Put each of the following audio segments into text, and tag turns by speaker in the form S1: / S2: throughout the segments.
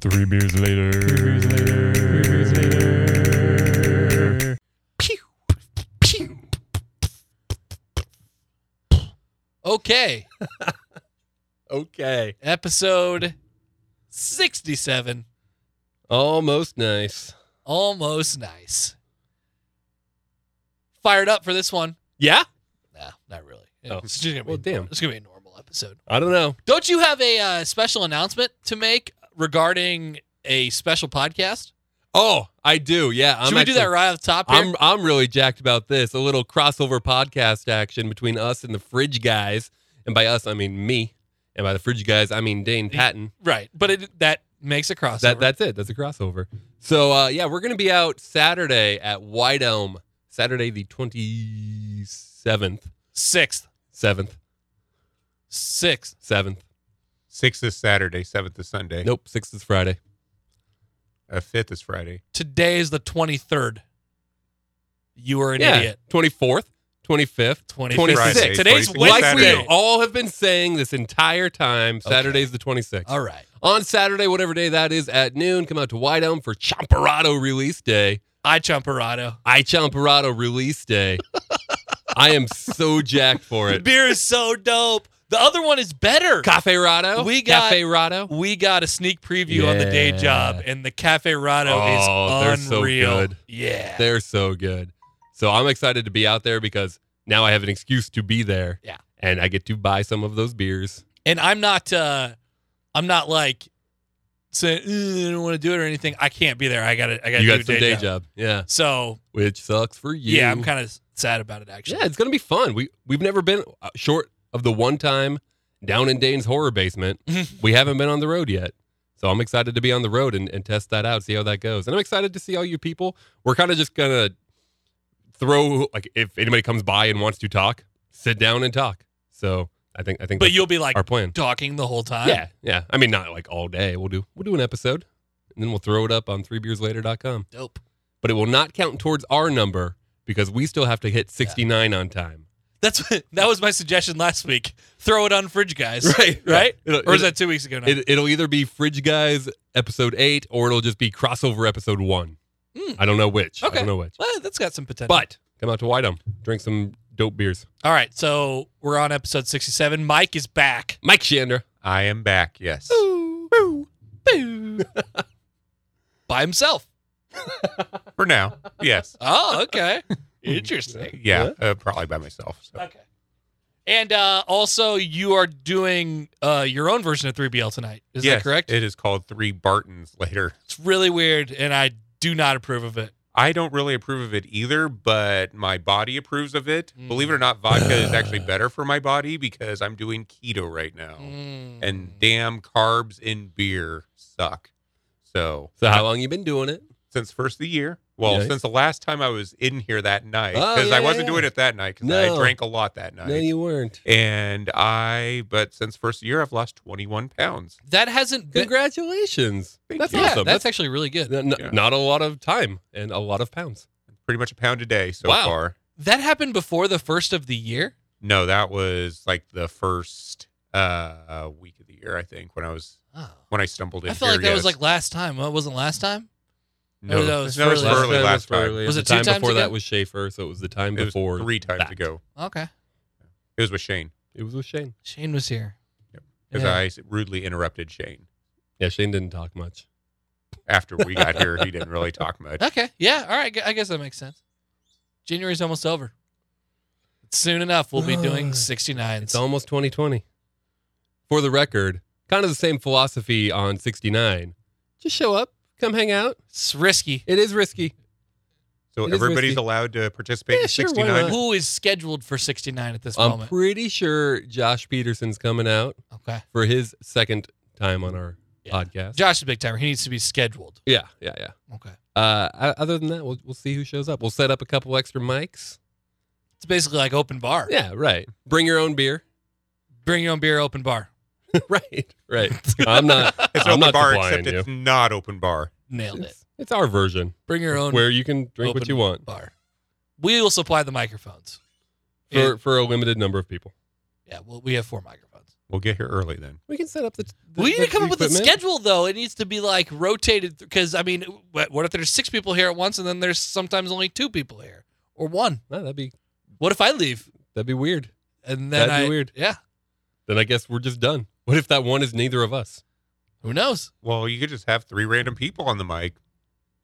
S1: Three beers later. Three beers later. Three beers later.
S2: Pew, pew. Okay,
S3: Okay.
S2: episode 67.
S3: Almost nice.
S2: Almost nice. Fired up for this one.
S3: Yeah?
S2: Nah, not really.
S3: Oh.
S2: It's just gonna be
S3: Well, damn.
S2: It's gonna be a normal episode.
S3: I don't know.
S2: Don't you have a uh, special announcement to make regarding a special podcast?
S3: Oh, I do. Yeah. I'm
S2: Should we do that
S3: actually-
S2: right off the top? Here?
S3: I'm I'm really jacked about this. A little crossover podcast action between us and the Fridge guys. And by us I mean me. And by the Fridge guys I mean Dane Patton.
S2: right, but it, that makes a crossover.
S3: That that's it. That's a crossover. So uh, yeah, we're gonna be out Saturday at White Elm. Saturday the twenty seventh,
S2: sixth,
S3: seventh,
S2: sixth.
S3: seventh.
S1: Sixth is Saturday. Seventh is Sunday.
S3: Nope, sixth is Friday.
S1: Uh, fifth is Friday.
S2: Today is the twenty third. You are an idiot.
S3: twenty fourth, twenty fifth.
S2: 25th.
S1: Friday,
S2: Today's
S3: Like
S1: 26th,
S3: we
S2: Wednesday.
S1: Saturday.
S3: all have been saying this entire time,
S2: Okay.
S3: Saturday's the twenty sixth.
S2: All right.
S3: On Saturday, whatever day that is, at noon, come out to White Elm for Chomperado release day.
S2: I Chomperado.
S3: I Chomperado release day. I am so jacked for
S2: The
S3: it.
S2: beer is so dope. The other one is better.
S3: Cafe Rado.
S2: We got-
S3: Cafe Rado.
S2: we got a sneak preview on the day
S3: Yeah.
S2: job, and the Cafe Rado
S3: Oh, they're
S2: is
S3: so
S2: unreal.
S3: good.
S2: Yeah.
S3: They're so good. So I'm excited to be out there because now I have an excuse to be there.
S2: Yeah.
S3: And I get to buy some of those beers.
S2: and I'm not uh I'm not like saying "Eh, I don't want to do it or anything. I can't be there. I got to I got to
S3: you
S2: do
S3: got
S2: a
S3: some
S2: day, job.
S3: Yeah.
S2: So
S3: Which sucks for you.
S2: yeah, I'm kind of sad about it actually.
S3: Yeah, it's going to be fun. We we've never been uh, short of the one time down in Dane's horror basement. we haven't been on the road yet. So I'm excited to be on the road and, and test that out, see how that goes. And I'm excited to see all you people. We're kind of just going to throw like if anybody comes by and wants to talk, sit down and talk. So I think I think
S2: but
S3: that's
S2: you'll be like
S3: our plan.
S2: talking the whole time.
S3: Yeah, yeah. I mean, not like all day. We'll do we'll do an episode, and then we'll throw it up on threebeerslater.com.
S2: Dope.
S3: But it will not count towards our number because we still have to hit 69 on time.
S2: That's what, that was my suggestion last week. Throw it on fridge guys.
S3: Right,
S2: Right?
S3: It'll,
S2: Or is
S3: it'll-
S2: that 2 weeks ago now?
S3: it, it'll either be Fridge Guys episode eight, or it'll just be crossover episode one.
S2: Hmm.
S3: I don't know which. I
S2: Okay.
S3: don't know which.
S2: well, that's got some potential.
S3: But come out to Whiteham, drink some dope beers.
S2: all right, so we're on episode 67. Mike is back.
S3: Mike Shander.
S1: I am back. Yes.
S3: Boo, boo.
S2: by himself.
S1: For now. Yes.
S2: Oh, okay. Interesting.
S1: Yeah. Uh, probably by myself. So.
S2: Okay. And uh, also, you are doing uh, your own version of 3BL tonight. Is
S1: yes,
S2: that correct?
S1: It is called Three Bartons later.
S2: it's really weird, and I do not approve of it.
S1: I don't really approve of it either, but my body approves of it.
S2: Mm.
S1: Believe it or not, vodka is actually better for my body because I'm doing keto right
S2: Oh.
S1: now.
S3: Mm.
S2: Mm.
S1: And damn, carbs in beer suck. So,
S3: So how long you been doing it?
S1: since first of the year, well,
S3: Nice.
S1: since the last time I was in here that night,
S3: Oh,
S1: because
S3: yeah,
S1: I
S3: yeah,
S1: wasn't
S3: yeah.
S1: doing it that night because
S3: No.
S1: I drank a lot that night.
S3: No, you weren't.
S1: and I, but since first of the year, I've lost 21 pounds.
S2: that hasn't been.
S3: Congratulations.
S1: Thank
S3: That's
S1: you.
S2: yeah,
S3: awesome.
S2: that's actually really good.
S3: N- n-
S1: Yeah.
S3: Not a lot of time and a lot of pounds.
S1: Pretty much a pound a day so
S3: Wow.
S1: far.
S2: That happened before the first of the year.
S1: No, that was like the first uh week of the year, I think, when I was
S2: Oh.
S1: when I stumbled in.
S2: I felt
S1: here,
S2: like that was
S1: yes.
S2: like last time. Well, it wasn't last time.
S1: no,
S2: or that was
S1: that was
S2: Furley.
S1: Furley last time.
S3: Furley.
S2: Was
S3: the
S2: it two
S3: time
S2: times
S3: before
S2: ago?
S3: that was Schaefer, so it was the time
S1: It was
S3: before
S1: three times
S3: that.
S1: ago.
S2: Okay.
S1: It was with Shane
S3: It was with Shane.
S2: Shane was here.
S1: because
S2: Yeah.
S1: I rudely interrupted Shane
S3: Yeah, Shane didn't talk much.
S1: after we got here. He didn't really talk much.
S2: Okay. Yeah. All right. gu- I guess that makes sense. January's almost over. Soon enough, we'll be doing
S3: Ugh.
S2: 69.
S3: It's almost 2020. For the record, kind of the same philosophy on 69. Just show up, come hang out.
S2: It's risky.
S3: It is risky.
S1: So
S3: It is
S1: everybody's
S3: risky.
S1: allowed to participate
S3: Yeah,
S1: in
S3: sure, why
S1: 69.
S3: not? Um,
S2: Who is scheduled for 69 at this
S3: I'm
S2: moment?
S3: pretty sure Josh Peterson's coming out
S2: Okay.
S3: for his second time on our
S2: Yeah.
S3: podcast.
S2: Josh is a big timer. He needs to be scheduled.
S3: yeah, yeah, yeah.
S2: Okay.
S3: Uh, o- other than that, we'll, we'll see who shows up. We'll set up a couple extra mics.
S2: It's basically like open bar.
S3: Yeah, right. Bring your own beer.
S2: Bring your own beer, open bar.
S3: right, right. I'm not.
S1: It's an
S3: I'm
S1: open
S3: not
S1: bar,
S3: supplying
S1: except
S3: you.
S1: it's not open bar.
S2: Nailed it.
S3: It's, it's our version
S2: Bring your own
S3: where you can drink what
S2: open
S3: you want
S2: bar. We will supply the microphones.
S3: for, for a limited number of people.
S2: Yeah, well, we have four microphones.
S1: We'll get here early then.
S3: We can set up the. the
S2: We need to
S3: the
S2: come up with a
S3: equipment.
S2: schedule, though. It needs to be like rotated because I mean, what, what if there's six people here at once, and then there's sometimes only two people here or one?
S3: No, that'd be
S2: What if I leave
S3: that'd be weird.
S2: and then
S3: That'd be
S2: I-
S3: weird.
S2: Yeah,
S3: Then I guess we're just done. What if that one is neither of us?
S2: who knows?
S1: Well, you could just have three random people on the mic.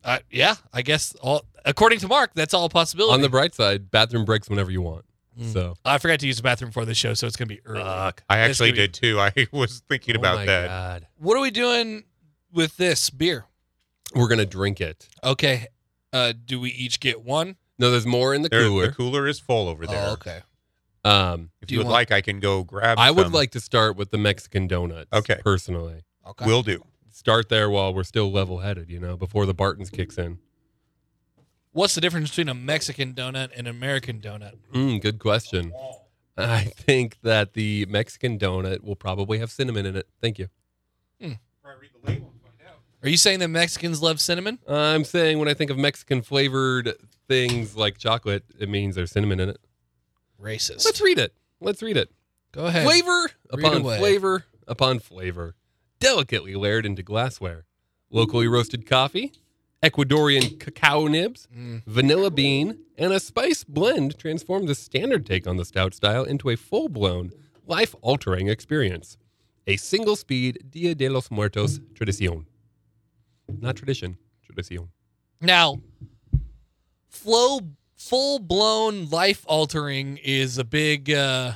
S2: Uh, yeah, I guess all according to Mark, that's all a possibility.
S3: On the bright side, bathroom breaks whenever you want.
S2: Mm.
S3: So
S2: I forgot to use the bathroom for the show, so it's gonna be early.
S1: I
S2: It's
S1: actually
S2: gonna be-
S1: did too. I was thinking
S3: Oh
S1: about
S3: my
S1: that.
S3: God.
S2: What are we doing with this beer?
S3: We're gonna drink it.
S2: Okay, uh, do we each get one?
S3: No, there's more in the
S1: There-
S3: cooler.
S1: The cooler is full over there.
S2: Oh, okay.
S3: um,
S1: If
S2: Do you
S1: you would
S2: want-
S1: like, I can go grab.
S3: I would
S1: some.
S3: like to start with the Mexican donuts.
S1: Okay.
S3: personally,
S2: Okay.
S1: Will do.
S3: start there while we're still level-headed. You know, before the Bartons kicks in.
S2: What's the difference between a Mexican donut and an American donut?
S3: Mm, good question. I think that the Mexican donut will probably have cinnamon in it. Thank you.
S2: Are you saying that Mexicans love cinnamon?
S3: I'm saying when I think of Mexican flavored things like chocolate, it means there's cinnamon in it.
S2: Racist.
S3: Let's read it. Let's read it.
S2: Go ahead.
S3: Flavor
S2: read
S3: upon
S2: away.
S3: flavor upon flavor, delicately layered into glassware. Locally roasted coffee, Ecuadorian cacao nibs,
S2: Mm.
S3: vanilla bean, and a spice blend transform the standard take on the stout style into a full blown, life altering experience. A single speed Dia de los Muertos tradicion. Not tradition, tradicion.
S2: Now, flow full blown life altering is a big uh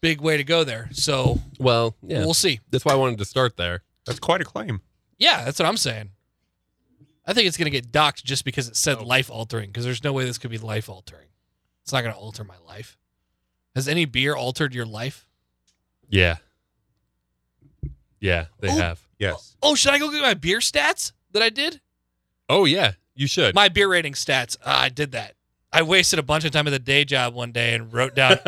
S2: big way to go there. So
S3: Well, yeah.
S2: we'll see.
S3: that's why I wanted to start there.
S1: That's quite a claim.
S2: Yeah, that's what I'm saying. I think it's gonna get docked just because it said life altering, because there's no way this could be life altering. It's not gonna alter my life. Has any beer altered your life?
S3: Yeah. Yeah, they
S2: Oh.
S3: have.
S1: Yes.
S2: Oh, should I go get my beer stats that I did?
S3: Oh, yeah, you should.
S2: My beer rating stats. Ah, I did that. I wasted a bunch of time at the day job one day and wrote down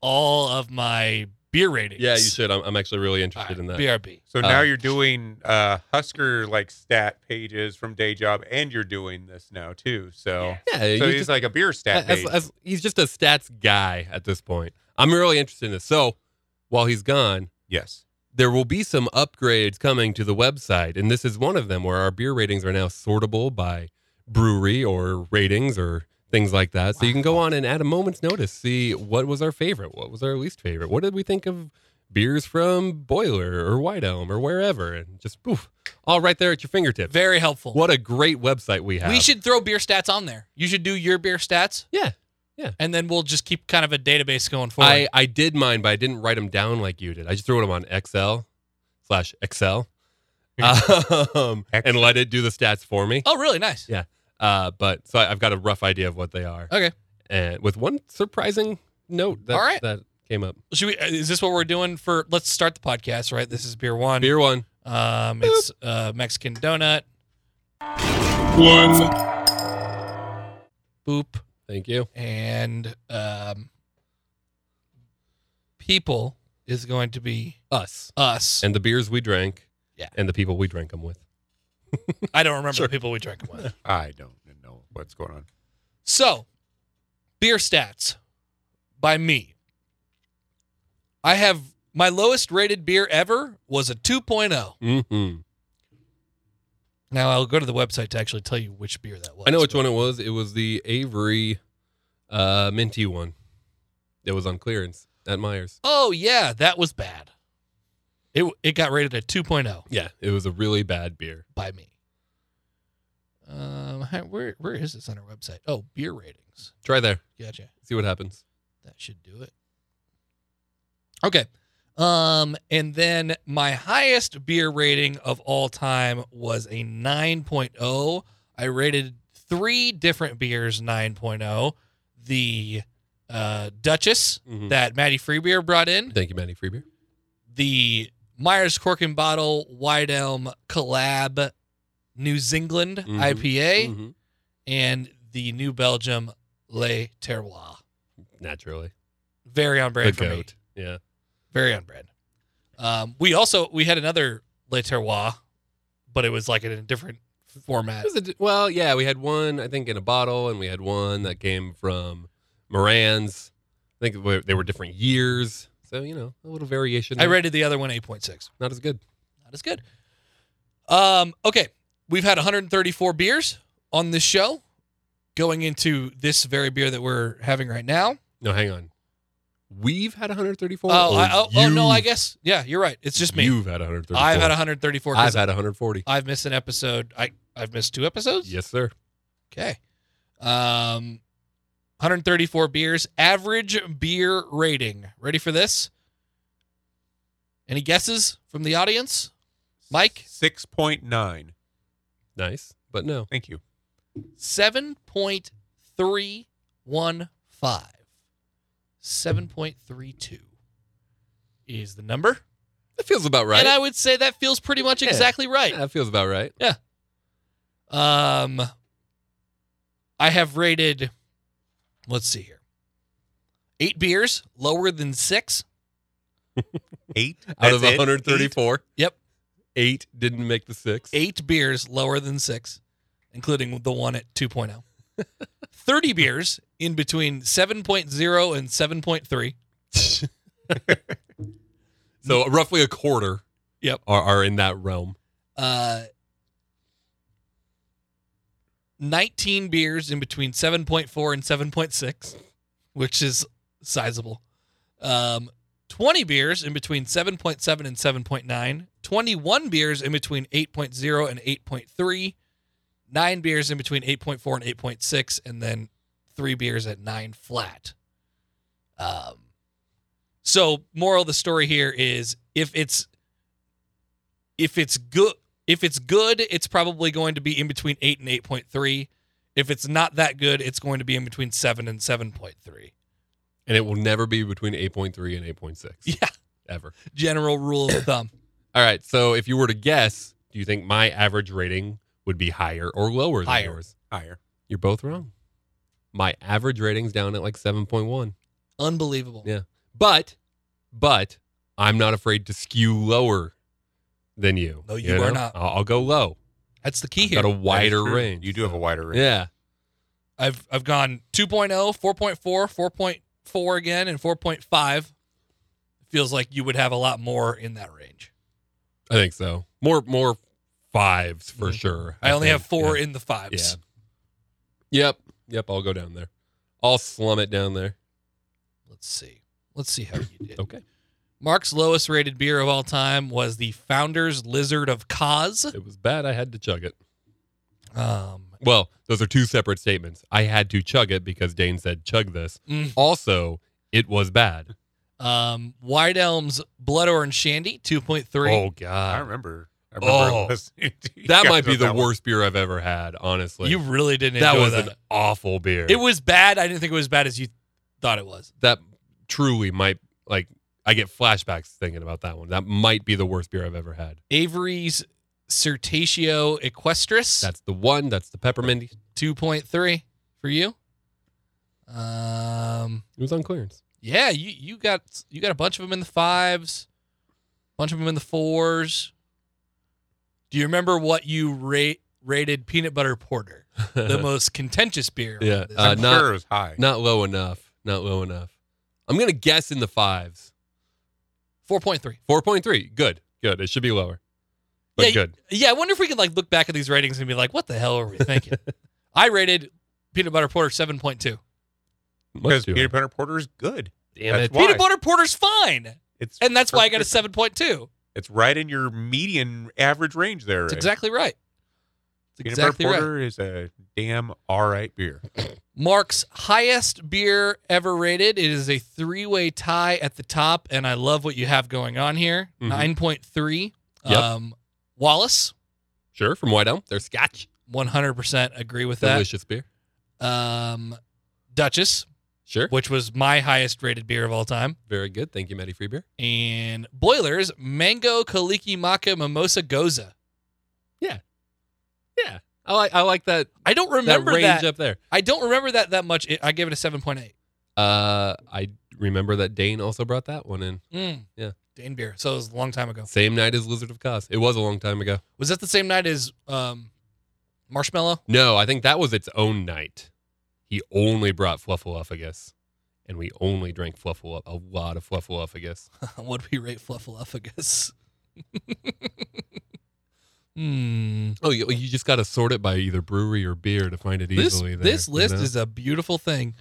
S2: all of my beer ratings.
S3: yeah, you should. I'm, I'm actually really
S2: All
S3: interested
S2: right,
S3: in that.
S2: BRB.
S1: So now
S3: Uh,
S1: you're doing uh, Husker like stat pages from day job, and you're doing this now too. So,
S3: Yeah,
S1: so
S3: you
S1: he's
S3: just-
S1: like a beer stat
S3: as-
S1: page.
S3: as- he's just a stats guy at this point. I'm really interested in this. So while he's gone,
S1: yes.
S3: there will be some upgrades coming to the website, and this is one of them where our beer ratings are now sortable by brewery or ratings or things like that. So you can go on and at a moment's notice see what was our favorite, what was our least favorite, what did we think of beers from Boiler or White Elm or wherever, and just poof, all right there at your fingertips.
S2: Very helpful.
S3: What a great website we have.
S2: we should throw beer stats on there. You should do your beer stats.
S3: Yeah,
S2: And then we'll just keep kind of a database going forward.
S3: I, I did mine, but I didn't write them down like you did. I just threw them on Excel slash Excel um, and let it do the stats for me.
S2: oh, really? Nice.
S3: Uh, but so I, I've got a rough idea of what they are.
S2: Okay.
S3: And with one surprising note that,
S2: All right.
S3: that came up.
S2: Should we? uh, Is this what we're doing for? Let's start the podcast, right? This is beer one.
S3: Beer one.
S2: Um, it's uh, Mexican donut. Boop
S3: Thank you.
S2: and um, people is going to be
S3: Us.
S2: us.
S3: And the beers we drank.
S2: Yeah.
S3: And the people we drank them with.
S2: I don't remember
S3: Sure.
S2: the people we drank them with.
S1: I don't know what's going on.
S2: So, beer stats by me. I have my lowest rated beer ever was a 2.0.
S3: Mm-hmm.
S2: Now I'll go to the website to actually tell you which beer that was.
S3: I know which one it was. It was the Avery uh, minty one. It was on clearance at Myers.
S2: Oh yeah, that was bad. It it got rated at 2.0
S3: Yeah. It was a really bad beer.
S2: by me. Um, hi- where where is this on our website? Oh, beer ratings.
S3: Try there.
S2: Gotcha.
S3: See what happens.
S2: That should do it. Okay. Um, and then my highest beer rating of all time was a 9.0. I rated three different beers 9.0. The uh, Duchess
S3: Mhm.
S2: that Maddie Freebeer brought in,
S3: Thank you, Maddie Freebeer.
S2: the Myers Cork and Bottle White Elm Collab New Zealand
S3: Mhm.
S2: IPA,
S3: Mhm.
S2: and the New Belgium Le Terroir.
S3: Naturally.
S2: Very on brand
S3: the
S2: for me.
S3: goat. Yeah.
S2: very on brand. Um, we also we had another Le Terroir, but it was like in a different format.
S3: It was a d- well, yeah, we had one, I think, in a bottle, and we had one that came from Moran's. I think they were- they were different years. So So you know, a little variation.
S2: I
S3: there.
S2: rated the other one 8.6.
S3: not as good.
S2: Not as good. Um, okay. We've had 134 beers on this show. Going into this very beer that we're having right now.
S3: No, hang on. We've had 134.
S2: Oh, I, oh, oh, no, I
S3: guess
S2: guess. Yeah, you're right. It's just me.
S3: You've had 134.
S2: I've had 134. 'cause
S3: I've had 140.
S2: I've missed an episode. I I've missed two episodes.
S3: Yes, sir.
S2: Okay. Um, 134 beers. Average beer rating. Ready for this? Any guesses from the audience? Mike,
S1: 6.9.
S3: Nice, but no.
S1: Thank you.
S2: 7.315. 7.32 is the number.
S3: That feels about right.
S2: And I would say that feels pretty much
S3: Yeah.
S2: exactly right.
S3: Yeah, that feels about right.
S2: Um, I have rated, let's see here, eight beers lower than six.
S1: Eight
S3: Out of
S1: That's it?
S3: 134.
S2: Yep.
S3: Eight didn't make the six.
S2: Eight beers lower than six, including the one at 2.0. 30 beers in between 7.0 and 7.3.
S3: So roughly a quarter.
S2: Yep.
S3: Are, are in that realm.
S2: Uh, 19 beers in between 7.4 and 7.6, which is sizable. Um, 20 beers in between 7.7 and 7.9. 21 beers in between 8.0 and 8.3. Nine beers in between 8.4 and 8.6. And then three beers at nine flat. Um, so, moral of the story here is if it's if it's good if it's good it's probably going to be in between 8 and 8.3 if it's not that good it's going to be in between 7 and 7.3
S3: And it will never be between 8.3 and 8.6.
S2: yeah
S3: Ever.
S2: general rule of thumb
S3: All right. So if you were to guess, do you think my average rating would be higher or lower than
S2: Higher.
S3: yours?
S1: Higher.
S3: You're both wrong. My average rating's down at like 7.1.
S2: unbelievable
S3: Yeah. But, but I'm not afraid to skew lower than you.
S2: No, you are not.
S3: I'll, I'll go low.
S2: that's the key
S3: I've
S2: here
S3: got a
S1: That
S3: wider
S1: is true.
S3: range.
S1: You do have a wider range.
S3: Yeah.
S2: i've i've gone oh, 2.0 4.4 4.4 again and 4.5 feels like you would have a lot more in that range
S3: I think so. More, more fives for
S2: Mhm.
S3: sure.
S2: i, only
S3: think.
S2: have four
S3: Yeah.
S2: in the fives
S3: Yeah. Yep. Yep. I'll go down there. I'll slum it down there.
S2: let's see let's see how you did
S3: Okay.
S2: mark's lowest rated beer of all time was the founder's lizard of cause
S3: It was bad. I had to chug it.
S2: um
S3: Well, those are two separate statements. I had to chug it because Dane said chug this.
S2: Mm.
S3: Also, it was bad.
S2: Um, White Elm's Blood Orange Shandy, 2.3.
S3: Oh
S1: I
S3: God.
S1: remember. I remember
S3: Oh.
S1: listening to you
S3: That
S1: guys
S3: might be
S1: on
S3: the
S1: one.
S3: worst beer I've ever had, honestly.
S2: you really didn't
S3: that
S2: enjoy
S3: was
S2: that.
S3: an awful beer.
S2: it was bad. I didn't think it was as bad as you thought it was.
S3: that truly might like I get flashbacks thinking about that one. That might be the worst beer I've ever had.
S2: Avery's Certatio Equestris,
S3: That's the one. That's the peppermint. It
S2: 2.3 for you. Um,
S3: was on clearance.
S2: yeah, you, you got you got a bunch of them in the fives, bunch of them in the fours. Do you remember what you rate rated peanut butter porter, the most contentious beer? on
S3: Yeah,
S2: this
S3: uh,
S1: I'm
S3: not-
S1: sure it was high.
S3: Not low enough. Not low enough. I'm gonna guess in the fives.
S2: 4.3.
S3: Four point three. Good. Good. It should be lower.
S2: Yeah,
S3: But
S2: you-
S3: good.
S2: Yeah, I wonder if we could like look back at these ratings and be like, what the hell were we thinking? I rated peanut butter porter seven point two.
S3: Much
S1: because
S3: too
S1: peanut
S3: high.
S1: butter porter is good.
S3: Damn
S1: that's
S3: it.
S1: why.
S2: Peanut butter porter's fine.
S1: It's
S2: And that's why I got a
S1: perfect.
S2: seven point two.
S1: It's right in your median average range there.
S2: That's
S1: Ray.
S2: exactly right. That's
S1: Peanut
S2: exactly
S1: butter
S2: right.
S1: porter is a damn all right beer.
S2: Mark's highest beer ever rated. It is a three way tie at the top, and I love what you have going on here.
S1: Mm-hmm.
S3: Mhm.
S2: Nine point three.
S3: Yep.
S2: Um Wallace,
S3: Sure, from White Elm. They're Scotch.
S2: one hundred percent agree with that.
S3: Delicious beer.
S2: Um Duchess,
S3: Sure.
S2: which was my highest rated beer of all time.
S3: Very good. Thank you, Matty Free Beer.
S2: and boilers mango kaliki maca mimosa goza
S3: Yeah. I like I like that,
S2: i don't
S3: that
S2: remember
S3: range
S2: that,
S3: up there.
S2: i don't remember that that much it, i give it a 7.8
S3: Uh I remember that Dane also brought that one in.
S2: mm.
S3: Yeah.
S2: dane beer so it was a long time ago
S3: Same night as Lizard of Cos. It was a long time ago.
S2: was that the same night as um marshmallow
S3: No, I think that was its own night. He only brought Fluffaluffagus. and we only drank Fluffle a lot of Fluffaluffagus.
S2: What'd we rate Fluffaluffagus? hmm.
S3: Oh, you, you just got to sort it by either brewery or beer to find it
S2: This,
S3: easily. there,
S2: this
S3: you
S2: list
S3: know?
S2: is a beautiful thing.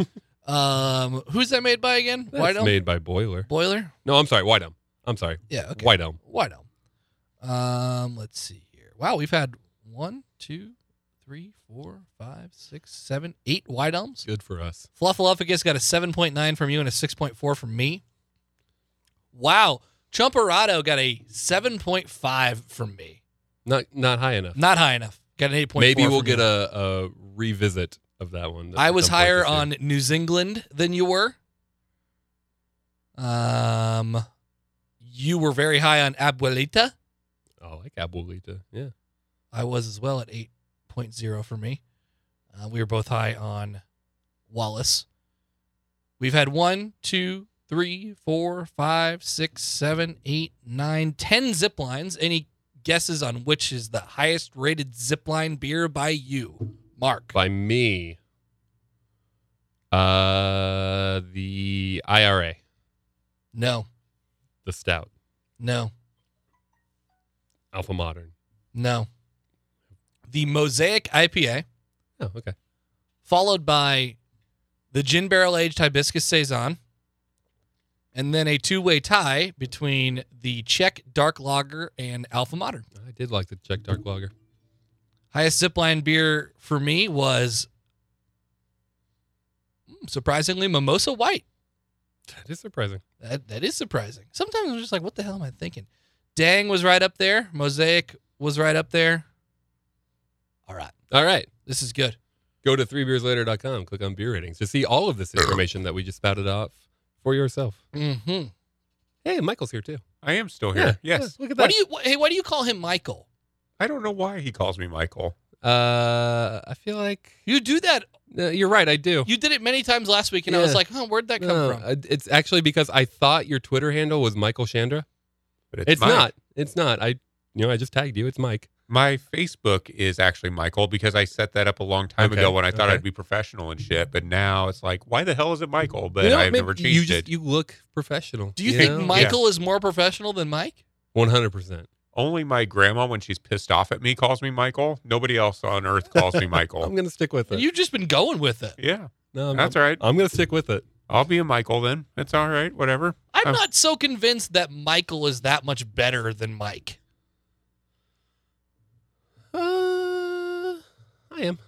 S2: um, who's that made by again?
S3: That's
S2: White Elm
S3: made by Boiler.
S2: Boiler.
S3: No, I'm sorry, White Elm. I'm sorry,
S2: Yeah. Okay.
S3: White Elm.
S2: White Elm. Um, let's see here. Wow, we've had one, two, three, four, five, six, seven, eight White Elms.
S3: Good for us.
S2: Fluffaluffagus got a 7.9 from you and a 6.4 from me. Wow. Chumperado got a 7.5 from me.
S3: Not not high enough.
S2: Not high enough. Got an 8.4.
S3: Maybe we'll
S2: from
S3: get
S2: you.
S3: a, a revisit of that one.
S2: I
S3: at
S2: was
S3: some point
S2: higher
S3: this year.
S2: on New Zealand than you were. Um, you were very high on Abuelita.
S3: Oh, I like Abuelita. Yeah.
S2: I was as well at 8.0 for me. Uh, we were both high on Wallace. We've had one, two, three, four, five, six, seven, eight, nine, ten zip lines. Any guesses on which is the highest rated zip line beer by you, Mark?
S3: By me. Uh, the IRA,
S2: No,
S3: the stout,
S2: no,
S3: Alpha Modern.
S2: no. The Mosaic IPA,
S3: Oh, okay.
S2: followed by the gin barrel aged hibiscus saison, and then a two way tie between the Czech dark lager and Alpha Modern.
S3: I did like the Czech Dark Lager.
S2: Highest zipline beer for me was mm, surprisingly Mimosa White.
S3: That is surprising.
S2: That that is surprising. Sometimes I'm just like, what the hell am I thinking? Dang was right up there. Mosaic was right up there. All right,
S3: All right.
S2: this is good.
S3: Go to threebeerslater.com, click on beer ratings to see all of this information that we just spouted off for yourself.
S2: Mm-hmm.
S3: Hey, Michael's here too.
S1: I am still here.
S3: Yeah,
S1: yes.
S3: yeah, Look at
S2: Why
S3: that.
S2: do you? Wh- hey, why do you call him Michael?
S1: I don't know why he calls me Michael.
S3: uh, I feel like
S2: You do that
S3: uh, you're right. I do.
S2: You did it many times last week, and I
S3: Yeah.
S2: was like, "Huh, where'd that come
S3: No,
S2: from?"
S3: uh, It's actually because I thought your Twitter handle was Michael Chandra.
S1: But it's,
S3: It's
S1: Mike.
S3: not. It's not. I you know, I just tagged you. It's Mike.
S1: My Facebook is actually Michael because I set that up a long time
S3: Okay,
S1: ago when I thought
S3: okay.
S1: I'd be professional and shit. But now it's like, why the hell is it Michael? But
S3: You know,
S1: I've
S3: maybe
S1: never
S3: you
S1: changed
S3: just
S1: it.
S3: you look professional.
S2: Do you, think
S3: know?
S2: Michael is more professional than Mike?
S3: 100%.
S1: Only my grandma, when she's pissed off at me, calls me Michael. Nobody else on earth calls me
S3: I'm
S1: Michael.
S3: going to stick with it.
S2: And you've just been going with it.
S1: yeah,
S3: no, I'm,
S1: Oh. that's all right.
S3: I'm going to stick with it.
S1: I'll be a Michael then. That's all right. Whatever.
S2: I'm
S1: I'm-
S2: not so convinced that Michael is that much better than Mike.
S3: Uh, I am.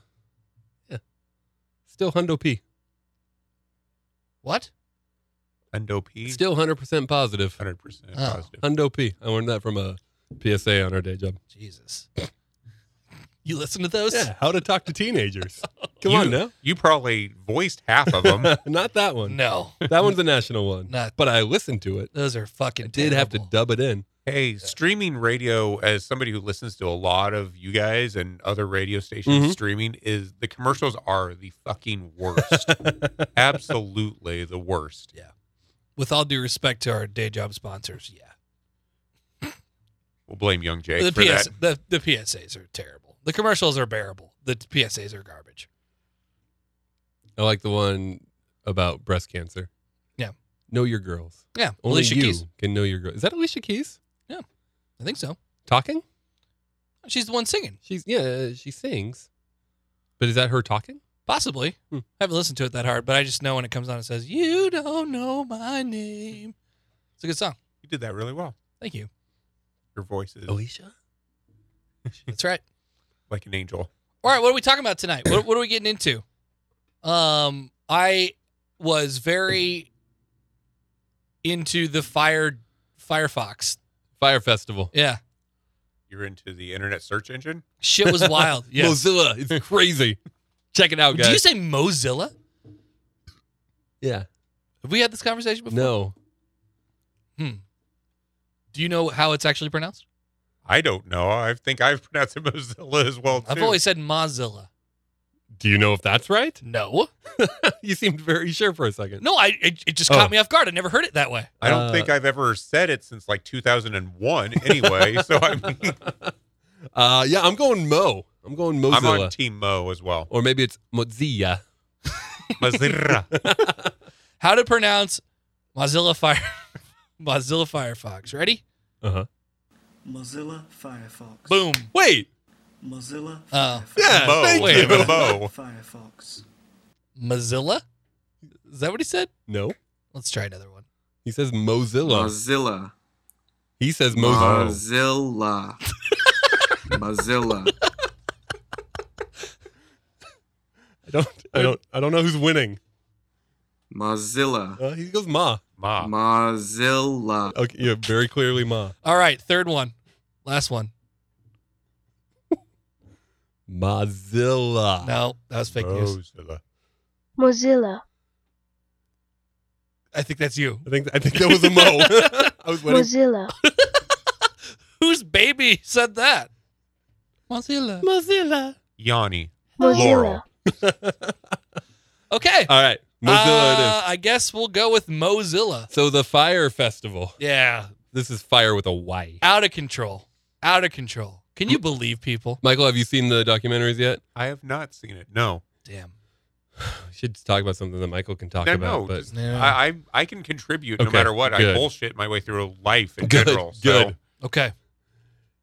S3: Yeah. Still Hundo P.
S2: What?
S1: Hundo P.
S3: Still 100% positive.
S1: 100%
S2: Oh.
S1: positive.
S3: Hundo P. I learned that from a PSA on our day job.
S2: Jesus. you listen to those?
S3: Yeah, how to talk to teenagers. Come
S1: You-
S3: on now.
S1: You probably voiced half of them.
S3: Not that one.
S2: No,
S3: That one's a national one.
S2: not.
S3: But I listened to it.
S2: Those are fucking.
S3: I did have to
S2: terrible.
S3: dub it in.
S1: hey, streaming radio, as somebody who listens to a lot of you guys and other radio stations
S3: Mhm.
S1: streaming, is the commercials are the fucking worst. Absolutely the worst.
S2: With all due respect to our day job sponsors, yeah.
S1: We'll blame Young Jake
S2: The
S1: for
S2: PS
S1: that.
S2: the, the PSAs are terrible. The commercials are bearable. The PSAs are garbage.
S3: I like the one about breast cancer.
S2: Yeah.
S3: Know your girls.
S2: Yeah,
S3: Only
S2: Alicia
S3: you
S2: Keys.
S3: can know your girls. Is that Alicia Keys
S2: I think so.
S3: talking?
S2: She's the one singing,
S3: She's yeah, she sings. But is that her talking?
S2: possibly.
S3: Hmm.
S2: I haven't listened to it that hard, but I just know when it comes on, it says, You don't know my name. It's a good song.
S1: You did that really well.
S2: Thank you.
S1: Your voice is
S3: Alicia? Hmm.
S2: That's right.
S1: like an angel.
S2: All right, what are we talking about tonight? What, what are we getting into? Um, I was very into the fire Firefox.
S3: Fire Festival.
S2: Yeah.
S1: You're into the internet search engine?
S2: Shit was wild. yes.
S3: Mozilla. It's crazy. Check it out,
S2: Did you
S3: guys.
S2: say Mozilla?
S3: yeah.
S2: Have we had this conversation before?
S3: No.
S2: Do you know how it's actually pronounced?
S1: I don't know. I think I've pronounced it Mozilla as well. Too.
S2: I've always said Mozilla.
S3: Do you know if that's right?
S2: No.
S3: you seemed very sure for a second.
S2: No, I it, it just caught
S3: Oh.
S2: me off guard. I never heard it that way.
S1: I don't
S3: Uh,
S1: think I've ever said it since like 2001 anyway. so I mean,
S3: Uh yeah, I'm going Mo. I'm going Mozilla.
S1: I'm on Team Mo as well.
S3: or maybe it's Mozilla.
S1: Mozilla.
S2: how to pronounce Mozilla Fire Mozilla Firefox. Ready?
S3: Uh
S2: Uh-huh.
S3: huh.
S4: Mozilla Firefox.
S2: Boom.
S3: Wait.
S4: Mozilla
S2: Oh.
S4: Firefox.
S3: Yeah.
S1: Bo,
S3: thank
S1: wait
S3: you.
S1: a minute, Bo.
S4: Firefox.
S2: Mozilla? Is that what he said?
S3: No.
S2: Let's try another one.
S3: He says Mozilla.
S5: Mozilla.
S3: he says Mozilla.
S5: Mozilla. Mozilla.
S3: I don't. I don't. I don't know who's winning.
S5: Mozilla.
S3: Uh, he goes Ma.
S5: Ah.
S1: Ma.
S5: Mozilla.
S3: Okay. Yeah. Very clearly Ma.
S2: All right, third one. Last one.
S3: Mozilla.
S2: No, that was fake
S3: Oh.
S2: news.
S1: Mozilla.
S6: Mozilla.
S2: I think that's you.
S3: I think. I think that was a Mo. I was waiting.
S6: Mozilla.
S2: Whose baby said that? Mozilla.
S3: Mozilla.
S1: Yanni.
S6: Mozilla.
S2: Okay.
S3: All right.
S2: Uh,
S3: Mozilla. it is.
S2: I guess we'll go with Mozilla.
S3: So the Fire Festival.
S2: Yeah.
S3: This is fire with a Y.
S2: Out of control. Out of control. Can you believe people?
S3: Michael, have you seen the documentaries yet?
S1: I have not seen it. No.
S2: Damn.
S3: We should talk about something that Michael can talk
S1: No,
S3: about.
S1: no,
S3: but
S1: just-
S2: Yeah.
S1: I, I I can contribute no
S3: Okay,
S1: matter what.
S3: good.
S1: I bullshit my way through life in
S3: Good,
S1: general. So
S3: good.
S2: Okay.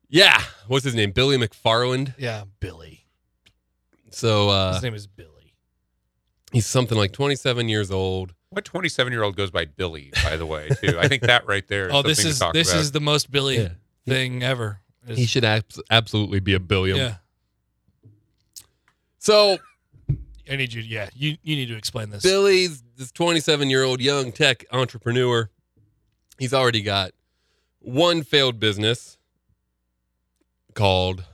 S3: yeah, what's his name? Billy McFarland.
S2: Yeah, Billy.
S3: So uh,
S2: His name is Billy.
S3: he's something like 27 years old.
S1: What 27 year old goes by Billy, by the way, too? I think that right there. Is
S2: Oh, this
S1: something to
S2: is
S1: talk
S2: this
S1: about.
S2: is the most Billy
S3: Yeah.
S2: thing ever. Is-
S3: He should abs- absolutely be a billion.
S2: yeah.
S3: So
S2: I need you. Yeah, you you need to explain this.
S3: Billy's this 27 year old young tech entrepreneur. He's already got one failed business called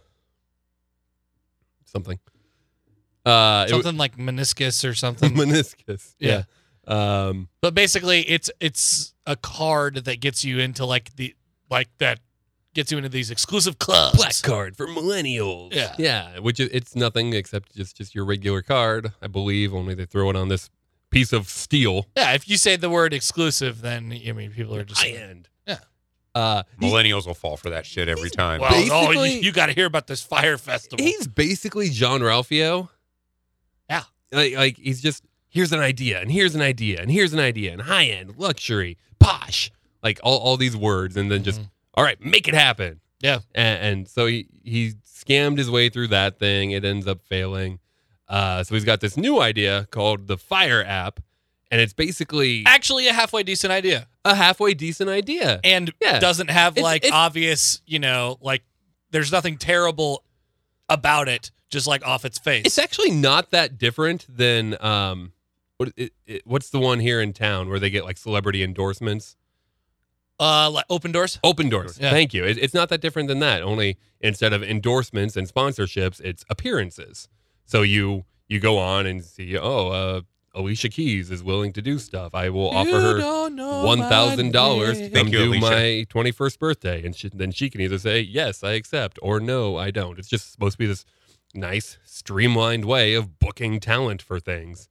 S3: something. Uh, it
S2: something like meniscus or
S3: was-
S2: something.
S3: meniscus.
S2: Yeah.
S3: yeah. Um,
S2: But basically, it's it's a card that gets you into like the like that gets you into these exclusive clubs.
S3: black card for millennials.
S2: Yeah.
S3: yeah, which is, it's nothing except just just your regular card, I believe. Only they throw it on this piece of steel.
S2: Yeah, if you say the word exclusive, then I mean people are just.
S3: High end.
S2: Yeah.
S3: Uh, he-
S1: Millennials will fall for that shit every time.
S2: Well, oh, you,
S3: Basically-
S2: you got to hear about this fire festival.
S3: he's basically John Ralphio.
S2: Yeah.
S3: like like he's just here's an idea and here's an idea and here's an idea and high end luxury posh like all all these words and then just
S2: Mhm.
S3: all right make it happen.
S2: Yeah.
S3: and, and so he he scammed his way through that thing. It ends up failing. Uh, so he's got this new idea called the Fire app, and it's basically
S2: actually a halfway decent idea,
S3: a halfway decent idea.
S2: and
S3: Yeah.
S2: doesn't have
S3: It's-
S2: like
S3: it's-
S2: obvious, you know, like there's nothing terrible about it, just like off its face.
S3: It's actually not that different than um, what it, it, what's the one here in town where they get like celebrity endorsements?
S2: uh, like open doors.
S3: Open doors.
S2: Yeah.
S3: Thank you. It, it's not that different than that. Only instead of endorsements and sponsorships, it's appearances. So you you go on and see, oh, uh, Alicia Keys is willing to do stuff. I will offer her
S2: Oh,
S3: one thousand dollars to
S1: Thank
S3: come
S1: you,
S3: do
S1: Alicia.
S3: my twenty first birthday, and she, then she can either say yes, I accept, or no, I don't. It's just supposed to be this nice, streamlined way of booking talent for things,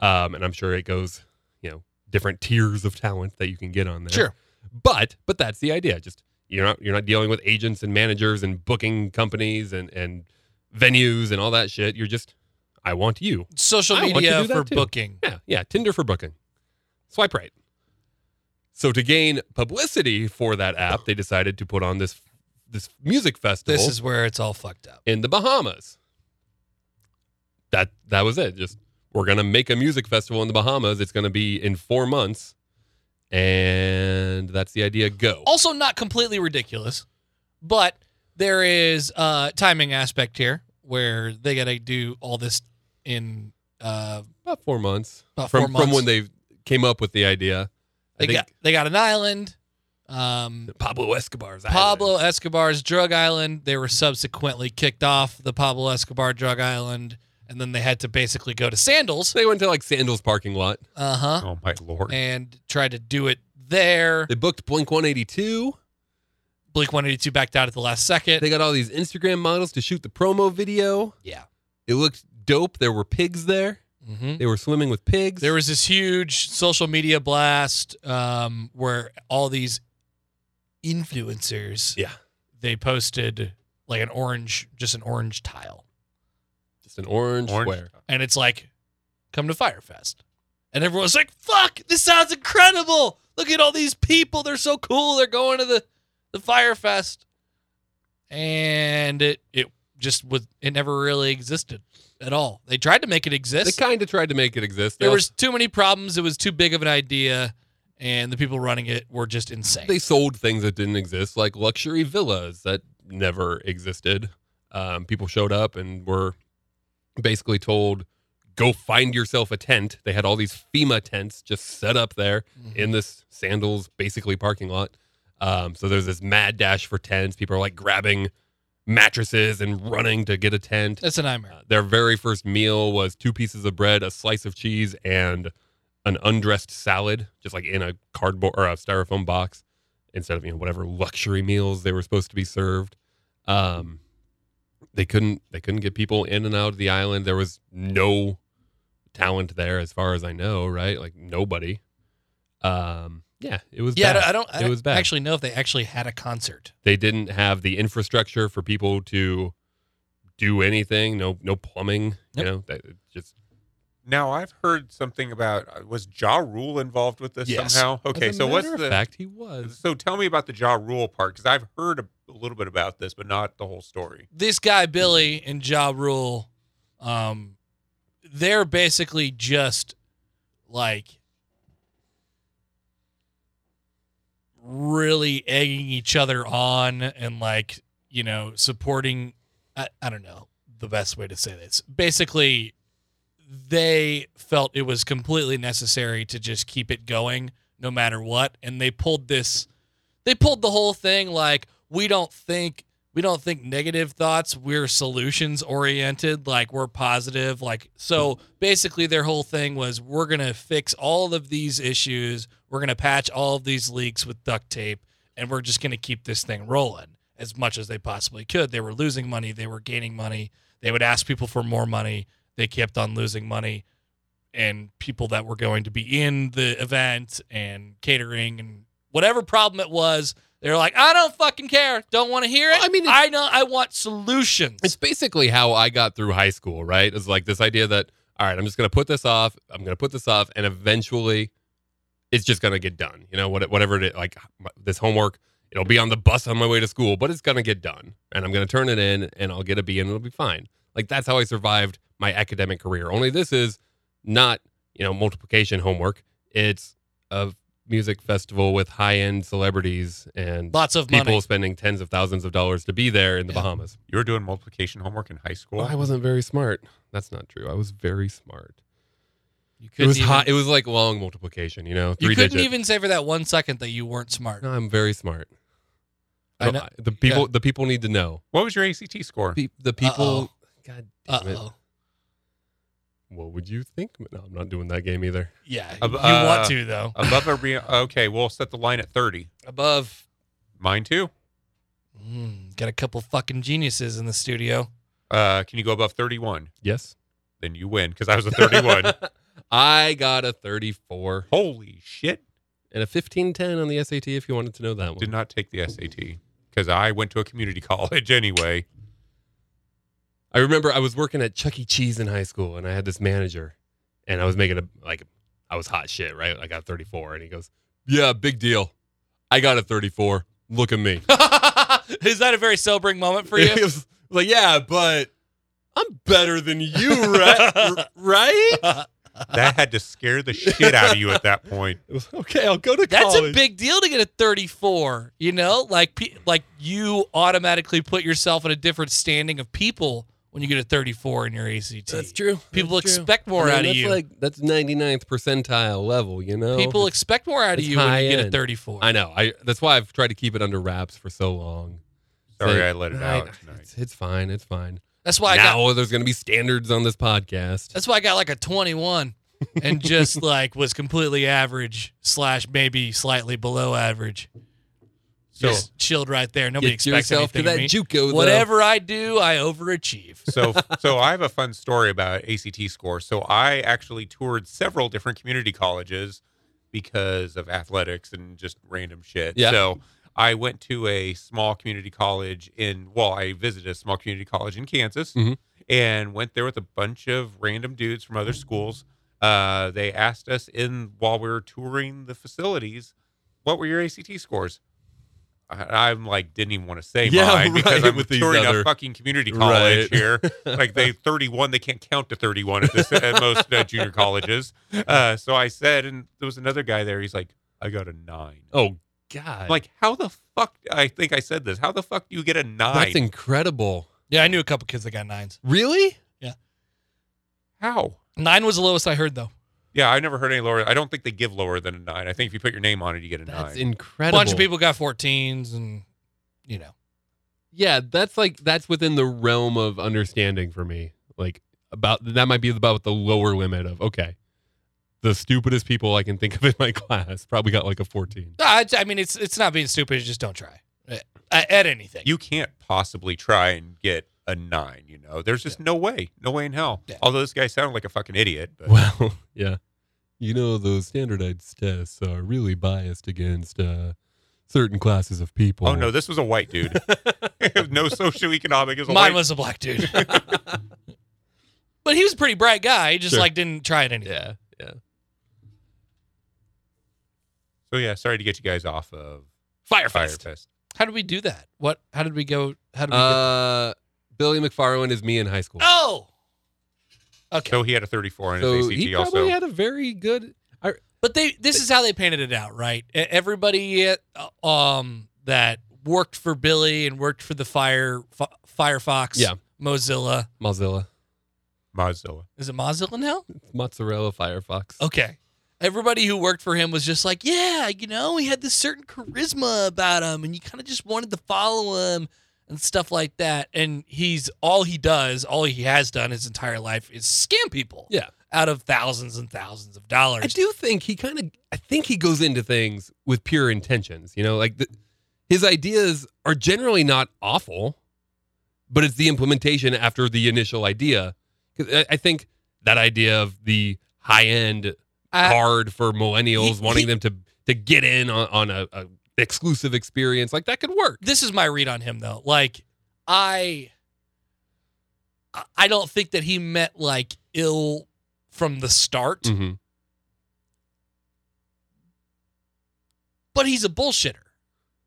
S3: um, and I'm sure it goes, you know, different tiers of talent that you can get on there.
S2: Sure.
S3: but but that's the idea. Just you're not you're not dealing with agents and managers and booking companies and and venues and all that shit. You're just I want you.
S2: Social
S3: I want to
S2: media
S3: do that
S2: for
S3: too.
S2: booking.
S3: Yeah, yeah, Tinder for booking. Swipe right. So to gain publicity for that app, they decided to put on this this music festival
S2: This is where it's all fucked up.
S3: in the Bahamas. That that was it. Just we're gonna make a music festival in the Bahamas. It's gonna be in four months, and that's the idea. Go.
S2: Also, not completely ridiculous, but there is uh timing aspect here where they got to do all this in uh
S3: About four months
S2: About
S3: from
S2: four months.
S3: from when they came up with the idea.
S2: they got they got an island. Um,
S3: Pablo Escobar's
S2: Pablo
S3: island.
S2: Escobar's drug island. They were subsequently kicked off the Pablo Escobar drug island, and then they had to basically go to Sandals.
S3: They went to like Sandals parking lot.
S2: Uh
S3: Uh-huh.
S2: huh.
S1: Oh, my Lord.
S2: And tried to do it there.
S3: They booked Blink One Eighty Two.
S2: Bleak 182 backed out at the last second.
S3: They got all these Instagram models to shoot the promo video.
S2: yeah.
S3: It looked dope. There were pigs there.
S2: Mm-hmm.
S3: They were swimming with pigs.
S2: There was this huge social media blast um, where all these influencers,
S3: Yeah.
S2: they posted like an orange, just an orange tile,
S3: just an orange,
S1: Orange.
S3: square.
S2: and it's like, come to Firefest, And everyone's like, fuck, this sounds incredible. Look at all these people. They're so cool. They're going to the, the Fire Fest. And it, it just was, it never really existed at all. They tried to make it
S3: They
S2: exist.
S3: kind of tried to make it exist. They
S2: there
S3: also-
S2: was too many problems. It was too big of an idea. And the people running it were just insane.
S3: they sold things that didn't exist, like luxury villas that never existed. Um, people showed up and were basically told, "Go find yourself a tent." They had all these FEMA tents just set up there
S2: Mhm.
S3: in this sandals basically parking lot. Um, so there's this mad dash for tents. People are like grabbing mattresses and running to get a tent.
S2: That's a nightmare.
S3: Uh, their very first meal was two pieces of bread, a slice of cheese, and an undressed salad, just like in a cardboard or a styrofoam box, instead of you know whatever luxury meals they were supposed to be served. Um, they couldn't they couldn't get people in and out of the island. There was no talent there, as far as I know. Right, like nobody. Um, yeah, it was.
S2: Yeah, I
S3: bad.
S2: don't- I don't. I
S3: It was bad.
S2: actually know if they actually had a concert.
S3: they didn't have the infrastructure for people to do anything. No, no plumbing.
S2: Yep.
S3: You know, that, it just
S1: Now I've heard something about uh, was Ja Rule involved with this
S2: Yes.
S1: somehow? Okay,
S3: As a
S1: so what's
S3: matter of
S1: the
S3: fact he was?
S1: so tell me about the Ja Rule part because I've heard a, a little bit about this, but not the whole story.
S2: This guy Billy and Ja Rule, um, they're basically just like really egging each other on and like you know supporting. I, I don't know the best way to say this. Basically, they felt it was completely necessary to just keep it going no matter what, and they pulled this. they pulled the whole thing like we don't think we don't think negative thoughts we're solutions oriented like we're positive like so basically their whole thing was we're going to fix all of these issues we're going to patch all of these leaks with duct tape and we're just going to keep this thing rolling as much as they possibly could they were losing money they were gaining money they would ask people for more money they kept on losing money and people that were going to be in the event and catering and whatever problem it was. They're like, I don't fucking care. Don't want to hear it.
S3: Well, I mean,
S2: I know I want solutions.
S3: It's basically how I got through high school, right? It's like this idea that all right, I'm just gonna put this off. I'm gonna put this off, and eventually, it's just gonna get done. You know, what, whatever it is, like my- this homework, it'll be on the bus on my way to school, but it's gonna get done, and I'm gonna turn it in, and I'll get a B, and it'll be fine. Like that's how I survived my academic career. Only this is not you know multiplication homework. It's a music festival with high end celebrities and
S2: Lots of
S3: people
S2: money.
S3: spending tens of thousands of dollars to be there in the
S2: Yeah.
S3: Bahamas.
S1: You were doing multiplication homework in high school.
S3: Well, I wasn't very smart. That's not true. I was very smart.
S2: You
S3: It was
S2: even,
S3: high. It was like long multiplication. You know,
S2: you
S3: three
S2: couldn't
S3: digits.
S2: even say for that one second that you weren't smart.
S3: No, I'm very smart.
S2: I
S3: I
S2: know-
S3: know. The people.
S2: yeah.
S3: The people need to know.
S1: what was your ACT score?
S3: Pe- the people. God
S2: Uh
S3: damn it.
S2: oh.
S3: What would you think? No, I'm not doing that game either.
S2: Yeah.
S1: Ab-
S2: you
S1: uh,
S2: want to though.
S1: Above a re- okay, we'll set the line at thirty.
S2: Above.
S1: Mine too.
S2: Mm, got a couple fucking geniuses in the studio.
S1: Uh, can you go above thirty-one?
S3: Yes.
S1: Then you win because I was a thirty-one.
S3: I got a 34
S1: Holy shit!
S3: and a 1510 on the SAT. If you wanted to know that
S1: Did
S3: one.
S1: not take the SAT because I went to a community college anyway.
S3: I remember I was working at Chuck E. Cheese in high school, and I had this manager, and I was making a like, I was hot shit, right? I got 34, and he goes, "Yeah, big deal. I got a 34. Look at me."
S2: Is that a very sobering moment for
S3: He
S2: you?
S3: was like, "Yeah, but I'm better than you, right? right?
S1: That had to scare the shit out of you at that point.
S3: It was, okay, I'll go to
S2: That's a
S3: college."
S2: big deal to get a 34. You know, like pe- like you automatically put yourself in a different standing of people when you get a 34 in your ACT.
S3: true.
S2: People expect more out of you.
S3: Like that's 99th percentile level, you know.
S2: people expect more out of
S3: it's
S2: you when you
S3: high
S2: get a
S3: end.
S2: 34.
S3: I know. I that's why I've tried to keep it under wraps for so long.
S1: Sorry,
S3: Say-
S1: I let it
S3: No,
S1: out
S3: It's,
S1: tonight.
S3: it's fine. It's fine.
S2: That's why I
S3: now
S2: got
S3: there's going to be standards on this podcast.
S2: that's why I got like a 21 and just like was completely average slash maybe slightly below average.
S1: So-
S2: just chilled right there. Nobody
S3: Get
S2: expects
S3: yourself to
S2: anything of
S3: that
S2: me.
S3: JUCO. though.
S2: Whatever I do, I overachieve.
S1: So, so I have a fun story about ACT score. So I actually toured several different community colleges because of athletics and just random shit.
S3: Yeah.
S1: So I went to a small community college in, well, I visited a small community college in Kansas
S3: Mhm.
S1: and went there with a bunch of random dudes from other schools. Uh, they asked us in while we were touring the facilities, what were your ACT scores? I, I'm like, didn't even want to say
S3: Yeah,
S1: mine because
S3: right,
S1: I'm
S3: with these
S1: touring
S3: other-
S1: a fucking community college
S3: Right.
S1: here. Like they 31, they can't count to 31 at this at most uh, junior colleges. Uh, so I said, and there was another guy there. He's like, I got a nine.
S3: Oh God,
S1: I'm like, how the fuck? I think I said this. How the fuck do you get a nine?
S3: that's incredible.
S2: Yeah, I knew a couple kids that got nines.
S3: Really?
S1: how?
S2: Nine was the lowest I heard though.
S1: Yeah, I never heard any lower. I don't think they give lower than a nine. I think if you put your name on it, you get a
S3: That's
S1: nine.
S2: A
S3: incredible.
S2: bunch of people got 14s, and you know,
S3: Yeah, that's like that's within the realm of understanding for me. Like about that might be about the lower limit of okay. The stupidest people I can think of in my class probably got like a fourteen.
S2: No, I, I mean it's it's not being stupid. it's Just don't try at, at anything.
S1: you can't possibly try and get a nine. You know, there's just no way, no way in hell.
S2: Yeah.
S1: Although this guy sounded like a fucking idiot. But
S3: Well, yeah. You know, those standardized tests are really biased against uh, certain classes of people.
S1: oh no, this was a white dude. no socioeconomic. It was a
S2: Mine
S1: white-
S2: was a black dude, but he was a pretty bright guy. He just
S3: Sure.
S2: like didn't try it anything.
S3: Yeah, yeah.
S1: So yeah, sorry to get you guys off of
S2: Firefest.
S1: Firefest.
S2: How did we do that? What? How did we go? How did we? go?
S3: Uh, Billy McFarland is me in high school.
S2: Oh, okay.
S1: So he had a 34 in his
S3: so
S1: ACT
S3: he probably
S1: also.
S3: had a very good.
S2: But they this is how they painted it out, right? E- Everybody uh, um that worked for Billy and worked for the Fire F- Firefox,
S3: Yeah.
S2: Mozilla.
S3: Mozilla,
S1: Mozilla.
S2: Is it Mozilla now?
S3: mozzarella, Firefox.
S2: Okay. Everybody who worked for him was just like, yeah, you know, he had this certain charisma about him and you kind of just wanted to follow him and stuff like that. And he's all he does, all he has done his entire life is scam people
S3: Yeah.
S2: out of thousands and thousands of dollars.
S3: I do think he kind of. I think he goes into things with pure intentions. You know, like the, his ideas are generally not awful, but it's the implementation after the initial idea. 'Cause I, I think that idea of the high end
S2: I-
S3: card for millennials,
S2: He-
S3: wanting
S2: he-
S3: them to to get in on, on a, a exclusive experience, like that could work.
S2: this is my read on him though. Like I I don't think that he meant like ill from the start,
S3: Mm-hmm.
S2: but he's a bullshitter.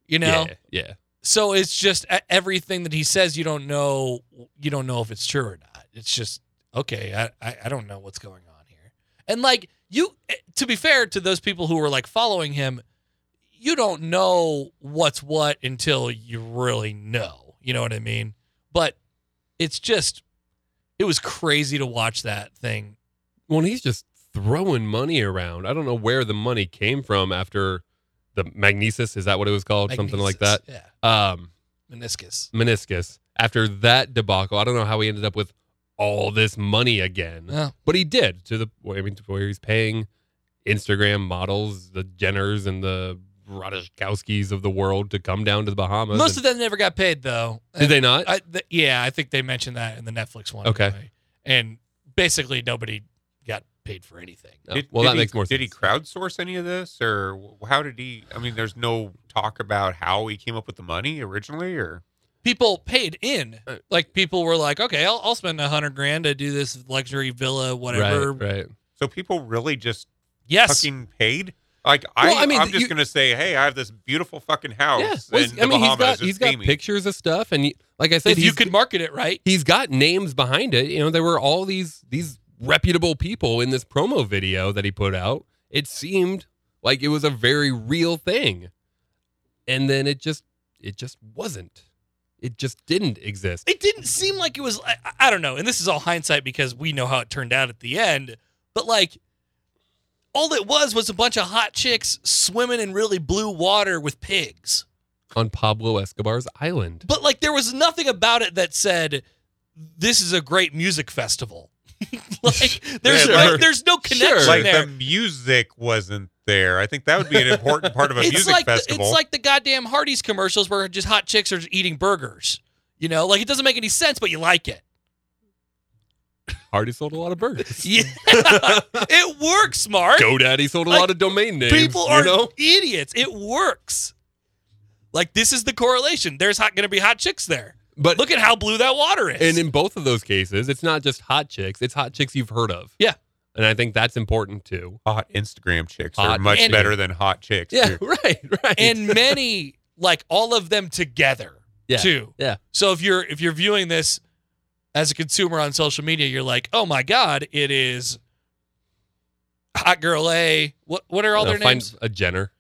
S2: You know?
S3: yeah, yeah,
S2: So it's just e- everything that he says you don't know you don't know if it's true or not. It's just okay, I I, I don't know what's going on here. And like you eh, to be fair to those people who were like following him, you don't know what's what until you really know. You know what I mean? But it's just it was crazy to watch that thing.
S3: Well, and he's just throwing money around. I don't know where the money came from after the magnesis. Is that what it was called? Something like that.
S2: Magnesis. Yeah.
S3: Um,
S2: Meniscus.
S3: meniscus. After that debacle, I don't know how he ended up with all this money again,
S2: Yeah.
S3: but he did to the. I mean, to where he's paying Instagram models, the Jenners and the Radishkowskis of the world to come down to the Bahamas.
S2: Most of
S3: and-
S2: them never got paid though.
S3: did they not?
S2: I, th- yeah, I think they mentioned that in the Netflix one.
S3: Okay.
S2: anyway. And basically, nobody got paid for anything.
S3: No.
S1: Did-
S3: Oh, well,
S1: did
S3: that
S1: he-
S3: makes more
S1: Did he
S3: sense.
S1: crowdsource any of this, or how did he? I mean, there's no talk about how he came up with the money originally, or
S2: People paid in.
S3: Right.
S2: Like, people were like, okay, I'll, I'll spend a hundred grand to do this luxury villa, whatever.
S3: Right, right.
S1: so people really just
S2: Yes.
S1: fucking paid. Like
S3: Well,
S1: I,
S3: I
S1: I
S3: mean,
S1: am just
S3: you-
S1: gonna say, hey, I have this beautiful fucking house.
S3: Yeah.
S1: in
S3: Well, he's-
S1: the
S3: I mean, he's
S1: Bahamas.
S3: got
S1: It's
S3: he's got
S1: pay me.
S3: pictures of stuff, and he, like I said,
S2: if you
S3: he's-
S2: could market it right.
S3: he's got names behind it. You know, there were all these these reputable people in this promo video that he put out. It seemed like it was a very real thing. And then it just it just wasn't. It just didn't exist.
S2: It didn't seem like it was. I, I- I don't know. And this is all hindsight because we know how it turned out at the end. But like, all it was was a bunch of hot chicks swimming in really blue water with pigs.
S3: On Pablo Escobar's island.
S2: But like there was nothing about it that said this is a great music festival. like there's
S1: Yeah, like-
S2: like, there's no connection
S3: Sure.
S1: Like
S2: there.
S1: the music wasn't there. I think that would be an important part of a
S2: it's
S1: music
S2: like The,
S1: festival.
S2: it's like the goddamn Hardee's commercials where just hot chicks are just eating burgers. You know, like it doesn't make any sense, but you like it.
S3: Hardy sold a lot of burgers.
S2: Yeah, it works, Mark.
S3: GoDaddy sold a
S2: Like,
S3: lot of domain names.
S2: People
S3: you
S2: are
S3: know?
S2: idiots. It works. Like this is the correlation. There's hot going to be hot chicks there.
S3: but
S2: Look at how blue that water is.
S3: and in both of those cases, it's not just hot chicks, it's hot chicks you've heard of.
S2: Yeah.
S3: and I think that's important too.
S1: Hot Instagram chicks are
S3: Hot
S1: much
S2: and-
S1: better than hot chicks.
S3: Yeah,
S1: too.
S3: right, right.
S2: and many like all of them together
S3: Yeah,
S2: too.
S3: yeah.
S2: So if you're if you're viewing this as a consumer on social media, you're like, oh my god, it is Hot Girl A. What what are all
S3: Uh,
S2: their
S3: find Mm.
S2: names?
S3: a Jenner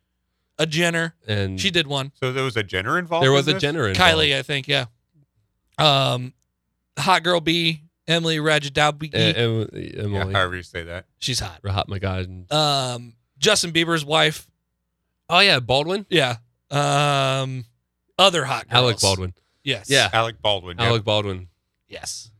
S2: A Jenner.
S3: and
S2: She did one.
S1: So there was a Jenner involved.
S3: there
S1: in
S3: was a
S1: this?
S3: Jenner involved.
S2: Kylie, I think. Yeah. Um, Hot Girl B. Emily Ratajkowski.
S3: Uh, Em- Emily,
S1: Yeah, however you say that.
S2: She's hot.
S3: Rahat Magad.
S2: Um, Justin Bieber's wife.
S3: Oh yeah, Baldwin,
S2: Yeah. Um, other hot girls.
S3: Alec Baldwin,
S2: Yes.
S3: Yeah.
S1: Alec Baldwin. yeah.
S3: Alec Baldwin,
S2: Yes.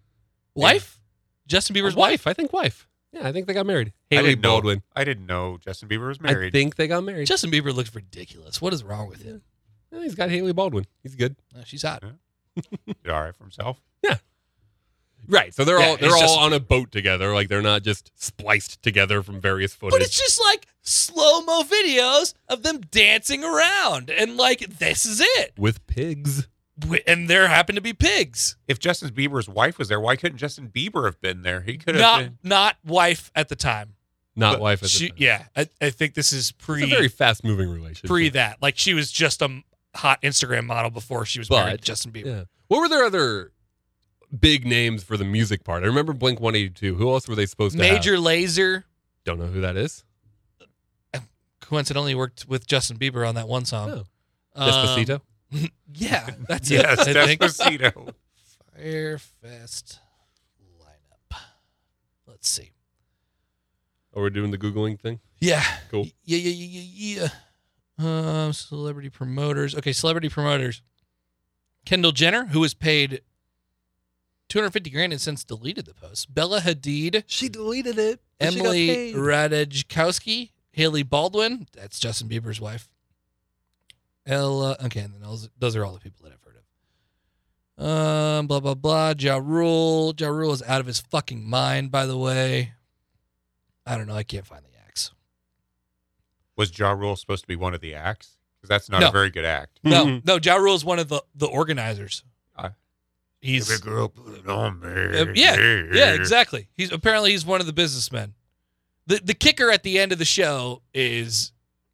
S2: Wife? Justin Bieber's
S3: Uh,
S2: wife.
S3: I think wife. Yeah, I think they got married.
S1: I
S3: Haley
S1: didn't know-
S3: Baldwin.
S1: I didn't know Justin Bieber was
S3: I
S1: married.
S3: think they got married.
S2: Justin Bieber looks ridiculous. What is wrong with him?
S3: Yeah, he's got Haley Baldwin. He's good.
S2: Uh, she's hot.
S1: Did all right for himself.
S3: Right. So they're
S2: Yeah,
S3: all they're
S2: it's
S3: all
S2: just-
S3: on a boat together. Like they're not just spliced together from various footage.
S2: But it's just like slow mo videos of them dancing around. And like, this is it.
S3: with pigs.
S2: Wi- And there happen to be pigs.
S1: If Justin Bieber's wife was there, why couldn't Justin Bieber have been there? He could have.
S2: Not
S1: been.
S2: not wife at the time.
S3: Not
S1: But
S3: wife at the
S2: She,
S3: time.
S2: yeah. I, I think this
S3: It's
S2: is
S3: a
S2: pre
S3: very fast moving relationship.
S2: pre that. Like she was just a m- hot Instagram model before she was married
S3: But-
S2: to Justin Bieber.
S3: Yeah. What were their other big names for the music part? I remember Blink 182. Who else were they supposed to
S2: Major
S3: have?
S2: Laser
S3: Don't know who that is.
S2: coincidentally worked with Justin Bieber on that one song. Um,
S3: Oh. Despacito.
S2: Yeah, that's
S1: Yes,
S2: it. I think.
S1: Despacito.
S2: Firefest lineup. Let's see.
S3: Oh, we're doing the googling thing.
S2: Yeah.
S3: Cool.
S2: Y- Yeah, yeah, yeah, yeah, yeah. Um, celebrity promoters. Okay, celebrity promoters. Kendall Jenner, who was paid 250 grand and since deleted the post. Bella Hadid,
S3: She deleted it.
S2: Emily Ratajkowski, Haley Baldwin. That's Justin Bieber's wife. Ella. Okay, and then those, those are all the people that I've heard of. Um, blah blah blah. Ja Rule. Ja Rule is out of his fucking mind. By the way, I don't know. I can't find the axe.
S1: Was Ja Rule supposed to be one of the acts? Because that's not
S2: No.
S1: a very good act.
S2: No, no. Ja Rule is one of the the organizers.
S1: Uh,
S2: He's
S1: Every girl put it on me.
S2: Uh, yeah, yeah, exactly. He's apparently he's one of the businessmen. The the kicker at the end of the show is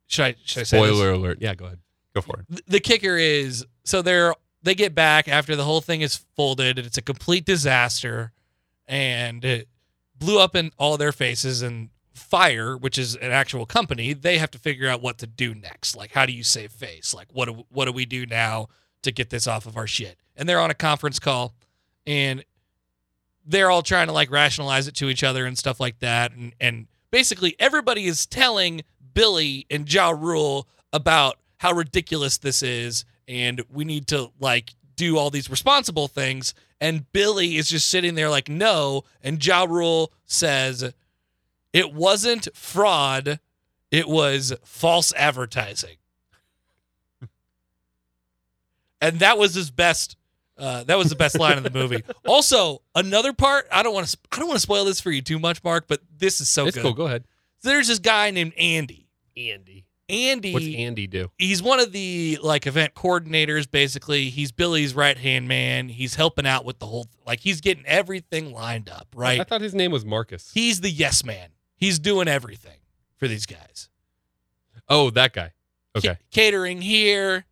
S2: should I should I say this?
S3: Spoiler alert. Yeah, go ahead.
S1: Go for it.
S2: th- the kicker is so they're they get back after the whole thing is folded and it's a complete disaster and it blew up in all their faces and fire which is an actual company they have to figure out what to do next like how do you save face like what do, what do we do now to get this off of our shit and they're on a conference call and they're all trying to like rationalize it to each other and stuff like that and and basically everybody is telling Billy and Ja Rule about how ridiculous this is and we need to like do all these responsible things and Billy is just sitting there like no and Ja Rule says it wasn't fraud it was false advertising and that was his best uh, that was the best line of the movie. Also, another part I don't want to I don't want to spoil this for you too much, Mark, but this is so
S3: it's
S2: good.
S3: cool. Go ahead.
S2: There's this guy named Andy.
S3: Andy.
S2: Andy,
S3: What's Andy do?
S2: he's one of the like event coordinators. Basically, he's Billy's right hand man. He's helping out with the whole like he's getting everything lined up. Right,
S3: I thought his name was Marcus.
S2: he's the yes man. He's doing everything for these guys.
S3: oh, that guy.
S2: ca-
S3: Okay.
S2: catering here,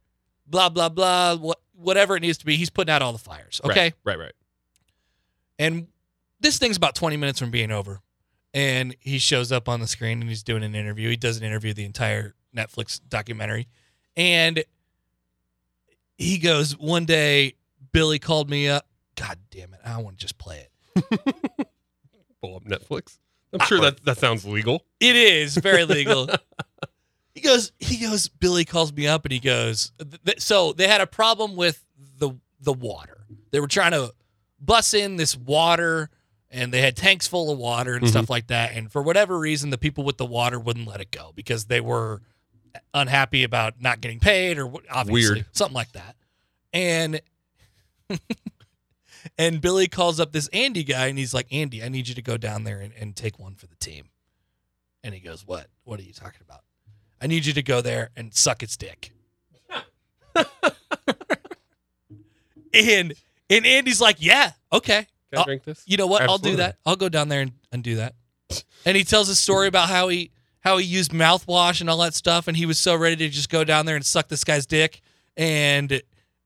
S2: blah blah blah. What whatever it needs to be, he's putting out all the fires. Okay.
S3: Right, right. right.
S2: And this thing's about 20 minutes from being over. And he shows up on the screen and he's doing an interview. He does an interview the entire Netflix documentary. And he goes, One day, Billy called me up. God damn it. I want to just play it.
S3: Pull up Netflix. I'm sure that that sounds legal.
S2: It is very legal. he goes, he goes, Billy calls me up and he goes, th- th- so they had a problem with the the water. They were trying to bus in this water and they had tanks full of water and stuff like that. And for whatever reason, the people with the water wouldn't let it go because they were unhappy about not getting paid or what- obviously
S3: Weird.
S2: something like that. And and Billy calls up this Andy guy and he's like, Andy, I need you to go down there and, and take one for the team. And he goes, What? What are you talking about? I need you to go there and suck its dick. and and Andy's like, Yeah, okay.
S3: Can I
S2: Uh,
S3: drink this?
S2: You know what? I'll do
S3: Absolutely.
S2: that. I'll go down there and, and do that. and he tells a story about how he how he used mouthwash and all that stuff, and he was so ready to just go down there and suck this guy's dick, and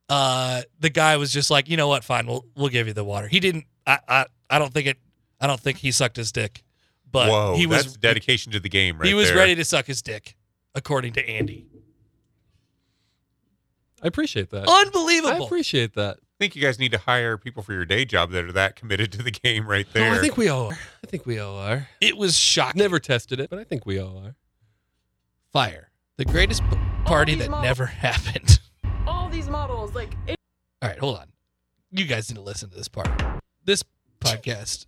S2: uh, the guy was just like, you know what, fine, we'll we'll give you the water. He didn't. I I, I don't think it. I don't think he sucked his dick, but
S1: Whoa,
S2: he was
S1: that's dedication to the game, right?
S2: he was
S1: there.
S2: ready to suck his dick, according to Andy.
S3: I appreciate that. I
S2: Unbelievable.
S3: appreciate that.
S1: I think you guys need to hire people for your day job that are that committed to the game, right there.
S3: Oh, I think we all are. I think we all are.
S2: it was shocking.
S3: Never tested it, but I think we all are.
S2: Fire. The greatest p- party that never happened.
S7: all these models like it,
S2: All right, hold on. You guys need to listen to this part. This podcast.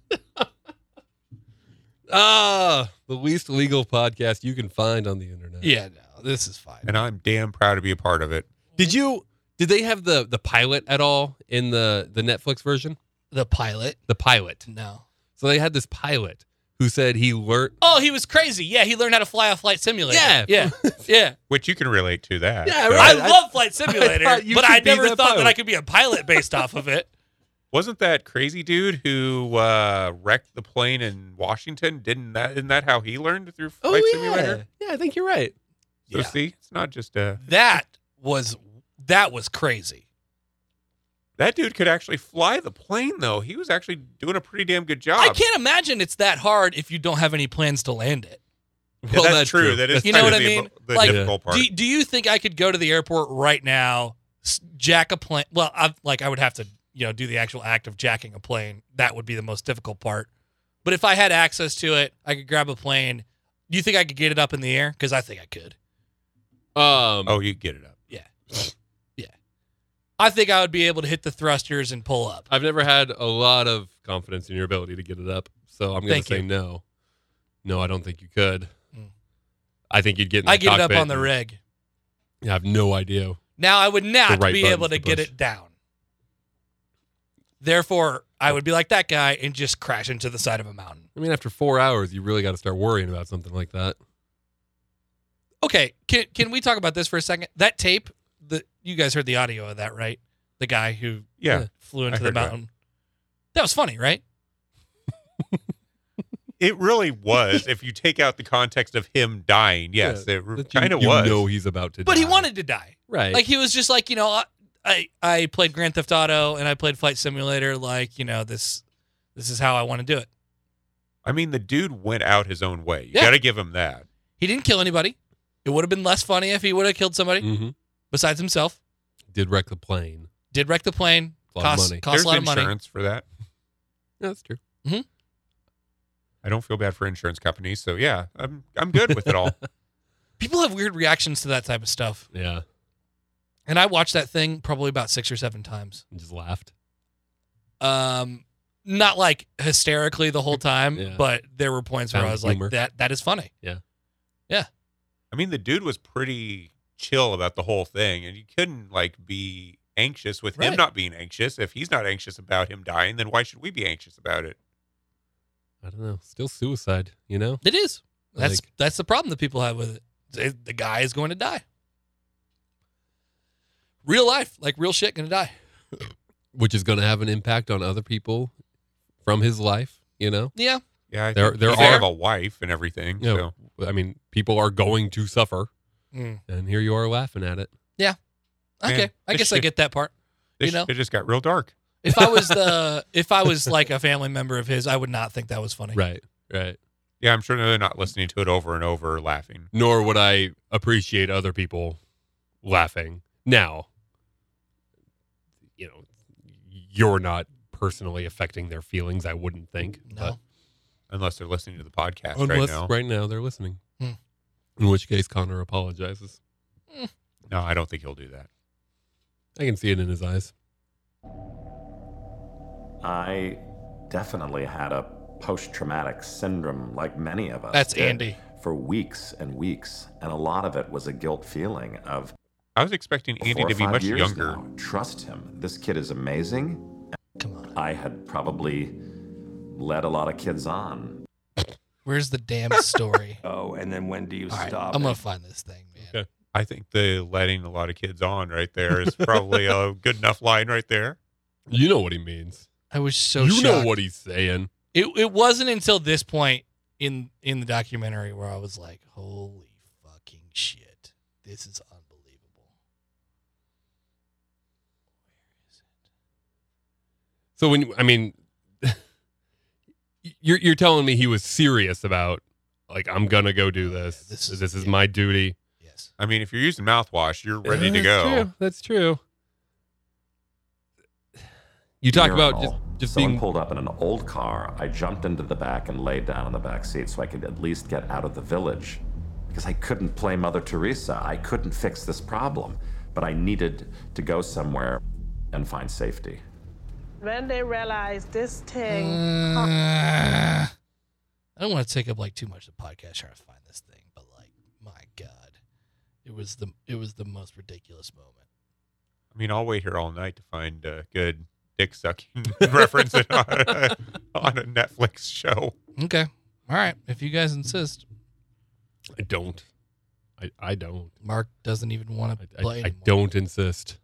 S3: Ah, the least legal podcast you can find on the internet.
S2: yeah, no, this is fine.
S1: and I'm damn proud to be a part of it.
S3: Did you? Did they have the the pilot at all in the the Netflix version?
S2: The pilot.
S3: The pilot.
S2: No.
S3: So they had this pilot who said he learned.
S2: Oh, he was crazy. Yeah, he learned how to fly a flight simulator.
S3: Yeah.
S2: yeah, yeah.
S1: Which you can relate to that.
S3: Yeah,
S1: So-
S3: right.
S2: I
S3: I-
S2: love flight simulator,
S3: thought you
S2: but
S3: could
S2: I
S3: be
S2: never
S3: that
S2: thought that
S3: pilot.
S2: I could be a pilot based off of it.
S1: Wasn't that crazy dude who uh, wrecked the plane in Washington? Didn't that? Isn't that how he learned through flight simulator?
S3: Oh, yeah. I think you're right.
S1: So
S2: Oh, Yeah.
S1: see, it's not just uh, a
S2: That was that was crazy.
S1: that dude could actually fly the plane though. He was actually doing a pretty damn good job.
S2: I
S3: Um,
S2: can't imagine it's that hard if you don't have any plans to land it.
S1: Yeah, that's, true. That is
S2: You know
S1: kind
S2: what
S1: of
S2: I
S1: the-
S2: mean?
S1: The
S2: Like,
S1: difficult part.
S2: Do, do you think I could go to the airport right now, s- jack a plane? Well, I've, like I would have to, you know, do the actual act of jacking a plane. That would be the most difficult part. But if I had access to it, I could grab a plane. Do you think I could get it up in the air? Because I think I could.
S3: Um,
S1: oh, you get it up.
S2: I think I would be able to hit the thrusters and pull up.
S3: I've never had a lot of confidence in your ability to get it up, so I'm going
S2: Thank
S3: to say
S2: you.
S3: no. No, I don't think you could.
S2: Mm.
S3: I think you'd get. In the
S2: I get it up
S3: cockpit
S2: on the
S3: and-
S2: reg.
S3: Yeah, I have no idea.
S2: Now I would not
S3: right
S2: be able
S3: buttons
S2: to
S3: to
S2: get
S3: push.
S2: it down. Therefore, I would be like that guy and just crash into the side of a mountain.
S3: I mean, after four hours, you really got to start worrying about something like that.
S2: Okay, can can we talk about this for a second? That tape, the you guys heard the audio of that, right? The guy who
S1: Yeah.
S2: flew into
S1: I
S2: the
S1: heard that.
S2: mountain. That. was funny, right?
S1: It really was. if you take out the context of him dying, yes,
S3: Yeah,
S1: it
S3: That you-
S1: kind of
S3: you
S1: was.
S3: know he's about to.
S2: But he
S3: die.
S2: wanted to die.
S3: right.
S2: Like he was just like, you know, I, I I played Grand Theft Auto and I played Flight Simulator like, you know, this this is how I want to do it.
S1: I mean, the dude went out his own way. You
S2: Yeah.
S1: got to give him that.
S2: He didn't kill anybody. It would have been less funny if he would have killed somebody
S3: hmm
S2: besides himself.
S3: Did wreck the plane.
S2: Did wreck the plane.
S3: A lot of
S2: cost
S3: money.
S2: cost
S1: There's
S2: a lot of
S1: insurance
S2: money.
S1: for that.
S3: Yeah, that's true.
S1: I don't feel bad for insurance companies, so yeah, I'm I'm good with it all.
S2: People have weird reactions to that type of stuff.
S3: Yeah,
S2: And I watched that thing probably about 6 or 7 times.
S3: and just laughed.
S2: um not like hysterically the whole time
S3: Yeah.
S2: but there were points where
S3: Found
S2: i was
S3: humor.
S2: like that that is funny
S1: I mean, the dude was pretty chill about the whole thing, and you couldn't like be anxious with him
S2: Right.
S1: not being anxious. If he's not anxious about him dying, then why should we be anxious about it?
S3: I don't know. Still suicide. You know.
S2: it is that's
S3: Like-
S2: that's the problem that people have with it They- the guy is going to die real life like real shit gonna die
S3: which is going to have an impact on other people from his life. You know,
S2: yeah
S1: Yeah, I
S3: There-
S1: think
S3: there
S1: he's gonna
S3: are-
S1: have a wife and everything.
S3: Yeah.
S1: So
S3: I mean, people are going to suffer, and here you are laughing at it.
S2: Mm. okay
S1: Man,
S2: i
S1: this
S2: guess i
S1: shit-
S2: get that part
S1: this
S2: You know?
S1: shit just got real dark.
S2: if i was the if i was like a family member of his i would not think that was funny
S3: Right, right.
S1: Yeah, I'm sure they're not listening to it over and over, laughing.
S3: Nor would I appreciate other people laughing. Now, you know, you're not personally affecting their feelings. I wouldn't think.
S2: no
S1: Unless they're listening to the podcast
S3: but unless
S1: right now.
S3: they're listening,
S2: Hmm.
S3: in which case Connor apologizes.
S1: No, I don't think he'll do that.
S3: I can see it in his eyes.
S8: I definitely had a post traumatic syndrome, like many of us.
S2: That's
S8: did,
S2: Andy.
S8: For weeks and weeks. And a lot of it was a guilt feeling of
S1: I was expecting Andy
S8: four or
S1: to be
S8: five
S1: much
S8: years
S1: younger.
S8: now, Trust him. This kid is amazing.
S2: come on
S8: I had probably led a lot of kids on.
S2: where's the damn story
S9: Oh, and then when do you
S2: all right
S9: stop?
S2: i'm gonna
S9: it?
S2: find this thing man
S3: Okay.
S1: I think the letting a lot of kids on right there is probably a good enough line right there.
S3: You know what he means.
S2: i was so
S3: you
S2: shocked.
S3: know what he's saying.
S2: It, it wasn't until this point in in the documentary where I was like, "Holy fucking shit, this is unbelievable."
S3: So when you- I mean, you're you're telling me he was serious about like I'm gonna go do this.
S2: This
S3: This
S2: is-
S3: is,
S2: Oh, yeah.
S3: my duty.
S2: Yes,
S1: I mean, if you're using mouthwash, you're ready to
S3: That's
S1: go.
S3: True. That's true. You talk about just
S8: urinal.
S3: just
S8: Someone
S3: being
S8: pulled up in an old car. I jumped into the back and laid down in the back seat so I could at least get out of the village. Because I couldn't play Mother Teresa. I couldn't fix this problem. But I needed to go somewhere and find safety.
S9: When they realized this thing
S2: Uh, I don't want to take up like too much of the podcast trying to find this thing, but like, my god, it was the it was the most ridiculous moment.
S1: I mean, I'll wait here all night to find a good dick sucking reference on a, on a Netflix show.
S2: Okay, all right, if you guys insist,
S3: I don't. I, I don't.
S2: Mark doesn't even want to
S3: I, I,
S2: play.
S3: I
S2: anymore.
S3: don't insist.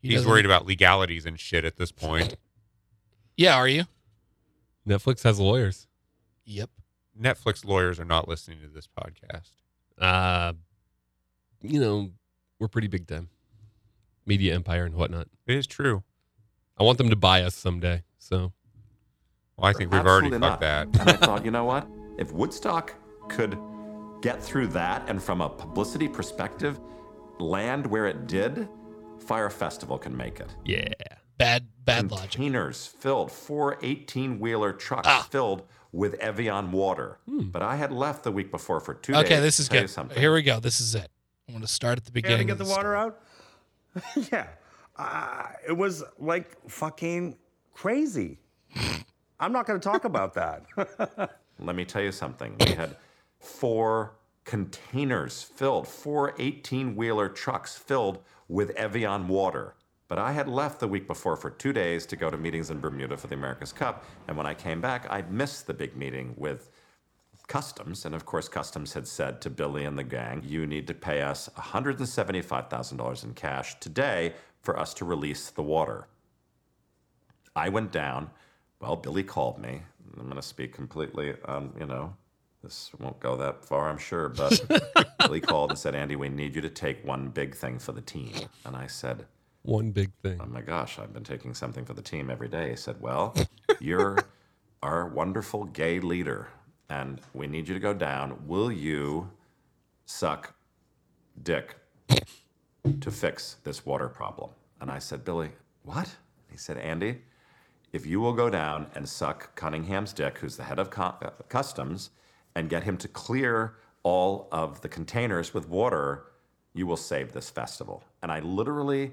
S2: He
S1: He's
S2: doesn't-
S1: worried about legalities and shit at this point.
S2: Yeah, are you?
S3: Netflix has lawyers.
S2: Yep.
S1: Netflix lawyers are not listening to this podcast.
S3: Uh you know, we're pretty big time. Media empire and whatnot.
S1: It is true.
S3: I want them to buy us someday. So
S1: Well, I think we've already fucked that.
S8: Absolutely not. and I thought, you know what? If Woodstock could get through that and from a publicity perspective, land where it did, Fire Festival can make it.
S3: yeah.
S2: Bad bad logic. Ah.
S8: Containers filled, four 18 wheeler trucks filled with Evian water. But I had left the week before for two days.
S2: Hmm. Okay, this is
S8: Tell you
S2: good.
S8: something.
S2: Here we go. This is it. I'm going to start at
S10: Had
S2: the
S10: to
S2: beginning.
S10: get the
S2: of
S10: water
S2: story.
S10: out? yeah. Uh, it was like fucking crazy. I'm not going to talk about that.
S8: Let me tell you something. We had four containers filled, four 18 wheeler trucks filled with Evian water. But I had left the week before for two days to go to meetings in Bermuda for the America's Cup. And when I came back, I missed the big meeting with Customs. And of course, Customs had said to Billy and the gang, you need to pay us $175,000 in cash today for us to release the water. I went down. Well, Billy called me. I'm going to speak completely, um, you know, this won't go that far, I'm sure. But Billy called and said, Andy, we need you to take one big thing for the team. And I said,
S3: One big thing.
S8: Oh my gosh, I've been taking something for the team every day. He said, Well, you're our wonderful gay leader, and we need you to go down. Will you suck dick to fix this water problem? And I said, Billy, what? He said, Andy, if you will go down and suck Cunningham's dick, who's the head of co- uh, customs, and get him to clear all of the containers with water, you will save this festival. And I literally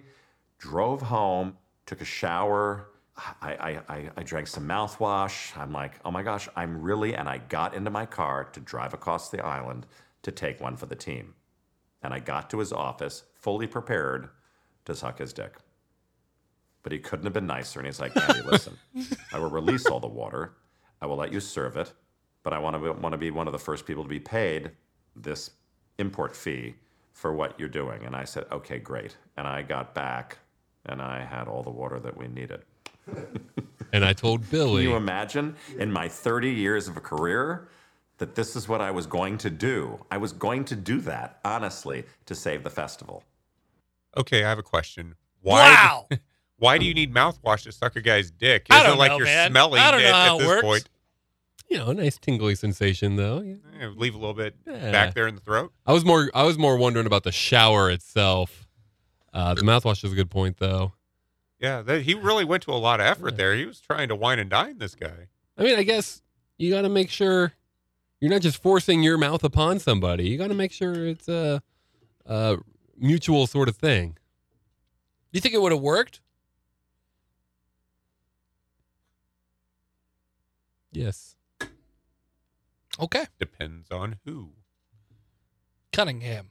S8: drove home, took a shower. I, I, I, I drank some mouthwash. I'm like, oh my gosh, I'm really. And I got into my car to drive across the island to take one for the team. And I got to his office fully prepared to suck his dick but he couldn't have been nicer. And he's like, Andy, listen, I will release all the water. I will let you serve it, but I want to want to be one of the first people to be paid this import fee for what you're doing. And I said, okay, great. And I got back, and I had all the water that we needed.
S3: And I told Billy
S8: Can you imagine in my 30 years of a career that this is what I was going to do? I was going to do that honestly to save the festival.
S1: Okay, I have a question. Why?
S2: Wow.
S1: Why do you need mouthwash to suck a guy's dick?
S2: I
S1: Isn't
S2: don't
S1: like
S2: know,
S1: you're
S2: man.
S1: smelling
S2: I don't
S1: it
S2: know how
S1: at
S2: it
S1: this
S2: works.
S1: point.
S3: you know, a nice tingly sensation though. Yeah.
S1: Eh, leave a little bit
S3: Yeah.
S1: back there in the throat.
S3: I was more I was more wondering about the shower itself. Uh, the mouthwash is a good point though.
S1: Yeah, that, he really went to a lot of effort there. He was trying to wine and dine this guy.
S3: I mean, I guess you got to make sure you're not just forcing your mouth upon somebody. You got to make sure it's a, a mutual sort of thing.
S2: Do you think it would have worked?
S3: Yes.
S2: Okay.
S1: Depends on who.
S2: Cunningham.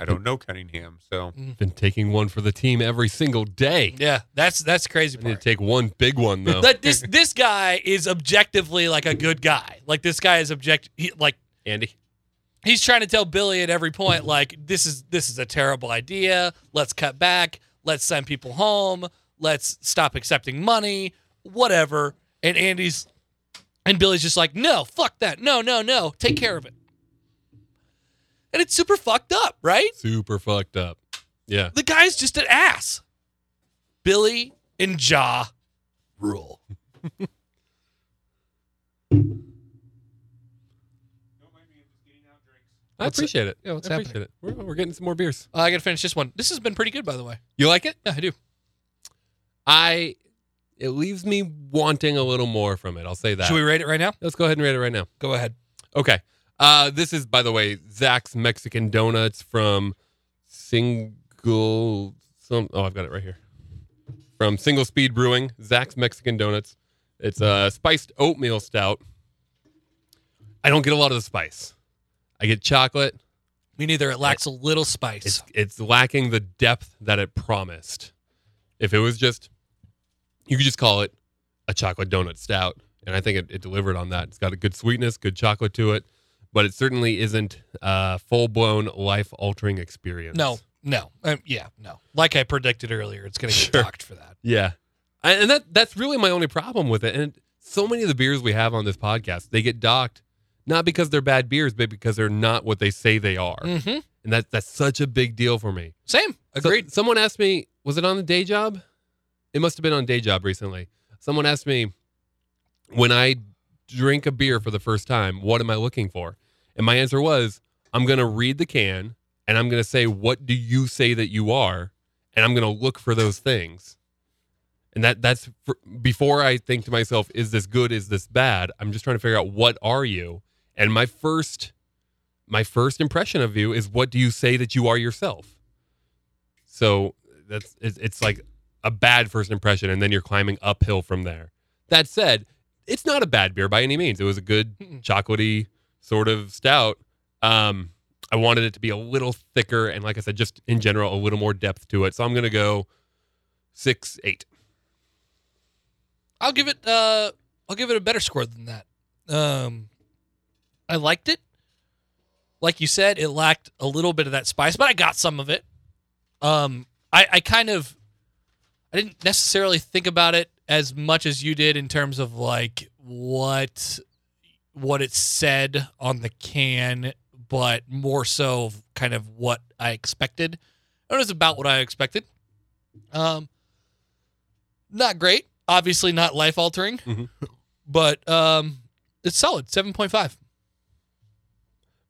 S1: I don't know Cunningham, so
S3: Been taking one for the team every single day.
S2: Yeah, that's that's crazy
S3: I need to
S2: part.
S3: take one big one though.
S2: Like this this guy is objectively like a good guy. Like this guy is object he, like
S3: Andy.
S2: he's trying to tell Billy at every point like this is this is a terrible idea. Let's cut back. Let's send people home. Let's stop accepting money. Whatever. And Andy's And Billy's just like, no, fuck that. No, no, no. Take care of it. And it's super fucked up, right?
S3: Super fucked up. Yeah.
S2: The guy's just an ass. Billy and Ja rule.
S3: I
S2: What's
S3: appreciate it.
S2: Yeah, what's
S3: I appreciate it. We're, we're getting some more beers.
S2: Uh, I got to finish this one. This has been pretty good, by the way.
S3: You like it?
S2: Yeah, I do.
S3: I. It leaves me wanting a little more from it. I'll say that.
S2: Should we rate it right now?
S3: Let's go ahead and rate it right now.
S2: Go ahead.
S3: Okay. Uh, this is, by the way, Zach's Mexican Donuts from Single. Some. Oh, I've got it right here. From Single Speed Brewing, Zach's Mexican Donuts. It's a spiced oatmeal stout. I don't get a lot of the spice. I get chocolate.
S2: Me neither. It lacks a little spice.
S3: It's it's lacking the depth that it promised. If it was just, you could just call it a chocolate donut stout, and I think it, it delivered on that. It's got a good sweetness, good chocolate to it, but it certainly isn't a full blown life altering experience.
S2: no, no. Um, yeah, no. Like I predicted earlier, it's going to get
S3: Sure.
S2: docked for that.
S3: Yeah. I- And that that's really my only problem with it. And so many of the beers we have on this podcast, they get docked not because they're bad beers, but because they're not what they say they are.
S2: Mm-hmm.
S3: And that that's such a big deal for me.
S2: Same.
S3: So-
S2: Agreed.
S3: someone asked me, was it on the day job? It must have been on day job recently. Someone asked me, when I drink a beer for the first time, what am I looking for? And my answer was, I'm going to read the can and I'm going to say, what do you say that you are? And I'm going to look for those things. And that that's for, before I think to myself, is this good? Is this bad? I'm just trying to figure out what are you? And my first my first impression of you is what do you say that you are yourself? So that's it's, it's like a bad first impression, and then you're climbing uphill from there. That said, it's not a bad beer by any means. It was a good
S2: Mm-mm.
S3: chocolatey sort of stout. Um, I wanted it to be a little thicker, and like I said, just in general, a little more depth to it. So I'm gonna go six, eight.
S2: I'll give it. Uh, I'll give it a better score than that. Um, I liked it. Like you said, it lacked a little bit of that spice, but I got some of it. Um, I, I kind of, I didn't necessarily think about it as much as you did in terms of like what, what it said on the can, but more so of kind of what I expected. It was about what I expected. Um, not great. Obviously, not life altering,
S3: Mhm.
S2: but um, it's solid. Seven point five.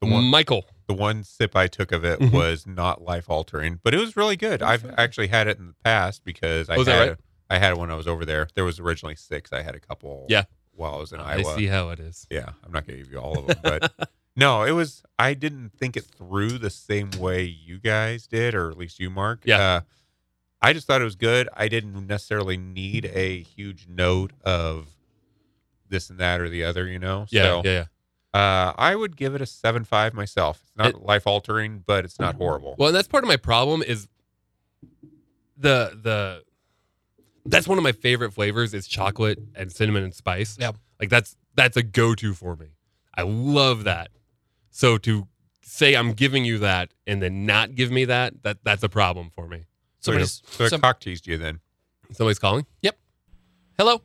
S1: The one-
S3: Michael,
S1: The one sip I took of it
S3: Mhm.
S1: was not life altering, but it was really good. I've actually had it in the past because I
S3: Oh, is
S1: had
S3: that
S1: a- I had it when I was over there. There was originally six. I had a couple.
S3: Yeah.
S1: While I was in
S3: I
S1: Iowa.
S3: see how it is.
S1: Yeah, I'm not gonna give you all of them, but no, it was. I didn't think it through the same way you guys did, or at least you, Mark.
S3: Yeah.
S1: Uh, I just thought it was good. I didn't necessarily need a huge note of this and that or the other, you know.
S3: Yeah,
S1: so,
S3: yeah, yeah.
S1: Uh, I would give it a seven five myself. It's not
S3: It-
S1: life altering, but it's not horrible.
S3: Well, and that's part of my problem is the the that's one of my favorite flavors is chocolate and cinnamon and spice.
S2: Yep.
S3: Like that's that's a go-to for me. I love that. So to say I'm giving you that and then not give me that, that that's a problem for me.
S1: so it,
S2: Somebody's
S1: so it
S2: some-
S1: cock teased you then.
S3: Somebody's calling?
S2: hello.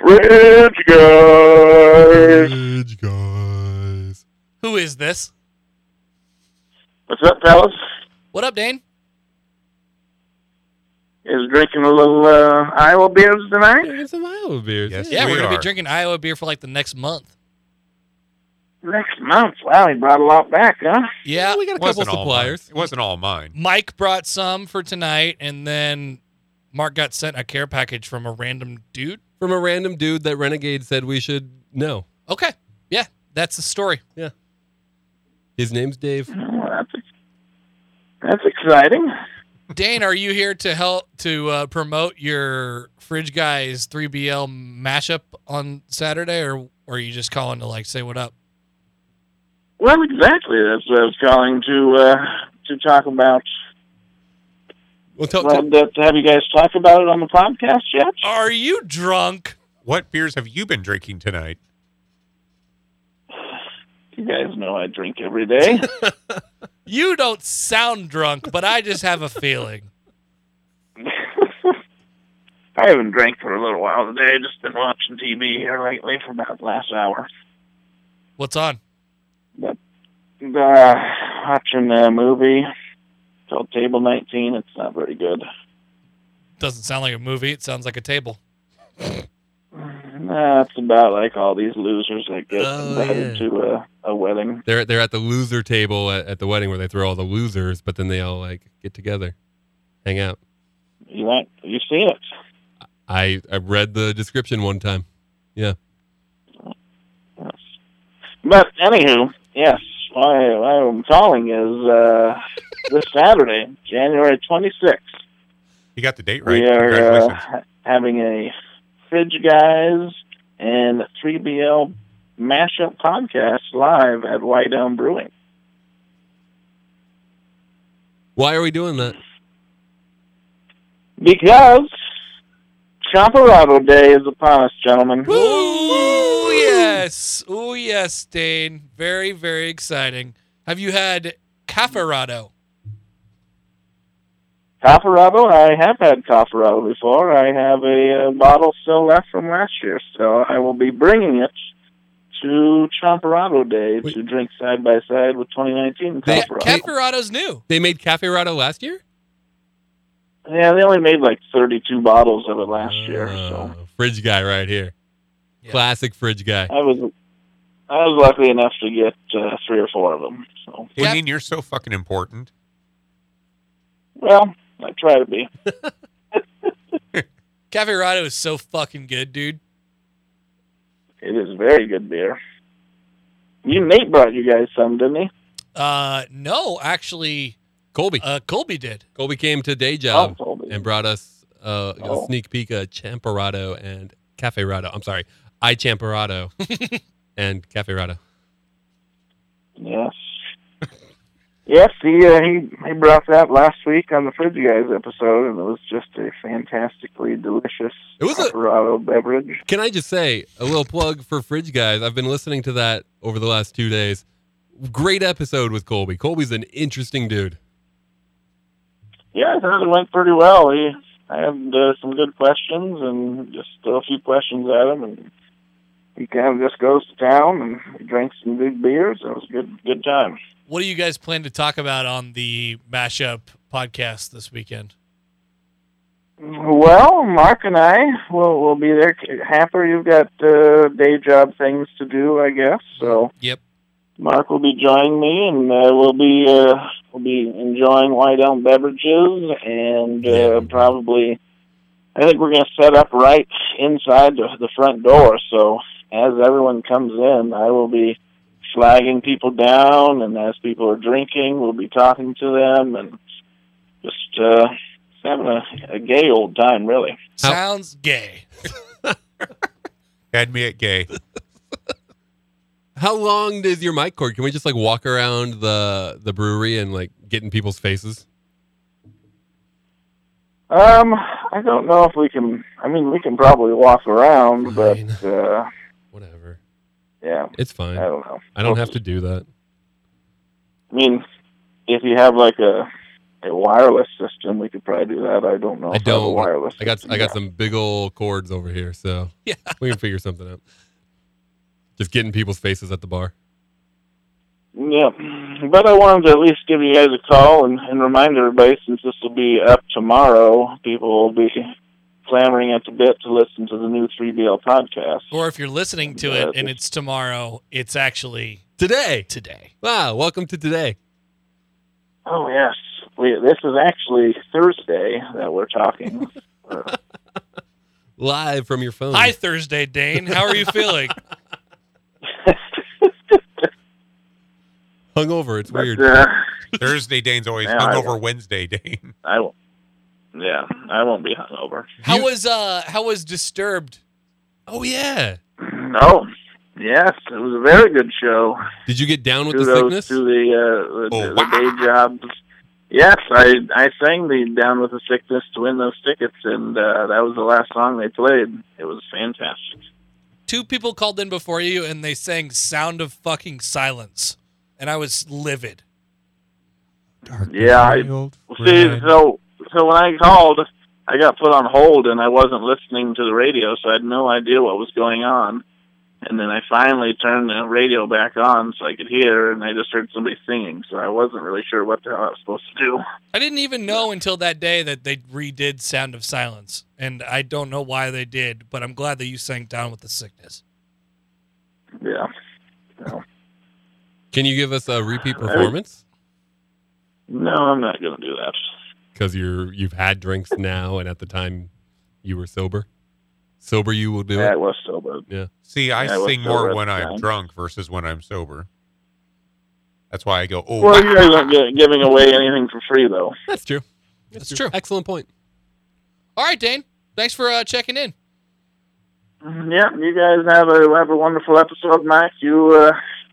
S11: Rich guys.
S3: Edge guys.
S2: Who is this?
S11: What's up, fellas?
S2: What up, Dane?
S11: Is drinking a little uh, Iowa beers tonight?
S3: Drinking some Iowa beers.
S1: Yes.
S2: Yeah,
S1: We
S2: we're gonna be
S1: are.
S2: drinking Iowa beer for like the next month.
S11: Next month. Wow, he brought a lot back, huh?
S2: Yeah,
S3: we got a couple
S1: Wasn't all mine.
S3: suppliers.
S1: It wasn't all mine.
S2: Mike brought some for tonight, and then Mark got sent a care package from a random dude.
S3: From a random dude that Renegade said we should know.
S2: Okay, yeah, that's the story.
S3: His name's Dave.
S11: Well, that's, that's exciting.
S2: Dane, are you here to help to uh, promote your Fridge Guys 3BL mashup on Saturday, or, or are you just calling to like say what up?
S11: Well, exactly. That's what I was calling to uh, to talk about.
S3: Well, tell,
S11: Well,
S3: tell-
S11: that, have you guys talked about it on the podcast yet?
S2: Are you drunk?
S1: What beers have you been drinking tonight?
S11: You guys know I drink every day.
S2: You don't sound drunk, but I just have a feeling.
S11: I haven't drank for a little while today. Just been watching TV here lately for about the last hour.
S2: What's on?
S11: Uh, watching a movie called Table 19. It's not very good.
S2: Doesn't sound like a movie. It sounds like a table.
S11: Nah, it's about like all these losers that get
S2: Oh,
S11: invited
S3: yeah.
S11: to a, a wedding.
S3: They're they're at the loser table at, at the wedding where they throw all the losers, but then they all like get together, hang out.
S11: You like you see it?
S3: I I read the description one time. Yeah.
S11: But anywho, yes, why, why I'm calling is uh, this Saturday, January 26th.
S1: You got the date right.
S11: We are uh,
S1: Congratulations.
S11: ha- having a Fridge Guys and 3BL mashup podcast live at White Elm Brewing.
S3: Why are we doing that?
S11: Because Chaparrado Day is upon us, gentlemen.
S2: Ooh, yes. Ooh, yes, Dane. Very, very exciting. Have you had Cafferado?
S11: Caffarabo, I have had Caffarabo before. I have a, uh bottle still left from last year, so I will be bringing it to Chomperado Day to drink side by side with 2019 Caffarabo.
S2: Cafferado's new.
S3: They made Cafe Rado last year?
S11: yeah, they only made like 32 bottles of it last year,
S1: Oh.
S11: so
S3: Ah, Fridge guy right here. Classic fridge guy.
S11: I was I was lucky enough to get uh, three or four of them. So
S1: I mean, you're so fucking important.
S11: well, I try to be.
S2: Cafferado is so fucking good, dude.
S11: It is very good beer. You Nate brought you guys some, didn't he?
S2: Uh, no, actually,
S3: Colby.
S2: uh, Colby did.
S3: Colby came to day job
S11: Colby.
S3: and brought us uh,
S2: Oh.
S3: a sneak peek of Champerado and Cafe Rado. I'm sorry, I Champerado and Cafe Rado.
S11: Yes. Yes, he, uh, he he brought that last week on the Fridge Guys episode, and it was just a fantastically delicious
S3: It was a-
S11: Colorado beverage.
S3: Can I just say a little plug for Fridge Guys? I've been listening to that over the last two days. Great episode with Colby. Colby's an interesting dude.
S11: Yeah, I thought it went pretty well. He I had uh, some good questions and just threw a few questions at him, and he kind of just goes to town and he drinks some good beers. It was a good good time.
S2: What do you guys plan to talk about on the mashup podcast this weekend?
S11: Well, Mark and I will will be there. Happer, you've got uh, day job things to do, I guess. So
S2: Yep.
S11: Mark will be joining me, and uh, we'll be uh, we'll be enjoying White Elm beverages, and uh, probably I think we're going to set up right inside the, the front door. So as everyone comes in, I will be flagging people down, and as people are drinking, we'll be talking to them, and just uh, just having a, a gay old time, really.
S2: Sounds gay.
S1: Had me at gay.
S3: How long is your mic cord? Can we just like walk around the the brewery and like get in people's faces?
S11: Um, I don't know if we can. I mean, we can probably walk around, but uh,
S3: Whatever.
S11: yeah,
S3: It's fine.
S11: I don't know.
S3: I don't have to do that.
S11: I mean, if you have like a a wireless system, we could probably do that. I don't know.
S3: I
S11: if have a
S3: don't.
S11: Oh, wireless.
S3: I got
S11: system
S3: I got
S11: now.
S3: some big old cords over here, so
S2: Yeah.
S3: we can figure something out. Just getting people's faces at the bar.
S11: Yeah, but I wanted to at least give you guys a call and, and remind everybody since this will be up tomorrow, people will be clamoring at the bit to listen to the new 3BL podcast.
S2: Or if you're listening to it and it's tomorrow, it's actually
S3: Today.
S2: today.
S3: Wow, welcome to today.
S11: Oh yes, we, this is actually Thursday that we're talking.
S3: Live from your phone.
S2: Hi, Thursday, Dane. How are you feeling?
S3: Hungover, it's weird.
S11: But, uh,
S1: Thursday Dane's always
S11: Yeah, I-
S1: hungover Wednesday Dane.
S11: I won't. Yeah, I won't be hungover.
S2: How was uh how was disturbed?
S3: oh yeah.
S11: No. Yes, it was a very good show.
S3: Did you get down with the
S11: Kudos
S3: sickness?
S11: To the, uh, the,
S1: Oh,
S11: the
S1: wow.
S11: day jobs. Yes, I I sang the "Down with the Sickness" to win those tickets, and uh, that was the last song they played. It was fantastic.
S2: Two people called in before you and they sang Sound of Fucking Silence. And I was livid.
S11: Yeah, I- See, so so when I called, I got put on hold and I wasn't listening to the radio, so I had no idea what was going on. And then I finally turned the radio back on so I could hear, and I just heard somebody singing, so I wasn't really sure what the hell I was supposed to do.
S2: I didn't even know until that day that they redid Sound of Silence, and I don't know why they did, but I'm glad that you sang Down with the Sickness.
S11: Yeah.
S3: Can you give us a repeat performance?
S11: No, I'm not going to do that.
S3: Because you're you've had drinks now, and at the time you were sober. Sober, you will do
S11: Yeah,
S3: it.
S11: I was sober.
S3: Yeah.
S1: See, I
S11: Yeah, I was
S1: sing
S11: sober
S1: more
S11: at
S1: when
S11: the
S1: I'm
S11: time.
S1: drunk versus when I'm sober. That's why I go, oh,
S11: Well,
S1: wow.
S11: you guys aren't gi- giving away anything for free, though.
S3: That's true.
S2: That's true.
S3: Excellent point.
S2: All right, Dane. Thanks for uh, checking in.
S11: Mm-hmm. Yeah, you guys have a have a wonderful episode, Mike. You, uh,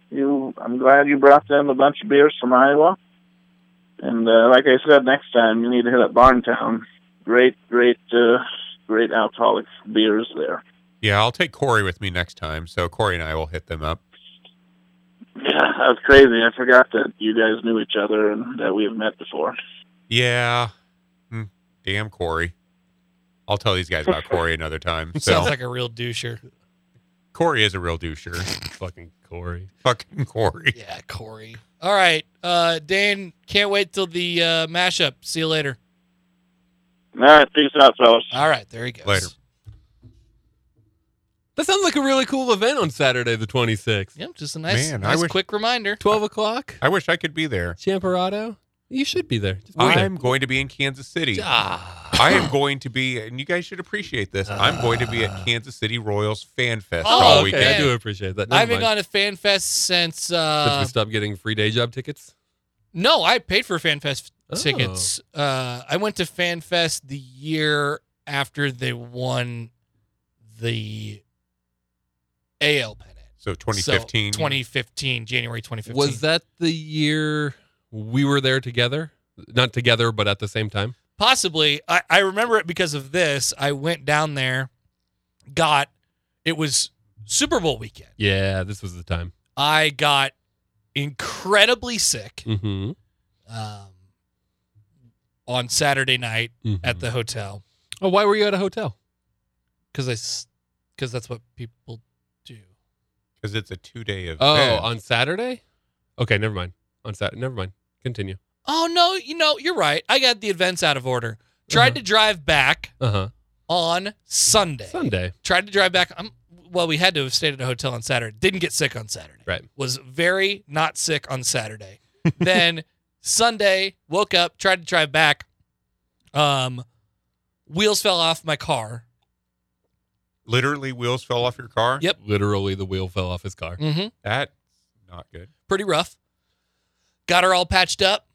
S11: you. I'm glad you brought them a bunch of beers from Iowa. And uh, like I said, next time you need to hit up Barntown. Great, great, uh, great alcoholic beers there.
S1: yeah, I'll take Corey with me next time. So Corey and I will hit them up.
S11: Yeah, that was crazy. I forgot that you guys knew each other and that we have met before.
S1: Yeah. Hmm. Damn, Corey. I'll tell these guys about Corey another time. So
S2: Sounds like a real doucher.
S1: Corey is a real doucher.
S3: Fucking Corey.
S1: Fucking Corey.
S2: Yeah, Corey. All right, uh, Dane. Can't wait till the uh, mashup. See you later.
S11: All right, peace out, fellas.
S2: All right, there he goes.
S1: Later.
S3: That sounds like a really cool event on Saturday, the 26th.
S2: Yep, just a nice,
S1: Man, I
S2: nice
S1: wish-
S2: quick reminder.
S3: 12 o'clock,
S1: I wish I could be there.
S3: Champerado. You should be there. Just be there.
S1: I'm going to be in Kansas City.
S2: Ah,
S1: I am going to be, and you guys should appreciate this. I'm going to be at Kansas City Royals Fan Fest
S2: Oh,
S1: all
S2: okay.
S1: weekend.
S3: I do appreciate that. Never
S2: I've been
S3: mind.
S2: going to FanFest since.
S3: Since
S2: Uh,
S3: we stopped getting free day job tickets.
S2: no, I paid for FanFest
S3: Oh.
S2: tickets. Uh, I went to FanFest the year after they won the AL pennant.
S1: So
S2: So,
S1: 2015.
S2: 2015, January 2015.
S3: Was that the year we were there together? Not together, but at the same time.
S2: Possibly. I, I remember it because of this. I went down there, got it was Super Bowl weekend.
S3: Yeah, this was the time.
S2: I got incredibly sick
S3: Mm-hmm.
S2: um, on Saturday night at the hotel
S3: oh, why were you at a hotel?
S2: because I because that's what people do.
S1: Because it's a two day event.
S3: Oh, on Saturday. Okay, never mind. On Saturday, never mind. Continue.
S2: Oh no, you know you're right. I got the events out of order. Tried
S3: Uh-huh.
S2: to drive back
S3: Uh huh.
S2: on Sunday.
S3: Sunday.
S2: tried to drive back. i well, we had to have stayed at a hotel on Saturday. Didn't get sick on Saturday.
S3: Right.
S2: Was very not sick on Saturday. then Sunday, woke up, tried to drive back. Um, wheels fell off my car.
S1: Literally, wheels fell off your car.
S2: Yep.
S3: Literally, the wheel fell off his car.
S2: Mm-hmm.
S1: That's not good.
S2: Pretty rough. Got her all patched up.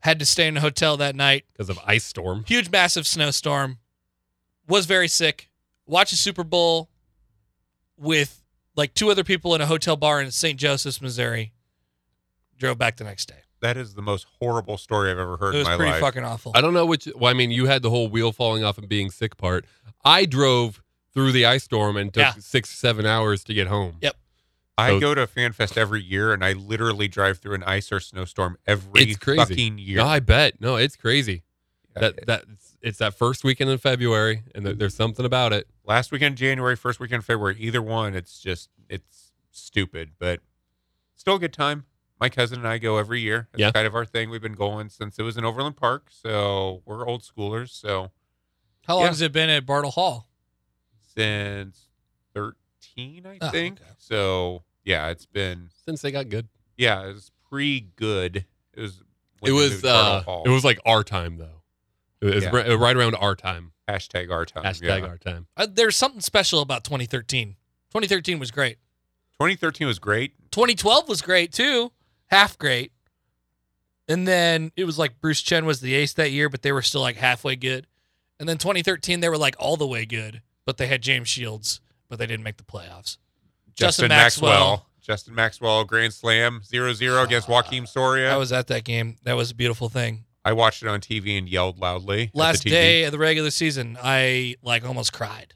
S2: Had to stay in a hotel that night.
S3: because of ice storm.
S2: Huge, massive snowstorm. Was very sick. Watched the Super Bowl with like two other people in a hotel bar in St. Joseph's, Missouri. Drove back the next day.
S1: That is the most horrible story I've ever heard
S2: It was
S1: in my
S2: pretty
S1: life.
S2: fucking awful.
S3: I don't know which. Well, I mean, you had the whole wheel falling off and being sick part. I drove through the ice storm and took
S2: Yeah.
S3: six, seven hours to get home.
S2: Yep.
S1: I
S3: So-
S1: go to Fan Fest every year, and I literally drive through an ice or snowstorm every
S3: It's crazy.
S1: fucking year.
S3: No, I bet. No, it's crazy.
S1: Yeah.
S3: That that it's that first weekend in February, and there, there's something about it.
S1: Last weekend, January, first weekend, February, either one, it's just it's stupid, but still a good time. My cousin and I go every year. It's
S3: Yeah.
S1: kind of our thing. We've been going since it was in Overland Park, so we're old schoolers. So
S2: How long
S1: Yeah.
S2: has it been at Bartle Hall?
S1: since thirteen, I
S2: Oh,
S1: think.
S2: okay.
S1: So yeah, it's been
S3: Since they got good,
S1: yeah, it was pre good. It was when
S3: it
S1: we
S3: was
S1: moved to Bartle
S3: uh,
S1: Hall.
S3: it was like our time though. It was
S1: Yeah.
S3: ri- uh, right around our time.
S1: hashtag our time.
S3: Hashtag
S1: yeah.
S3: our time.
S2: Uh, there's something special about 2013. 2013 was great.
S1: 2013 was great.
S2: 2012 was great too, half great. And then it was like Bruce Chen was the ace that year, but they were still like halfway good. And then 2013 they were like all the way good, but they had James Shields, but they didn't make the playoffs. Justin Maxwell.
S1: Justin Maxwell, Grand Slam, 0 0 against Joaquim Soria.
S2: I was at that game. That was a beautiful thing.
S1: I watched it on TV and yelled loudly. at
S2: Last
S1: the TV.
S2: day of the regular season, I like almost cried.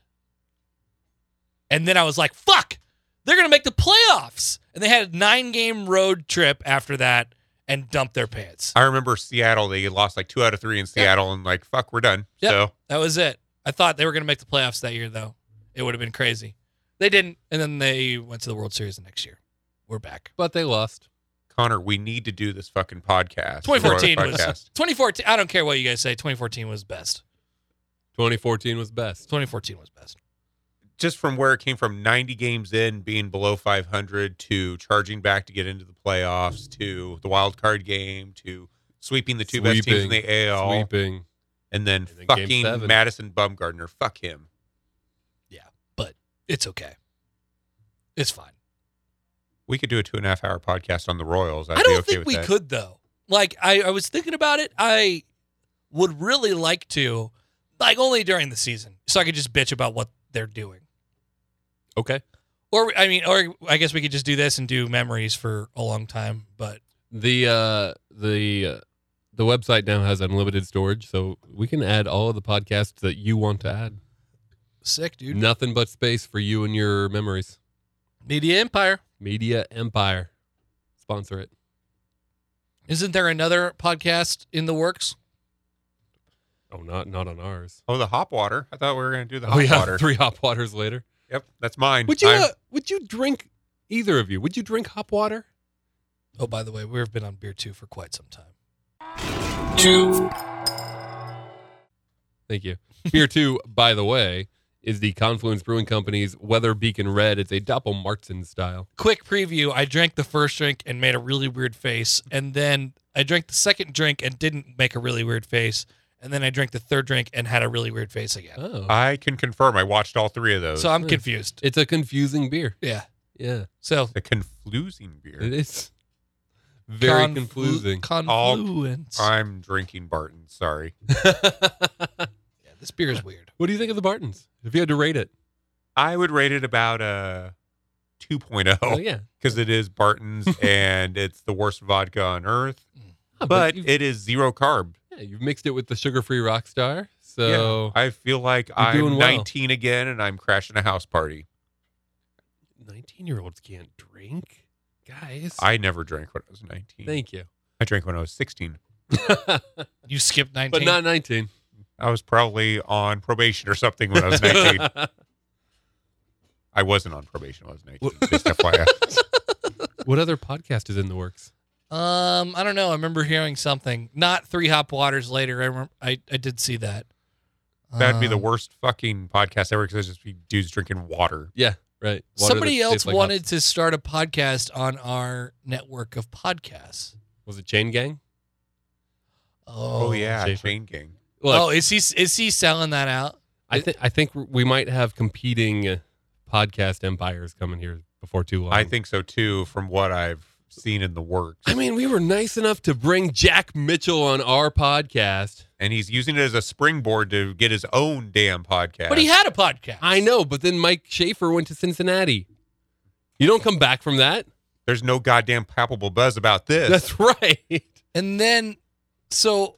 S2: And then I was like, fuck, they're going to make the playoffs. And they had a nine game road trip after that. and dump their pants.
S1: I remember Seattle. They lost like two out of three in Seattle, and like fuck, we're done.
S2: Yep.
S1: So
S2: That was it. I thought they were going to make the playoffs that year, though. It would have been crazy. They didn't, and then they went to the World Series the next year. We're back.
S3: But they lost.
S1: Connor, we need to do this fucking podcast.
S2: 2014
S1: We're on a
S2: was 2014. I don't care what you guys say. 2014 was best.
S3: 2014 was best.
S2: 2014 was best.
S1: just from where it came from 90 games in being below 500 to charging back to get into the playoffs to the wild card game to sweeping the two best teams in the AL
S3: Sweeping.
S1: and
S3: And
S1: then
S3: then game
S1: fucking
S3: seven.
S1: Madison Bumgarner fuck him
S2: It's okay. It's fine.
S1: we could do a two and a half hour podcast on the Royals I'd
S2: I
S1: be
S2: don't
S1: okay
S2: think
S1: with
S2: we
S1: that.
S2: could though. Like I, I was thinking about it. I would really like to, like only during the season, so I could just bitch about what they're doing.
S3: Okay.
S2: Or I mean, or I guess we could just do this and do memories for a long time. But
S3: The uh the uh, the website now has unlimited storage, so we can add all of the podcasts that you want to add.
S2: sick, dude.
S3: Nothing but space for you and your memories.
S2: Media Empire.
S3: Media Empire. Sponsor it.
S2: Isn't there another podcast in the works?
S3: Oh, not not on ours.
S1: oh the hop water I thought we were gonna do the hop
S3: Oh yeah,
S1: water
S3: three hop waters later.
S1: yep that's mine
S3: Would you
S1: I'm-
S3: uh, would you drink either of you? Would you drink hop water?
S2: Oh, by the way, we've been on beer two for quite some time.
S3: Thank you. Beer two, by the way, is the Confluence Brewing Company's Weather Beacon Red. It's a Doppelmarzen style.
S2: quick preview i drank the first drink and made a really weird face and then i drank the second drink and didn't make a really weird face and then i drank the third drink and had a really weird face again
S3: Oh,
S1: I can confirm I watched all three of those
S2: so i'm
S3: nice.
S2: confused
S3: it's a confusing beer.
S2: yeah
S3: Yeah,
S2: so
S1: the confusing beer
S3: it is very
S2: conflu-
S3: confusing.
S1: All-
S2: confluence
S1: I'm drinking Barton sorry
S2: yeah, this beer is weird
S3: what do you think of the Bartons? If you had to rate it,
S1: I would rate it about a 2.0
S3: oh yeah,
S1: because it is Barton's and it's the worst vodka on earth,
S3: Ah,
S1: but
S3: you've,
S1: it is zero carb.
S3: yeah, you've mixed it with the sugar-free rock star. So
S1: I feel like
S3: You're
S1: I'm
S3: doing well.
S1: 19 again and I'm crashing a house party.
S3: nineteen-year-olds can't drink, guys.
S1: I never drank when I was 19.
S3: Thank you,
S1: I drank when I was 16.
S3: but
S2: you skipped 19
S3: not nineteen.
S1: I was probably on probation or something when I was 19. I wasn't on probation when I was 19. Just FYI.
S3: what other podcast is in the works?
S2: um i don't know i remember hearing something not three hop waters later i remember i, I did see that
S1: That'd be the
S3: Uh.
S2: Um,
S1: worst fucking podcast ever because it'd just be dudes drinking water.
S3: Yeah, right. Water
S2: somebody
S3: that
S2: else
S3: tastes like
S2: wanted
S3: hops.
S2: to start a podcast on our network of podcasts
S3: Was it Chain Gang?
S1: Oh, yeah.
S3: Schaefer.
S1: Chain Gang.
S3: Look,
S2: oh, is he is he selling that out?
S3: I think I think we might have competing uh, podcast empires coming here before too long.
S1: I think so too, from what I've seen in the works.
S3: I mean, we were nice enough to bring Jack Mitchell on our podcast.
S1: and he's using it as a springboard to get his own damn podcast.
S2: But he had a podcast.
S3: I know, but then Mike Schaefer went to Cincinnati. You don't come back from that.
S1: There's no goddamn palpable buzz about this.
S3: That's right.
S2: and then so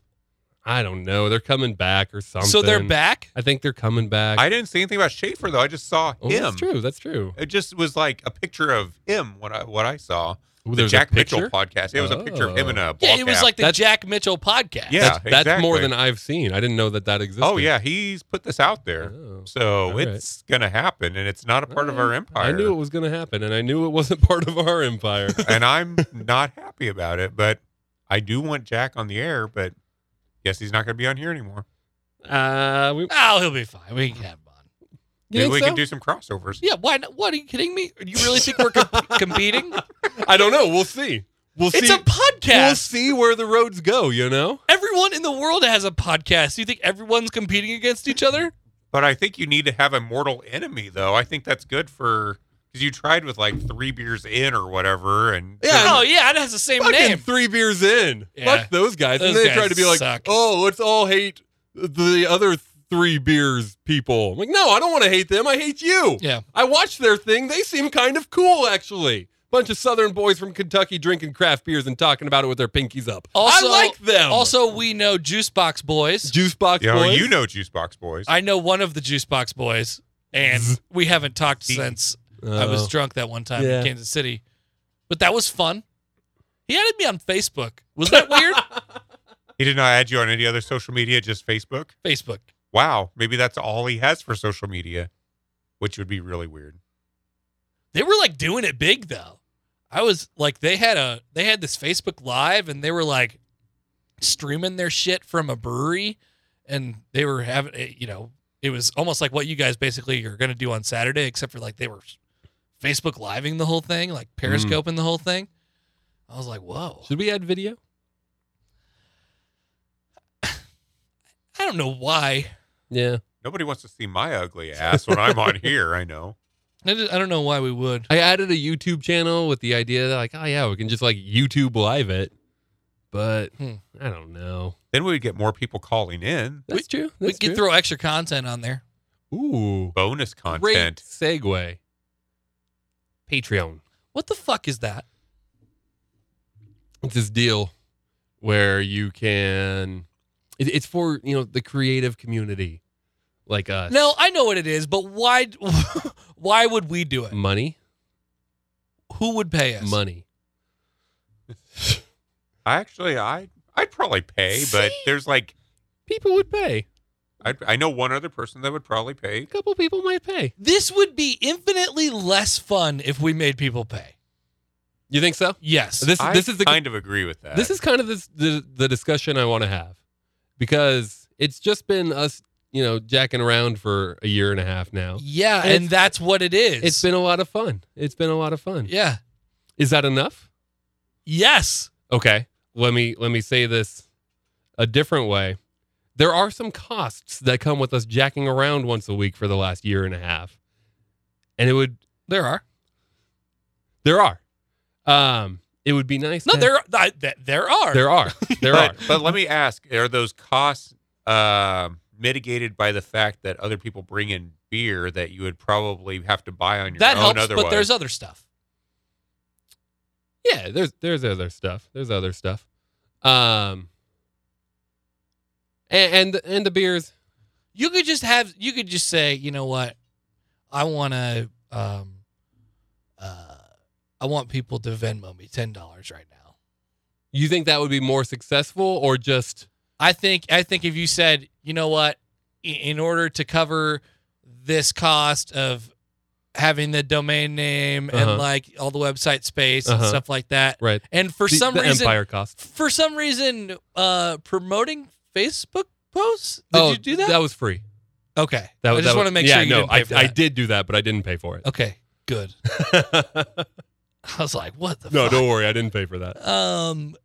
S3: I don't know. They're coming back or something.
S2: so they're back.
S3: I think they're coming back.
S1: I didn't see anything about Schaefer though. I just saw
S3: oh,
S1: him.
S3: That's true. That's true.
S1: It just was like a picture of him. What I what I saw.
S3: Ooh,
S1: the
S3: there's a
S1: Jack Mitchell
S3: picture?
S1: podcast. It was a picture of him
S3: Oh.
S1: in a
S2: Yeah,
S1: ball
S2: it was
S1: cap.
S2: like the
S3: That's-
S2: Jack Mitchell podcast.
S1: Yeah,
S3: That's, that's more
S1: exactly.
S3: than I've seen. I didn't know that that existed.
S1: Oh yeah, he's put this out there.
S3: Oh.
S1: So
S3: All right.
S1: it's gonna happen, and it's not a part of our empire.
S3: I knew it was going to happen, and I knew it wasn't part of our empire.
S1: and I'm not happy about it. But I do want Jack on the air. But guess he's not gonna be on here anymore.
S3: uh, we,
S2: Oh, he'll be fine. We can have him on.
S3: you
S1: Maybe
S3: think
S1: we
S3: so?
S1: can do some crossovers.
S2: Yeah, why not? What are you kidding me? Do you really think we're com- competing?
S3: I don't know. We'll see. We'll see.
S2: It's a
S3: We'll
S2: podcast.
S3: see where the roads go. You know.
S2: Everyone in the world has a podcast. Do you think everyone's competing against each other?
S1: But I think you need to have a mortal enemy, though. I think that's good for because you tried with like three beers in or whatever, and
S2: Oh yeah, it has the same
S3: Fucking
S2: name.
S3: three beers in.
S2: Yeah.
S3: Fuck those guys. and
S2: Those
S3: they
S2: guys
S3: try to be like,
S2: suck.
S3: oh, let's all hate the other three beers people. I'm like, no, I don't want to hate them. I hate you.
S2: Yeah.
S3: I watched their thing. They seem kind of cool, actually. Bunch of Southern boys from Kentucky drinking craft beers and talking about it with their pinkies up.
S2: Also,
S3: I like them.
S2: Also, we know Juicebox Boys.
S3: Juice Box
S1: you know,
S3: boys.
S1: you know Juicebox Boys.
S2: I know one of the Juicebox Boys, and we haven't talked since I was
S3: Oh.
S2: drunk that one time
S3: Yeah.
S2: in Kansas City. But that was fun. He added me on Facebook. Was that weird?
S1: He did not add you on any other social media, just Facebook.
S2: Facebook.
S1: Wow, maybe that's all he has for social media, which would be really weird.
S2: They were like doing it big though. I was like they had a they had this Facebook live and they were like streaming their shit from a brewery and they were having eh, you know it was almost like what you guys basically are going to do on Saturday except for like they were Facebook living the whole thing, like periscoping the whole thing. I was like, "Whoa."
S3: Should we add video?
S2: I don't know why.
S3: Yeah.
S1: Nobody wants to see my ugly ass when I'm on here. I know.
S2: I don't I don't know why we would.
S3: I added a YouTube channel with the idea that like, oh yeah, we can just like YouTube live it. But
S2: Hmm.
S3: I don't know.
S1: Then we would get more people calling in.
S3: That's true.
S2: We
S3: That's
S2: could
S3: true.
S2: throw extra content on there.
S3: Ooh.
S1: Bonus
S3: Great
S1: content.
S3: segue. Patreon.
S2: What the fuck is that?
S3: it's this deal where you can it, it's for you know the creative community like us
S2: No, I know what it is, but why why would we do it?
S3: money
S2: Who would pay us?
S3: Mm. money
S1: I actually, I I'd probably pay, but
S3: See?
S1: there's like,
S3: people would pay
S1: I I know one other person that would probably pay.
S3: a couple people might pay
S2: This would be infinitely less fun if we made people pay.
S3: you think so
S2: Yes.
S3: this
S1: I
S3: this is the
S1: kind of agree with that.
S3: this is kind of this, the the discussion I want to have because it's just been us you know jacking around for a year and a half now
S2: yeah,
S3: It's-
S2: and that's what it is.
S3: it's been a lot of fun it's been a lot of fun
S2: Yeah.
S3: is that enough
S2: Yes.
S3: okay let me let me say this a different way there are some costs that come with us jacking around once a week for the last year and a half and it would
S2: There are.
S3: there are um it would be nice
S2: No,
S3: to-
S2: there are I, th- there are.
S3: there are there are
S1: but, but let me ask: Are those costs um mitigated by the fact that other people bring in beer that you would probably have to buy on your
S2: that
S1: own?
S2: helps,
S1: otherwise,
S2: but there's other stuff.
S3: yeah there's there's other stuff there's other stuff um and and, and the beers
S2: You could just have you could just say, you know what? I want to um uh I want people to Venmo me $10 right now.
S3: you think that would be more successful or just
S2: I think I think if you said, you know what, i- in order to cover this cost of having the domain name
S3: Uh-huh.
S2: and like all the website space and
S3: Uh-huh.
S2: stuff like that,
S3: right
S2: and for
S3: the,
S2: some
S3: the
S2: reason,
S3: empire cost
S2: for some reason, uh, promoting Facebook posts, did
S3: oh
S2: you do that?
S3: that was free
S2: okay,
S3: that,
S2: I
S3: was-
S2: just
S3: that
S2: want to
S3: was-
S2: make
S3: yeah,
S2: sure you
S3: no
S2: didn't pay
S3: I,
S2: for
S3: I
S2: that.
S3: did do that but I didn't pay for it
S2: Okay, good.
S3: no,
S2: I was like, what the? fuck?
S3: don't worry. I didn't pay for that.
S2: Um,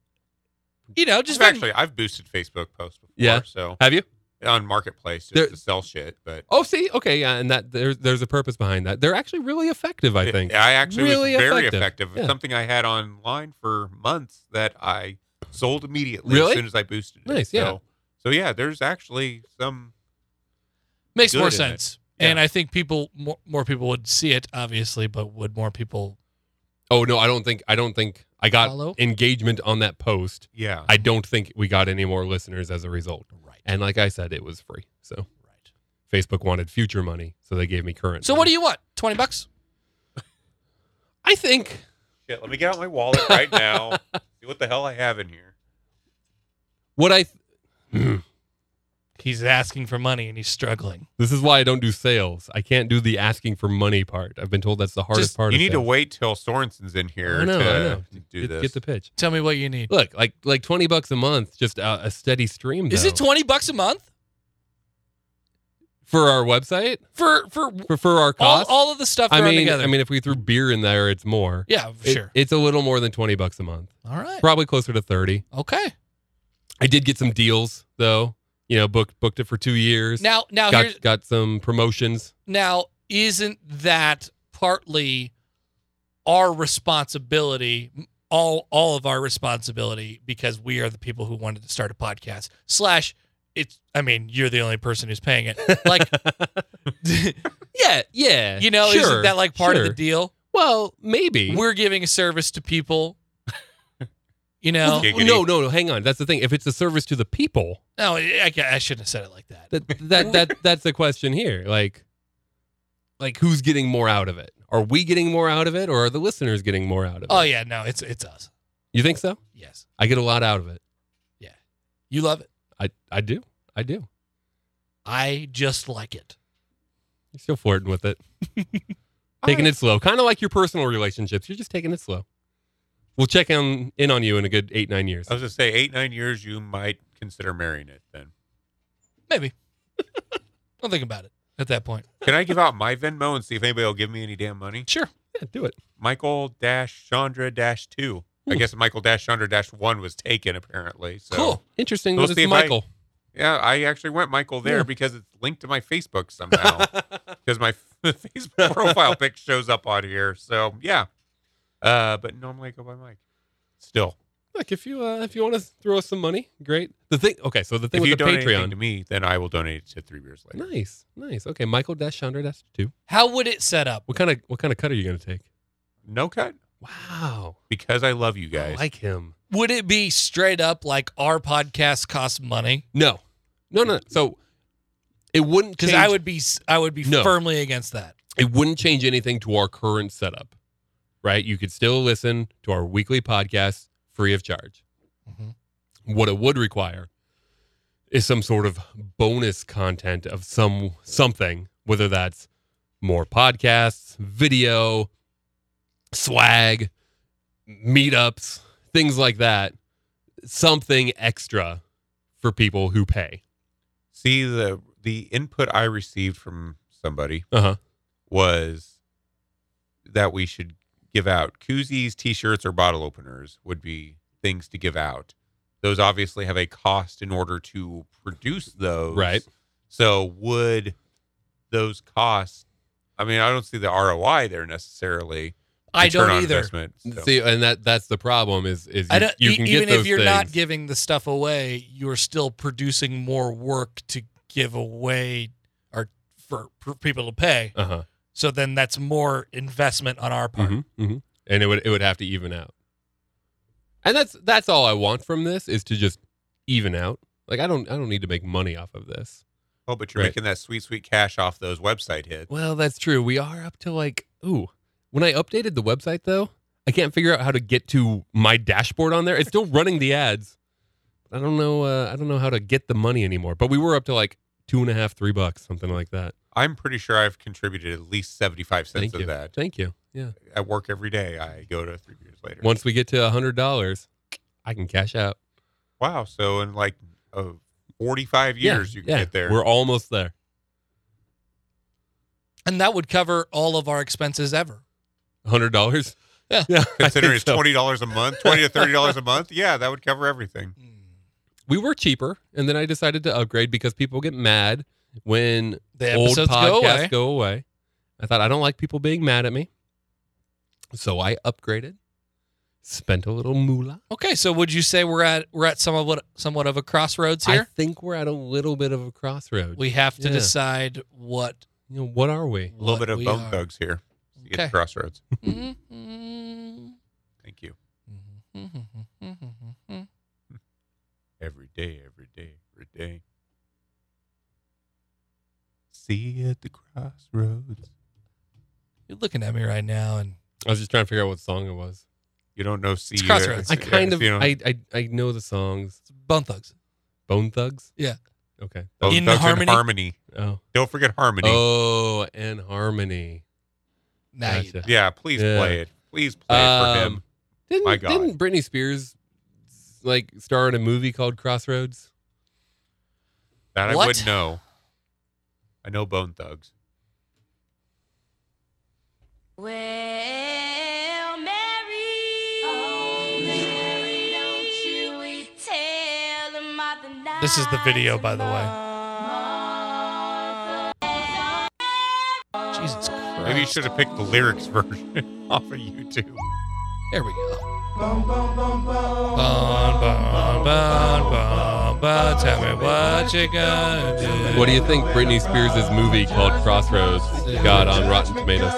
S2: you know, just
S1: I've actually I've boosted Facebook posts before,
S3: Yeah.
S1: so
S3: Have you?
S1: on marketplace just
S3: There-
S1: to sell shit. But
S3: Oh, see, okay, yeah, and that there's there's a purpose behind that. They're actually really effective. I think.
S1: I actually
S3: Really
S1: was very
S3: effective.
S1: effective.
S3: Yeah.
S1: Something I had online for months that I sold immediately
S3: Really?
S1: as soon as I boosted it.
S3: Nice, yeah.
S1: So, so yeah, there's actually some.
S2: makes
S1: good
S2: more
S1: in it.
S2: sense.
S1: Yeah.
S2: And I think people more, more people would see it obviously, but would more people
S3: Oh no, I don't think I don't think I got
S2: Follow?
S3: engagement on that post.
S1: Yeah.
S3: I don't think we got any more listeners as a result.
S2: right?
S3: And like I said, it was free. So
S2: Right.
S3: Facebook wanted future money, so they gave me current.
S2: So what do you want? Twenty bucks?
S3: I think
S1: Shit, let me get out my wallet right now. see what the hell I have in here.
S3: what I
S2: He's asking for money and he's struggling.
S3: this is why I don't do sales. I can't do the asking for money part. I've been told that's the hardest
S2: Just-
S3: part.
S1: you
S3: of
S1: need to
S3: sales.
S1: wait till Sorensen's in here
S3: I know,
S1: to
S3: I know.
S1: do
S3: Get-
S1: this.
S3: get the pitch.
S2: Tell me what you need.
S3: Look, like like twenty bucks a month, just a, a steady stream.
S2: Is
S3: though.
S2: it twenty bucks a month
S3: for our website
S2: for for
S3: for for our
S2: all,
S3: cost?
S2: all of the stuff
S3: I
S2: thrown
S3: mean,
S2: together?
S3: I mean, if we threw beer in there, it's more.
S2: yeah,
S3: It-
S2: sure.
S3: it's a little more than twenty bucks a month,
S2: all right.
S3: probably closer to thirty.
S2: Okay.
S3: I did get some deals though. You know, booked booked it for two years.
S2: Now now
S3: got
S2: here's
S3: got some promotions.
S2: now isn't that partly our responsibility? All all of our responsibility because we are the people who wanted to start a podcast. Slash, it's. I mean, you're the only person who's paying it. Like, yeah,
S3: Yeah,
S2: you know,
S3: sure,
S2: isn't that like part of the
S3: sure.
S2: deal?
S3: Well, maybe.
S2: We're giving a service to people. You know,
S1: Okay. Giggity.
S3: no, no, no. Hang on. That's the thing. If it's a service to the people,
S2: no, I, I shouldn't have said it like that.
S3: that that that that's the question here. Like, like who's getting more out of it? Are we getting more out of it, or are the listeners getting more out of it?
S2: Oh yeah, no, it's it's us.
S3: You think so?
S2: Yes.
S3: I get a lot out of it.
S2: You love it.
S3: I I do. I do.
S2: I just like it.
S3: You're still flirting with it. taking it slow. Kind of like your personal relationships. You're just taking it slow. We'll check in, in on you in a good eight, nine years.
S1: I was gonna say eight, nine years. You might consider marrying it then.
S2: Maybe. Don't think about it at that point.
S1: Can I give out my Venmo and see if anybody will give me any damn money?
S2: Sure.
S3: Yeah, do it.
S1: Michael dash Chandra dash two. I guess Michael dash Chandra dash one was taken apparently. So
S2: Cool.
S3: Interesting.
S1: We'll
S3: that
S1: see
S3: it's
S1: if I-
S3: Michael.
S1: Yeah, I actually went Michael there
S3: Yeah.
S1: because it's linked to my Facebook somehow. Because my Facebook profile pic shows up on here. So yeah. Uh, but normally I go by Mike. Still.
S3: Look, if you uh, if you want to throw us some money, great. The thing. Okay, so the thing
S1: if
S3: with
S1: you
S3: the
S1: donate anything
S3: Patreon.
S1: to me, then I will donate it to three beers later.
S3: Nice, nice. Okay, Michael Dash Chandra Dash two.
S2: How would it set up?
S3: What kind of what kind of cut are you going to take?
S1: No cut.
S3: Wow,
S1: Because I love you
S3: I
S1: guys.
S3: like him.
S2: Would it be straight up like our podcast costs money?
S3: No, no, no. So it wouldn't
S2: Because
S3: change.
S2: I would be I would be
S3: No.
S2: firmly against that.
S3: It wouldn't change anything to our current setup, right? You could still listen to our weekly podcast free of charge.
S2: Mhm.
S3: What it would require is some sort of bonus content of some something, whether that's more podcasts, video, swag, meetups, things like that. Something extra for people who pay.
S1: See the the input I received from somebody
S3: Uh huh.
S1: was that we should give out koozies, t-shirts, or bottle openers would be things to give out. Those obviously have a cost in order to produce those.
S3: Right.
S1: So would those costs? I mean, I don't see the ROI there necessarily.
S2: I
S1: return
S2: don't
S1: on
S2: either.
S1: investment, so.
S3: See, and that that's the problem is is you,
S2: I don't,
S3: you
S2: e-
S3: can
S2: even
S3: get those
S2: if you're
S3: things.
S2: not giving the stuff away, you're still producing more work to give away or for, for people to pay.
S3: uh-huh.
S2: So then that's more investment on our part.
S3: Mhm, mhm. And it would it would have to even out. And that's that's all I want from this is to just even out. Like I don't I don't need to make money off of this.
S1: Oh, but you're
S3: Right.
S1: making that sweet, sweet cash off those website hits.
S3: Well, that's true. We are up to like ooh. When I updated the website though, I can't figure out how to get to my dashboard on there. It's still running the ads. I don't know. Uh, I don't know how to get the money anymore. But we were up to like two and a half, three bucks, something like that.
S1: I'm pretty sure I've contributed at least 75 cents
S3: Thank
S1: of
S3: you.
S1: that.
S3: Thank you. Yeah.
S1: At work every day, I go to three beers later.
S3: Once we get to a hundred dollars, I can cash out.
S1: Wow. So in like uh, 45 years, you can get there.
S3: We're almost there.
S2: And that would cover all of our expenses ever.
S3: A hundred dollars.
S2: Yeah.
S3: yeah. I
S1: Considering
S3: think
S1: it's
S3: so.
S1: twenty dollars a month, twenty to thirty dollars a month, yeah, that would cover everything.
S3: We were cheaper, and then I decided to upgrade because people get mad when
S2: The
S3: old
S2: episodes go away.
S3: podcasts go away. I thought I don't like people being mad at me, so I upgraded. Spent a little moolah.
S2: Okay, so would you say we're at we're at somewhat somewhat of a crossroads
S3: I
S2: here?
S3: think we're at a little bit of a crossroads.
S2: we have to
S3: Yeah.
S2: decide what
S3: you know, what are we?
S1: A little
S2: what
S1: bit of
S2: we
S1: bone
S2: are.
S1: thugs here. You Get
S2: Okay.
S1: to crossroads.
S2: Mhm.
S1: Thank you.
S2: Mm-hmm.
S1: Every day, every day, every day. See you at the crossroads.
S2: You're looking at me right now, and
S3: I was just trying to figure out what song it was.
S1: You don't know. See
S2: It's
S1: you.
S2: crossroads.
S3: I kind
S1: yeah,
S3: of,
S1: You know,
S3: I, I, I know the songs.
S2: it's Bone Thugs.
S3: Bone Thugs.
S2: Yeah.
S3: Okay.
S1: bone
S2: in
S1: thugs are
S2: harmony.
S1: harmony.
S3: Oh.
S1: Don't forget harmony.
S3: Oh, and harmony.
S2: Now you
S3: Gotcha.
S1: Yeah, please
S3: Yeah.
S1: play it. Please play it for him.
S3: Um, Didn't,
S1: My God.
S3: didn't Britney Spears like star in a movie called Crossroads?
S1: That I
S2: what?
S1: wouldn't know. I know bone thugs.
S12: Well, Mary, oh, Mary, don't you tell them of the night.
S2: This is the video, by the way. Jesus Christ.
S1: Maybe
S3: Oh.
S1: you should have picked the lyrics version off of YouTube.
S2: There we go. Bone, bone, bone, bone, bone. Tell me what you gonna do.
S3: What do you think Britney Spears' movie called Crossroads got on Rotten Tomatoes?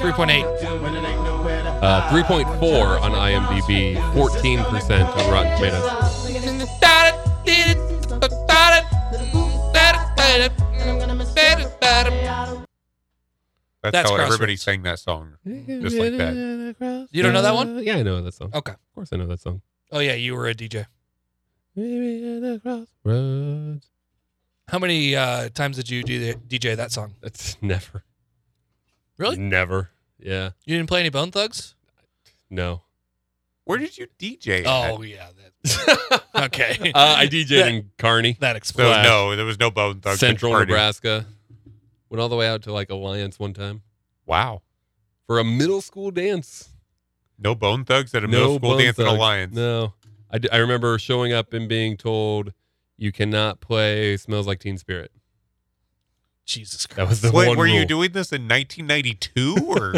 S2: 3.8.
S3: Uh, 3.4 on IMDb, 14% on Rotten Tomatoes.
S1: That's,
S2: That's
S1: how everybody
S2: Crossroads.
S1: sang that song, just like that.
S2: You don't know that one?
S3: Yeah, I know that song.
S2: Okay.
S3: Of course, I know that song.
S2: Oh yeah, you were a DJ.
S3: Roads.
S2: How many uh, times did you do the DJ that song?
S3: That's never.
S2: Really?
S3: Never. Yeah.
S2: You didn't play any Bone Thugs?
S3: No.
S1: Where did you DJ? at?
S2: Oh yeah. That, okay.
S3: Uh, I DJed in Kearney,
S2: That
S1: So
S2: explains.
S1: no, there was no Bone Thugs. at
S3: Central
S1: Kearney.
S3: Nebraska. Went all the way out to like Alliance one time
S1: Wow,
S3: for a middle school dance.
S1: no Bone Thugs at a middle school
S3: Bone
S1: dance in
S3: Thugs.
S1: Alliance.
S3: No, I, d- I remember showing up and being told you cannot play "Smells Like Teen Spirit."
S2: Jesus Christ.
S3: That was the
S1: Wait,
S3: one.
S1: were you
S3: rule.
S1: doing this in 1992, or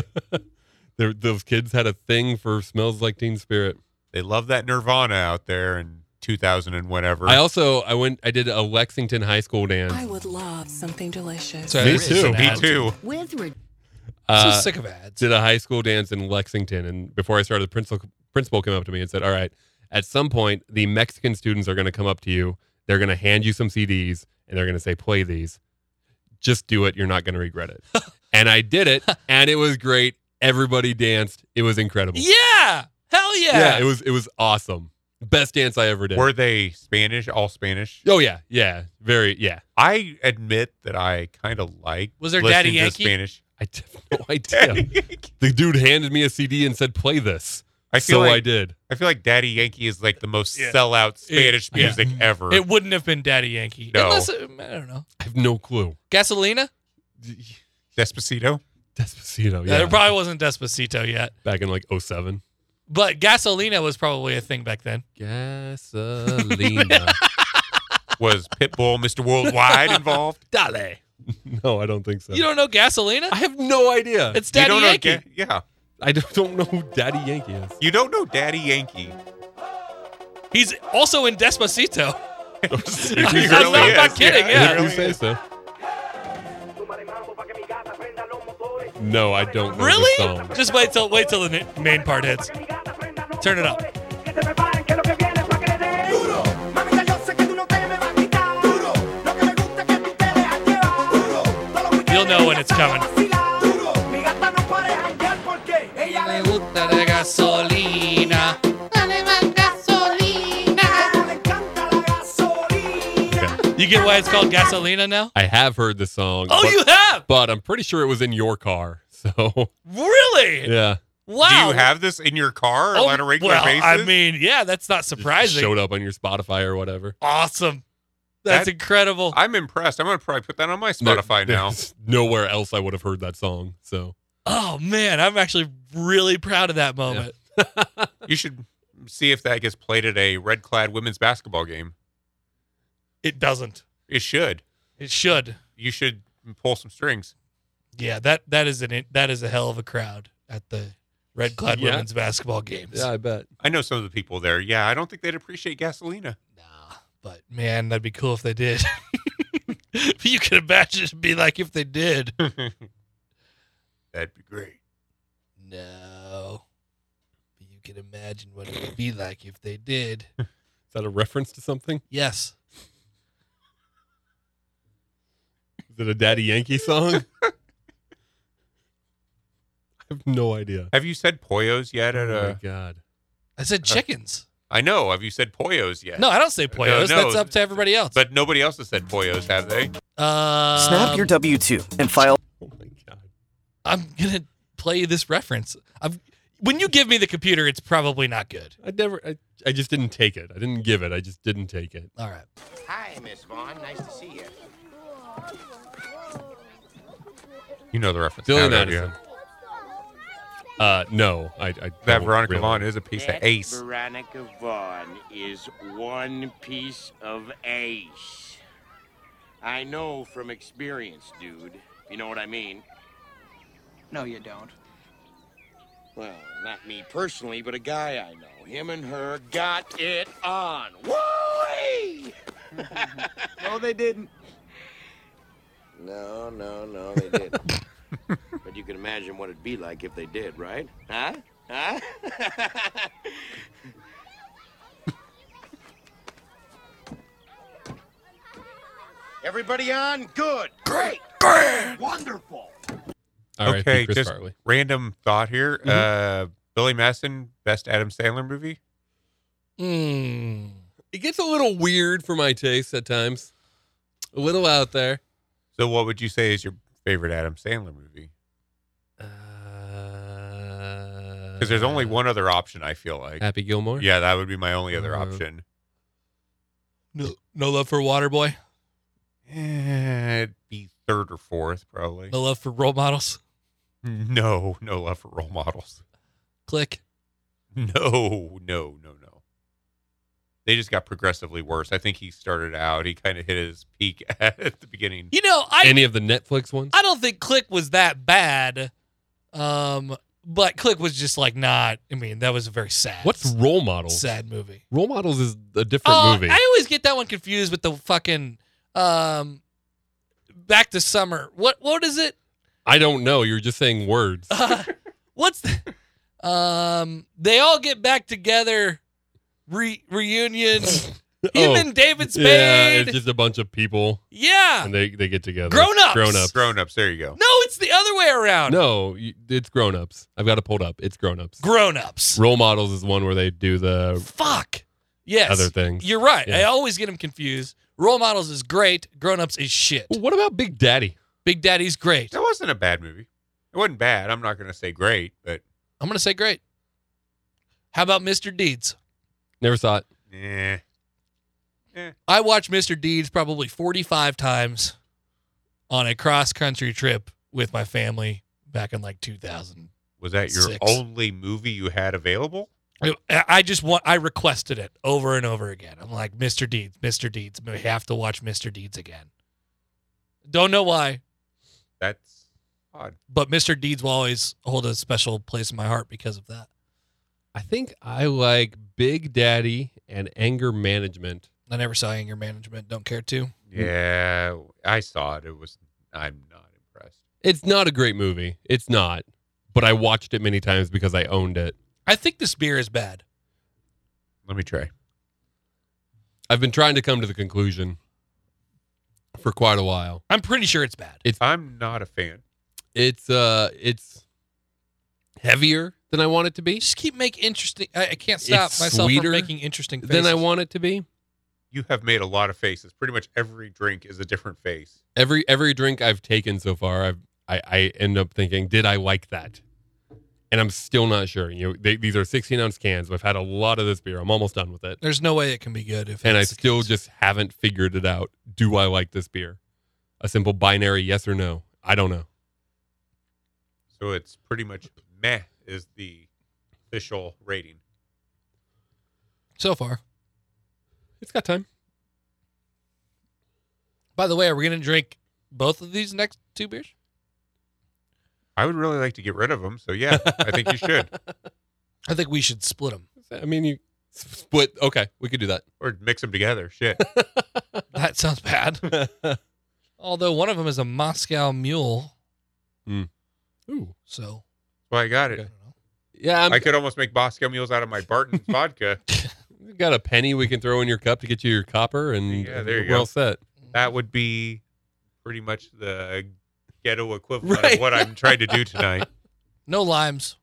S3: There- those kids had a thing for "Smells Like Teen Spirit."
S1: they love that Nirvana out there in 2000 and whatever?
S3: I also I went I did a Lexington high school dance.
S13: I would love something delicious.
S2: Sorry,
S3: Me
S2: this is
S3: too,
S2: an
S1: Me
S2: ad.
S1: too.
S13: With re-
S2: I'm
S3: Uh,
S2: so sick of ads.
S3: did a high school dance in Lexington, and before I started, the principal principal came up to me and said, "All right, at some point, the Mexican students are going to come up to you. They're going to hand you some CDs, and they're going to say, play these. Just do it. You're not going to regret it." and I did it, and it was great. Everybody danced. It was incredible.
S2: Yeah. Hell yeah.
S3: Yeah, it was it was awesome. Best dance I ever did.
S1: Were they Spanish? All Spanish?
S3: oh yeah, yeah, very yeah.
S1: I admit that I kind of like.
S2: Was there
S1: listening
S2: Daddy
S1: to
S2: Yankee?
S1: Spanish?
S3: I have no idea. the dude handed me a CD and said, "Play this."
S1: I feel
S3: so
S1: like
S3: I did.
S1: I feel like Daddy Yankee is like the most
S2: Yeah.
S1: sellout
S2: It-
S1: Spanish
S2: yeah.
S1: music ever.
S2: It wouldn't have been Daddy Yankee.
S1: No.
S2: Unless it, I don't know.
S3: I have no clue.
S2: Gasolina?
S1: Despacito.
S3: Despacito.
S2: Yeah.
S3: Yeah.
S2: There probably wasn't Despacito yet.
S3: back in like 07.
S2: But Gasolina was probably a thing back then.
S3: Gasolina.
S1: Was Pitbull Mr. Worldwide involved?
S2: Dale.
S3: no, I don't think so.
S2: You don't know Gasolina?
S3: I have no idea.
S2: It's
S1: you
S2: Daddy
S1: don't know
S2: Yankee.
S1: Ga- yeah,
S3: I don't, don't know who Daddy Yankee is.
S1: you don't know Daddy Yankee.
S2: He's also in Despacito.
S1: He
S2: I'm
S1: really
S2: not- I'm not
S1: is.
S2: kidding,
S1: he
S2: yeah.
S3: If
S1: really
S3: you say
S1: is.
S3: so. No, I don't know
S2: Really?
S3: this song.
S2: Just wait till wait till the na- main part hits. Turn it up. You'll know when it's coming.
S3: Okay.
S2: You get why it's called Gasolina now?
S3: I have heard the song.
S2: Oh,
S3: but,
S2: you have?
S3: but I'm pretty sure it was in your car. So,
S2: Really?
S3: yeah.
S2: Wow.
S1: Do you have this in your car
S2: Oh,
S1: on a regular
S2: well,
S1: basis?
S2: I mean, yeah, that's not
S3: Just
S2: surprising.
S3: Showed up on your Spotify or whatever.
S2: Awesome. That's
S1: That-
S2: incredible.
S1: I'm impressed. I'm gonna probably put that on my
S3: There-
S1: Spotify now.
S3: there's Nowhere else I would have heard that song. So,
S2: oh man, I'm actually really proud of that moment.
S1: You should see if that gets played at a red clad women's basketball game.
S2: It doesn't.
S1: It should.
S2: It should.
S1: You should pull some strings.
S2: Yeah, that that is an that is a hell of a crowd at the Red Cloud
S3: Yeah.
S2: women's basketball games.
S3: I bet.
S1: I know some of the people there. Yeah, I don't think they'd appreciate Gasolina.
S2: Nah, but man, that'd be cool if they did. you could imagine it'd be like if they did.
S1: That'd be great.
S2: No, but you can imagine what it would be like if they did.
S3: Is that a reference to something?
S2: Yes.
S3: Is it a Daddy Yankee song? I have no idea.
S1: Have you said Poyos yet? At
S3: Oh my
S1: a,
S3: god.
S2: I said chickens.
S1: I know. Have you said Poyos yet?
S2: Uh, No, I don't say poyos.
S1: no.
S2: That's up to everybody else.
S1: But nobody else has said Poyos, have they?
S2: um,
S14: Snap your W 2 and file.
S3: Oh my god.
S2: I'm gonna play you this reference. I'm, when you give me the computer, it's probably not good.
S3: I never I, I just didn't take it. I didn't give it. I just didn't take it.
S2: All right.
S15: Hi, Miss Vaughn. Nice to see you.
S1: You know the reference. now,
S3: Dylan
S1: don't you?
S3: Addison. Uh no, I, I
S1: That
S3: don't
S1: Veronica
S3: really.
S1: Vaughn is a piece of
S15: That
S1: ace.
S15: Veronica Vaughn is one piece of ace. I know from experience, dude. You know what I mean?
S4: No, you don't.
S15: Well, not me personally, but a guy I know. Him and her got it on. Woo!
S4: No, they didn't.
S15: No, no, no, they didn't. but you can imagine what it'd be like if they did, right? Huh? Huh? Everybody on? Good. Great. Great. Wonderful.
S3: All right,
S1: okay,
S3: Chris
S1: just
S3: Farley.
S1: random thought here. Uh, Billy Masson, best Adam Sandler movie.
S3: Mm. It gets a little weird for my taste at times. A little out there.
S1: So, what would you say is your favorite Adam Sandler movie?
S3: Uh,
S1: Because there's only one other option. I feel like
S3: Happy Gilmore.
S1: Yeah, that would be my only other
S3: Uh,
S1: option.
S2: No, no love for Waterboy.
S1: Eh, It'd be third or fourth, probably.
S2: No love for role models.
S1: No, no love for role models.
S2: Click.
S1: No, no, no, no. They just got progressively worse. I think he started out. He kind of hit his peak at the beginning.
S2: You know, I
S3: Any of the Netflix ones?
S2: I don't think Click was that bad. Um, but Click was just like not. I mean, that was a very sad.
S3: What's Role Models?
S2: sad movie?
S3: Role Models is a different
S2: oh,
S3: movie.
S2: I always get that one confused with the fucking um, Back to Summer. What what is it?
S3: I don't know. You're just saying words.
S2: Uh, what's the, um? They all get back together. Re- reunion. Him
S3: Oh,
S2: and David
S3: Yeah,
S2: Spade.
S3: it's just a bunch of people
S2: yeah.
S3: and they, they get together.
S2: Grown-ups.
S3: Grown ups.
S1: Grown ups. There you go.
S2: No, it's the other way around.
S3: No, you- it's grown ups. I've got it pulled up. It's grown ups.
S2: Grown ups.
S3: Role models is one where they do the
S2: Fuck. Yes.
S3: uh, other things.
S2: You're right. I
S3: Yeah.
S2: always get them confused. Role models is great. Grown ups is shit.
S3: Well, what about Big Daddy?
S2: Big Daddy's great.
S1: That wasn't a bad movie. It wasn't bad. I'm not going to say great, but
S2: I'm gonna say great. How about Mr. Deeds?
S3: Never saw it.
S1: eh.
S2: I watched Mr. Deeds probably 45 times on a cross country trip with my family back in like 2000.
S1: Was that your
S2: Six.
S1: only movie you had available?
S2: I- I just want I requested it over and over again. I'm like Mr. Deeds, Mr. Deeds. We have to watch Mr. Deeds again. Don't know why,
S1: That's odd.
S2: but Mr. Deeds will always hold a special place in my heart because of that.
S3: I think I like Big Daddy and Anger Management.
S2: I never saw Anger Management. Don't care to.
S1: Hmm. Yeah, I saw it. It was. I'm not impressed.
S3: It's not a great movie. It's not. But I watched it many times because I owned it.
S2: I think this beer is bad.
S1: Let me try.
S3: I've been trying to come to the conclusion for quite a while.
S2: I'm pretty sure it's bad.
S1: I'm not a fan.
S3: It's uh it's heavier than I want it to be.
S2: Just keep making interesting. I, I can't stop
S3: It's
S2: myself
S3: sweeter
S2: from making interesting. Faces.
S3: Than I want it to be.
S1: You have made a lot of faces. Pretty much every drink is a different face.
S3: Every every drink I've taken so far, I've I, I end up thinking, did I like that? And I'm still not sure. You know, they, these are 16 ounce cans. I've had a lot of this beer. I'm almost done with it.
S2: There's no way it can be good if.
S3: and I
S2: that's the
S3: still
S2: case.
S3: just haven't figured it out. Do I like this beer? A simple binary yes or no. I don't know.
S1: So it's pretty much meh is the official rating.
S2: so far.
S3: It's got time.
S2: By the way, are we gonna drink both of these next two beers?
S1: I would really like to get rid of them. So yeah, I think you should.
S2: I think we should split them.
S3: I mean, you s- split. Okay, we could do that.
S1: Or mix them together. Shit.
S2: That sounds bad. Although one of them is a Moscow Mule,
S3: Ooh,
S2: so
S1: Well, I got it.
S3: Okay.
S2: I don't know.
S3: yeah. I'm,
S1: I could almost make Bosco mules out of my Barton's vodka.
S3: we got a penny we can throw in your cup to get you your copper, and
S1: Yeah, there you
S3: we're
S1: go.
S3: all set.
S1: That would be pretty much the ghetto equivalent
S3: Right.
S1: of what I'm trying to do tonight.
S2: No limes,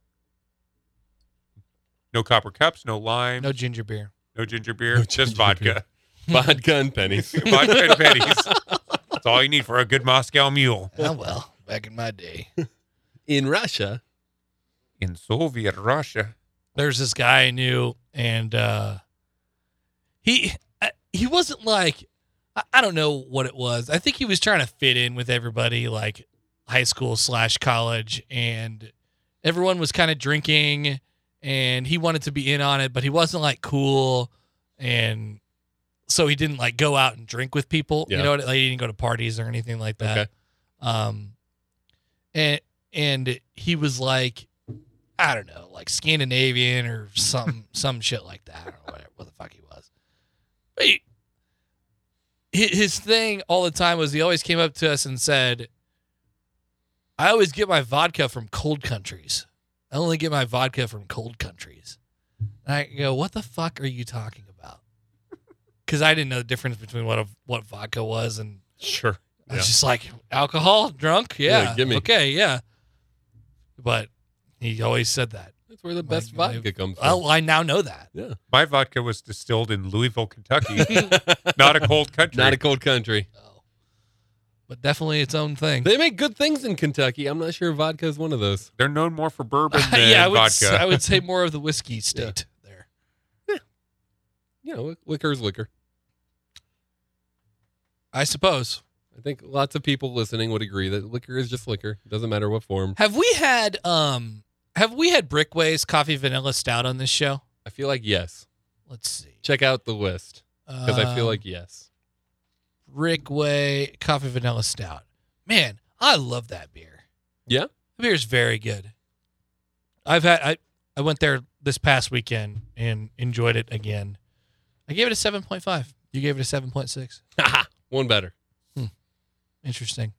S1: No copper cups, no lime,
S2: no
S1: no,
S2: ginger beer.
S1: ginger beer,
S3: No ginger
S1: just vodka.
S3: Vodka and pennies.
S1: vodka and pennies. That's all you need for a good Moscow mule.
S2: Ah well, back in my day.
S3: in Russia,
S1: In Soviet Russia.
S2: there's this guy I knew, and uh, he I- he wasn't like I, I don't know what it was. I think he was trying to fit in with everybody, like high school slash college, and everyone was kind of drinking, and he wanted to be in on it, but he wasn't like cool, and so he didn't like go out and drink with people.
S3: Yeah.
S2: You know, like he didn't go to parties or anything like that.
S3: Okay.
S2: Um, and and he was like I don't know, like Scandinavian or some some shit like that. I don't know whatever, what the fuck he was. But he, hi- his thing all the time was he always came up to us and said, "I always get my vodka from cold countries. I only get my vodka from cold countries." And I go, "What the fuck are you talking about?" Because I didn't know the difference between what a, what vodka was and
S3: sure.
S2: I was
S3: Yeah.
S2: just like alcohol, drunk, yeah,
S3: Yeah, gimme.
S2: okay, yeah. but he always said that.
S3: That's where the best
S2: Like,
S3: vodka comes from.
S2: Oh, I now know that.
S3: yeah.
S1: My vodka was distilled in Louisville, Kentucky, not a cold country.
S3: Not a cold country.
S2: But definitely its own thing.
S3: They make good things in Kentucky. I'm not sure vodka is one of those.
S1: They're known more for bourbon than
S2: yeah, I would, s-
S1: vodka.
S2: I would say more of the whiskey state there.
S3: You know, liquor is liquor.
S2: I suppose.
S3: I think lots of people listening would agree that liquor is just liquor. Doesn't matter what form.
S2: Have we had um have we had Brickway's coffee vanilla stout on this show?
S3: I feel like yes.
S2: Let's see.
S3: Check out the list because I feel
S2: Um,
S3: like yes.
S2: Brickway coffee vanilla stout. Man, I love that beer.
S3: Yeah.
S2: The beer is very good. I've had I I went there this past weekend and enjoyed it again. I gave it a 7.5. You gave it a 7.6.
S3: One better.
S2: Interesting.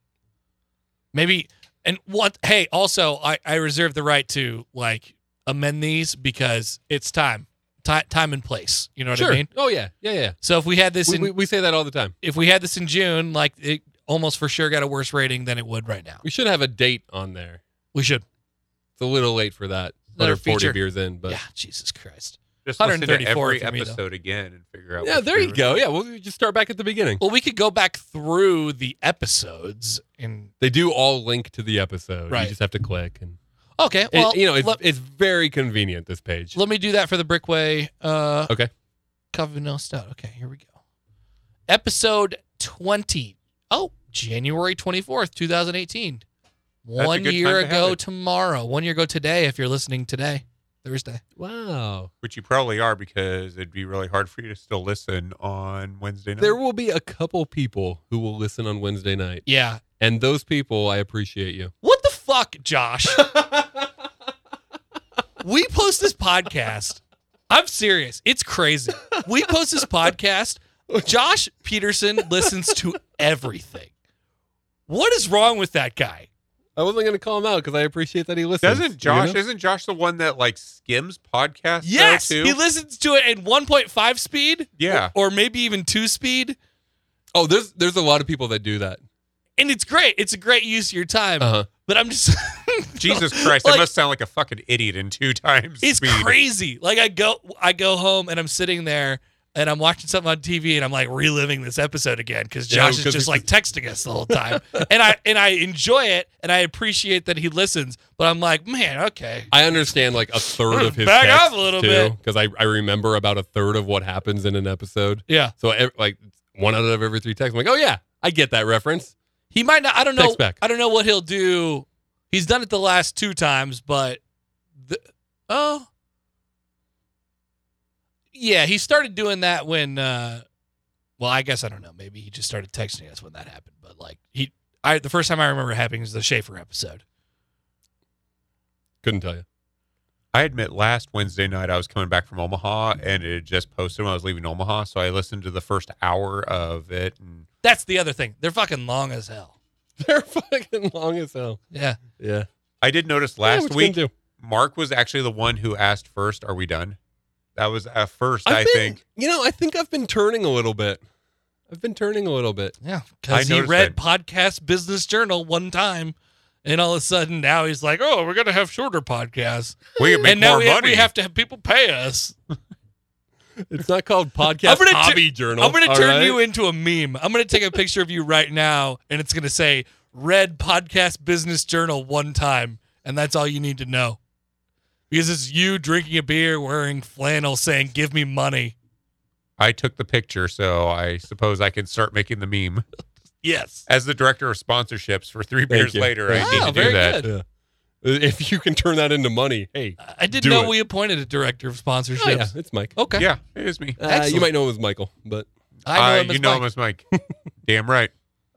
S2: Maybe and what hey, also I I reserve the right to like amend these because it's time. Ti time and place. You know what
S3: sure.
S2: I mean?
S3: Oh yeah. Yeah yeah.
S2: So if we had this
S3: We,
S2: in
S3: we, we say that all the time.
S2: if we had this in June, like it almost for sure got a worse rating than it would right now.
S3: We should have a date on there.
S2: We should.
S3: It's a little late for that.
S2: Another
S3: 140
S2: feature.
S3: beers in, but
S2: yeah, Jesus Christ.
S1: Just listen to
S2: 134
S1: every
S2: for me, though.
S1: episode again and figure out.
S3: yeah,
S1: which
S3: there you
S1: favorite.
S3: go. Yeah, we'll just start back at the beginning.
S2: Well, we could go back through the episodes and
S3: They do all link to the episode.
S2: Right.
S3: You just have to click and
S2: okay.
S3: it-
S2: Well,
S3: you know, it's,
S2: let,
S3: it's very convenient this page.
S2: let me do that for the Brickway uh,
S3: Okay.
S2: Coffee Vanilla Stout. Okay, here we go. Episode twenty. Oh, January twenty fourth, two thousand eighteen.
S1: a
S2: One
S1: good
S2: year
S1: time to have
S2: ago
S1: it.
S2: tomorrow. One year ago today. If you're listening today, Thursday.
S3: Wow.
S1: Which you probably are because it'd be really hard for you to still listen on Wednesday night.
S3: There will be a couple people who will listen on Wednesday night.
S2: Yeah.
S3: And those people, I appreciate you.
S2: What the fuck, Josh? we post this podcast. I'm serious. It's crazy. We post this podcast. Josh Peterson listens to everything. What is wrong with that guy?
S3: I wasn't going to call him out because I appreciate that he listens.
S1: Doesn't Josh?
S3: You know?
S1: Isn't Josh the one that like skims podcasts? though,
S2: Yes,
S1: too?
S2: he listens to it in 1.5 speed.
S1: Yeah.
S2: Or, or maybe even two speed.
S3: Oh, there's there's a lot of people that do that.
S2: And it's great. It's a great use of your time.
S3: Uh-huh.
S2: But I'm just.
S1: Jesus Christ! I
S2: Like-
S1: must sound like a fucking idiot in two times.
S2: It's
S1: speed.
S2: crazy. Like I go I go home and I'm sitting there and I'm watching something on TV and I'm like reliving this episode again because
S3: Yeah,
S2: Josh is
S3: 'cause it's-
S2: just like texting us the whole time. and I and I enjoy it and I appreciate that he listens, but I'm like, man, okay.
S3: I understand like a third of his
S2: Hmm, Back
S3: text,
S2: off a little bit.
S3: because I, I remember about a third of what happens in an episode.
S2: Yeah.
S3: So ev- like one out of every three texts, I'm like, oh yeah, I get that reference.
S2: He might not I don't know
S3: Text back.
S2: I don't know what he'll do. He's done it the last two times, but the, oh yeah, he started doing that when uh well, I guess I don't know. Maybe he just started texting us when that happened. But like he I the first time I remember it happening was the Schaefer episode.
S3: Couldn't tell you.
S1: I admit, last Wednesday night I was coming back from Omaha and it had just posted when I was leaving Omaha, so I listened to the first hour of it. And
S2: That's the other thing. They're fucking long as hell.
S3: They're fucking long as hell.
S2: Yeah.
S3: Yeah.
S1: I did notice
S3: Yeah,
S1: last
S3: what you
S1: week
S3: gonna do?
S1: Mark was actually the one who asked first, "Are we done?" That was a first, I,
S3: I've been-
S1: think.
S3: You know, I think I've been turning a little bit. I've been turning a little bit.
S2: Yeah.
S1: I
S2: Because he
S1: noticed
S2: read
S1: that.
S2: Podcast Business Journal one time and all of a sudden now he's like, Oh, we're gonna have shorter podcasts.
S1: We can make
S2: and now
S1: more
S2: we have,
S1: money.
S2: we have to have people pay us.
S3: It's not called podcast
S2: I'm gonna
S3: hobby
S2: tu-
S3: journal.
S2: I'm going to
S3: all
S2: turn
S3: right?
S2: you into a meme. I'm going to take a picture of you right now, and it's going to say "Read Podcast Business Journal" one time, and that's all you need to know. Because it's you drinking a beer, wearing flannel, saying "Give me money."
S1: I took the picture, so I suppose I can start making the meme.
S2: Yes.
S1: As the director of sponsorships for three
S3: Thank
S1: beers
S3: you.
S1: later,
S3: Thank
S1: I
S3: you.
S1: need
S2: Wow,
S1: to do
S2: very
S1: that.
S2: good.
S3: Yeah. Uh, If you can turn that into money, hey.
S2: I- I didn't
S3: Do
S2: know
S3: it.
S2: we appointed a director of sponsorships.
S3: Oh, yeah, it's Mike.
S2: Okay.
S1: Yeah, it is me.
S3: Uh, you
S2: Excellent.
S3: might know him as Michael, but
S2: I know
S1: Uh,
S2: him
S1: you
S2: as
S1: know him
S2: Mike.
S1: as Mike. Damn right.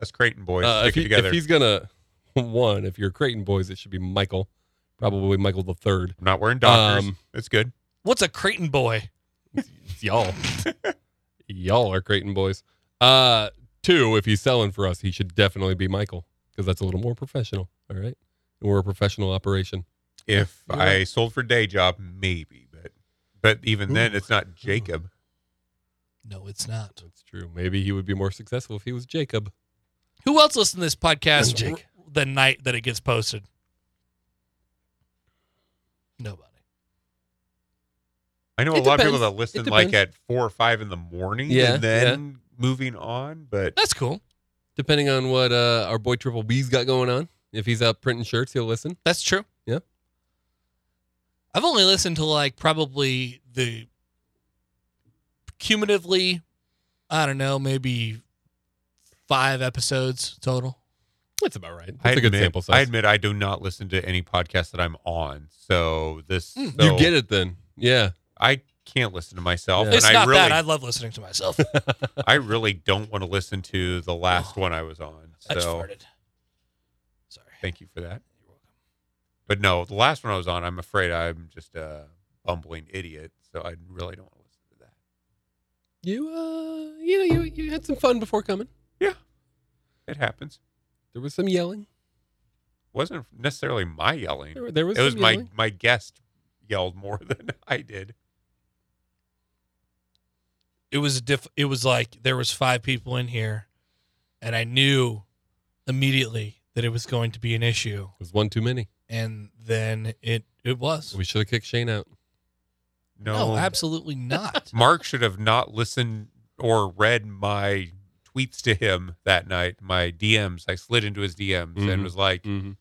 S1: Us Creighton boys.
S3: uh, if,
S1: stick
S3: he-
S1: it
S3: if
S1: together.
S3: he's gonna one, if you're Creighton boys, it should be Michael, probably Michael the third.
S1: I'm not wearing Dockers.
S3: Um,
S1: it's good.
S2: What's a Creighton boy?
S3: It's y'all, y'all are Creighton boys. Uh, two, if he's selling for us, he should definitely be Michael because that's a little more professional. All right, and we're a professional operation.
S1: If
S3: you're
S1: I
S3: right.
S1: sold for day job, maybe, but but even then, it's not Jacob.
S2: No, it's not.
S3: That's true. Maybe he would be more successful if he was Jacob.
S2: Who else listened to this podcast
S3: Jake.
S2: r- the night that it gets posted? Nobody.
S1: I know
S3: It
S1: a lot of
S3: depends.
S1: people that
S3: It
S1: listen like at
S3: depends.
S1: four or five in the morning
S3: Yeah,
S1: and then moving on, but
S2: That's cool.
S3: Depending on what uh, our boy Triple B's got going on, if he's out printing shirts, he'll listen.
S2: That's true.
S3: Yeah.
S2: I've only listened to like probably the cumulatively, I don't know, maybe five episodes total.
S3: That's about right.
S1: I
S3: That's a good
S1: admit-
S3: sample
S1: I
S3: size.
S1: admit I do not listen to any podcast that I'm on. So this
S2: Mm.
S1: so
S3: Hmm, you get it then. Yeah.
S1: I can't listen to myself.
S2: It's
S1: and
S2: not
S1: I really
S2: bad. I love listening to myself.
S1: I really don't want to listen to the last one I was on.
S2: I just
S1: So
S2: farted. Sorry.
S1: thank you for that. But no, the last one I was on, I'm afraid I'm just a bumbling idiot. So I really don't want to listen to that.
S3: You uh, you know, you you had some fun before coming.
S1: It happens.
S3: There was some yelling.
S1: wasn't necessarily my yelling.
S3: There, there was.
S1: it was
S3: some
S1: my
S3: yelling.
S1: my guest yelled more than I did.
S2: It was diff. It was like there was five people in here, and I knew immediately that it was going to be an issue,
S3: It was one too many.
S2: and then it it was.
S3: We should have kicked Shane out.
S1: No,
S2: absolutely not.
S1: Mark should have not listened or read my tweets to him that night. My DMs. I slid into his DMs and
S3: Mhm.
S1: was like,
S3: Mm-hmm.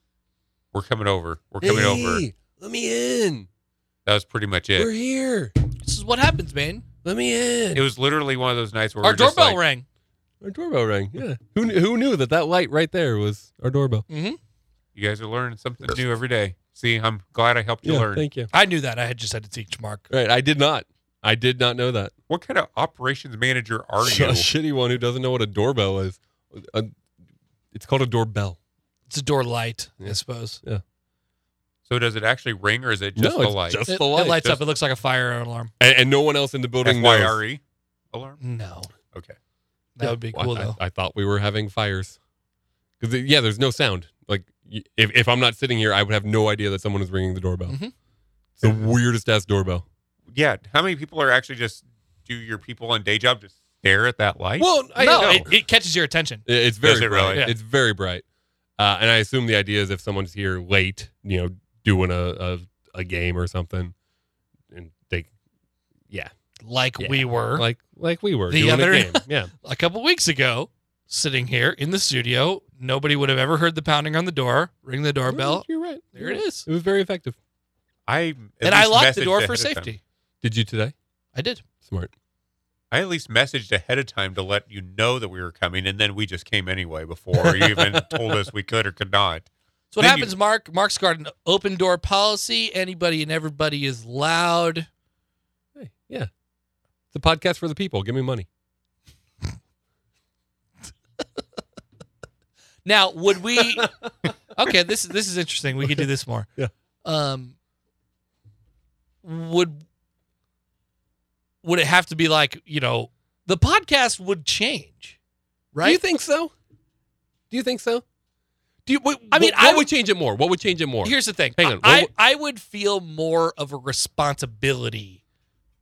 S1: "We're coming over. We're coming over."
S3: Let me in.
S1: That was pretty much it.
S3: We're here.
S2: this is what happens, man.
S3: Let me in.
S1: It was literally one of those nights where
S2: Our
S1: we're just
S2: doorbell
S1: like,
S2: rang.
S3: Our doorbell rang. Yeah. Who kn- who knew that that light right there was our doorbell?
S2: hmm
S1: "You guys are learning something new every day." See, I'm glad I helped you
S3: yeah.
S1: learn.
S3: Thank you.
S2: I knew that. I had just had to teach Mark.
S3: Right. I did not. I did not know that.
S1: What kind of operations manager are
S3: A
S1: you?
S3: shitty one who doesn't know what a doorbell is. A- it's called a doorbell.
S2: It's a door light, I
S3: Yeah.
S2: suppose.
S1: so does it actually ring or is it just
S3: No,
S1: the
S3: it's
S1: light?
S3: just-
S2: It,
S3: the
S2: it
S3: light,
S2: lights
S1: just-
S2: up. It looks like a fire alarm.
S3: And, and no one else in the building knows.
S1: FYRE E? alarm.
S2: No,
S1: Okay.
S2: that would be
S3: Well,
S2: cool
S3: I,
S2: though.
S3: I thought we were having fires. Because yeah, there's no sound. Like y- if, if I'm not sitting here, I would have no idea that someone is ringing the doorbell.
S2: Mhm.
S3: It's the weirdest ass doorbell.
S1: Yeah. How many people are actually just do your people on day job just stare at that light?
S3: Well, I
S2: no,
S3: know.
S2: It, it catches your attention.
S3: It- It's very
S1: Does it
S3: bright.
S1: really? Yeah.
S3: It's very bright. Uh, and I assume the idea is if someone's here late, you know, doing a, a, a game or something, and they, yeah,
S2: Like
S3: Yeah.
S2: we were
S3: like like we were
S2: The
S3: doing
S2: other-
S3: a game, yeah.
S2: a couple weeks ago, sitting here in the studio. Nobody would have ever heard the pounding on the door. Ring the doorbell.
S3: You're right.
S2: There it is.
S3: It was very effective.
S1: I at
S2: and I
S1: least
S2: locked the
S1: messaged
S2: door
S1: ahead
S2: for
S1: of time.
S2: safety.
S3: Did you today?
S2: I did.
S3: Smart.
S1: I at least messaged ahead of time to let you know that we were coming, and then we just came anyway before you even told us we could or could not.
S2: So what
S1: Then
S2: happens, Mark? Mark's got an open door policy. Anybody and everybody is loud.
S3: Hey, yeah. It's a podcast for the people. Give me money.
S2: Now, would we? okay, this is this is interesting. We could do this more.
S3: Yeah.
S2: Um. Would would it have to be like you know the podcast would change, right?
S3: Do you think so? Do you think so? Do you? What,
S2: I mean,
S3: what,
S2: I
S3: what would change it more? What would change it more?
S2: Here's the thing.
S3: Hang on,
S2: I,
S3: what-
S2: I would feel more of a responsibility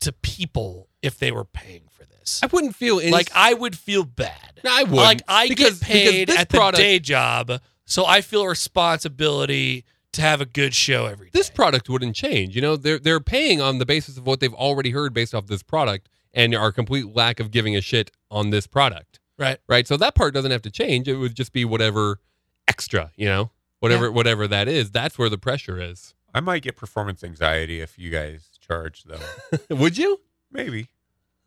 S2: to people if they were paying for this.
S3: I wouldn't feel any.
S2: like I would feel bad.
S3: No, I wouldn't.
S2: Like I
S3: Because- because
S2: get paid
S3: this
S2: at
S3: product-
S2: the day job, so I feel a responsibility to have a good show every day.
S3: this product wouldn't change. You know, they're they're paying on the basis of what they've already heard based off this product and our complete lack of giving a shit on this product.
S2: Right.
S3: Right. So that part doesn't have to change. It would just be whatever extra, you know, whatever whatever that is. That's where the pressure is.
S1: I might get performance anxiety if you guys charge, though.
S3: would you?
S1: Maybe.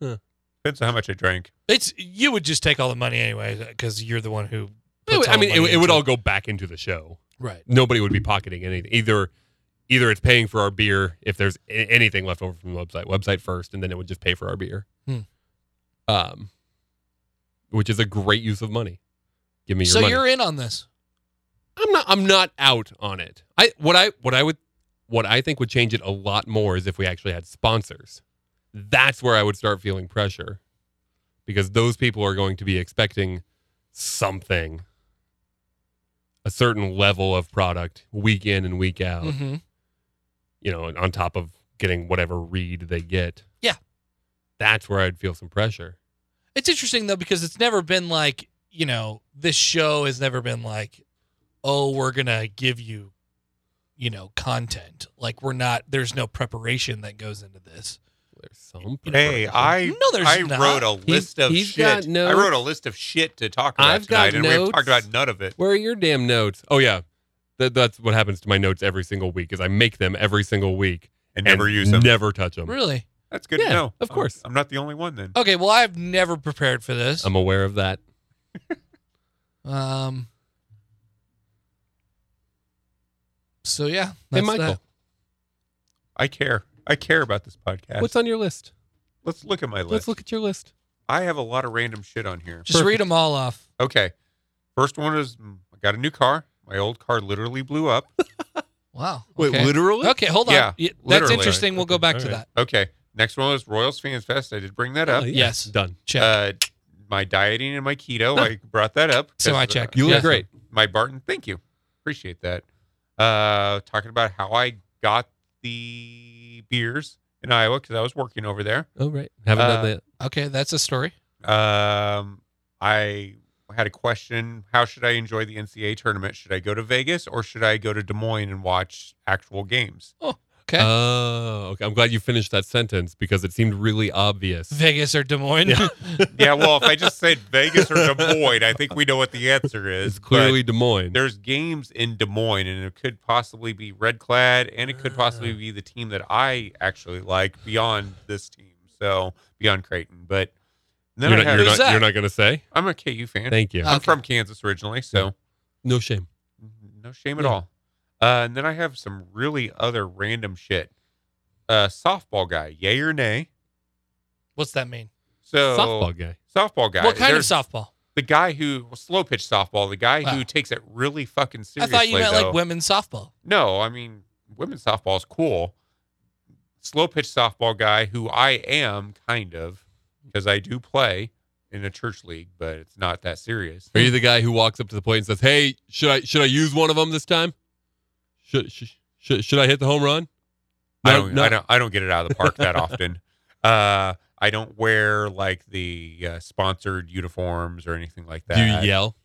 S3: Huh.
S1: Depends on how much I drank.
S2: It's you would just take all the money anyway because you're the one who.
S3: I
S2: puts
S3: would- I
S2: all the
S3: mean, it,
S2: money
S3: it would
S2: into
S3: all go back into the show.
S2: right.
S3: Nobody would be pocketing anything. Either either it's paying for our beer if there's a- anything left over from the website, website first, and then it would just pay for our beer.
S2: Hmm.
S3: Um, which is a great use of money. Give me your
S2: so
S3: money.
S2: you're in on this.
S3: I'm not I'm not out on it. I what I what I would what I think would change it a lot more is if we actually had sponsors. That's where I would start feeling pressure because those people are going to be expecting something a certain level of product week in and week out,
S2: Mhm.
S3: you know, on top of getting whatever read they get.
S2: Yeah.
S3: That's where I'd feel some pressure.
S2: It's interesting though because it's never been like you know this show has never been like, oh we're gonna give you you know, content. Like we're not there's no preparation that goes into this.
S3: There's some
S1: Hey, I
S2: No, there's
S1: I
S2: not.
S1: wrote a list of
S3: he's got
S1: shit. I
S3: notes.
S1: wrote a list of shit to talk about
S3: I've got
S1: tonight, and we've
S3: notes.
S1: talked about none of it.
S3: Where are your damn notes? Oh yeah, that, that's what happens to my notes every single week. Is I make them every single week
S1: And never use 'em.
S3: never touch them.
S2: Really?
S1: That's good
S3: Yeah,
S1: to know.
S3: of course.
S1: I'm, I'm not the only one then.
S2: Okay, well I've never prepared for this.
S3: I'm aware of that.
S2: Um So yeah,
S3: Hey
S2: that's
S3: Michael,
S2: that.
S1: I care. I care about this podcast.
S3: what's on your list?
S1: Let's look at my list.
S3: Let's look at your list.
S1: I have a lot of random shit on here.
S2: Just read them all off.
S1: Okay. First one is mm, I got a new car. My old car literally blew up.
S2: Wow.
S3: Wait,
S2: okay.
S3: literally?
S2: Okay, hold on.
S1: Yeah,
S2: Yeah, that's
S1: literally.
S2: interesting. We'll go back to
S3: All right.
S2: that.
S1: Okay. Next one was Royals Fans Fest. I did bring that
S3: Oh,
S1: up.
S3: yeah.
S2: Yes.
S3: done.
S2: Check.
S1: Uh, my dieting and my keto. I brought that up. 'cause,
S2: Semi-check.
S1: uh,
S3: You look
S2: Yeah.
S3: great.
S1: my Barton, thank you. Appreciate that. Uh, talking about how I got the beers in Iowa because I was working over there.
S3: Oh right, haven't
S1: Uh,
S3: done that.
S2: Okay, that's a story.
S1: Um, I had a question: How should I enjoy the NCAA tournament? Should I go to Vegas or should I go to Des Moines and watch actual games?
S2: Okay.
S3: Oh, okay. I'm glad you finished that sentence because it seemed really obvious.
S2: Vegas or Des Moines.
S3: Yeah.
S1: yeah, well, if I just said Vegas or Des Moines, I think we know what the answer is.
S3: It's
S1: but
S3: clearly Des Moines.
S1: there's games in Des Moines, and it could possibly be Red Clad, and it could possibly
S3: Ah.
S1: be the team that I actually like beyond this team. So beyond Creighton, but then
S3: you're
S1: I
S3: not,
S1: had,
S3: you're
S2: Who's
S3: not,
S2: that? Uh,
S3: you're not going to say.
S1: I'm a KU fan.
S3: Thank you.
S1: I'm
S2: Okay.
S1: from Kansas originally, so.
S3: no shame.
S1: Mm-hmm. No shame at
S3: Yeah.
S1: all. Uh, and then I have some really other random shit. Uh, softball guy, yay or nay?
S2: What's that mean?
S1: So
S3: Softball guy.
S1: softball guy.
S2: what kind
S1: There's
S2: of softball?
S1: The guy who well, slow pitch softball. The guy
S2: Wow.
S1: who takes it really fucking
S2: I
S1: seriously.
S2: thought you meant
S1: though.
S2: like women's softball.
S1: No, I mean women's softball is cool. Slow pitch softball guy who I am kind of because I do play in a church league, but it's not that serious.
S3: Are you the guy who walks up to the plate and says, "Hey, should I should I use one of them this time? Should should should, should I hit the home run?"
S1: I
S3: No,
S1: don't,
S3: no.
S1: I don't, I don't get it out of the park that often. Uh, I don't wear like the uh, sponsored uniforms or anything like that.
S3: Do you yell?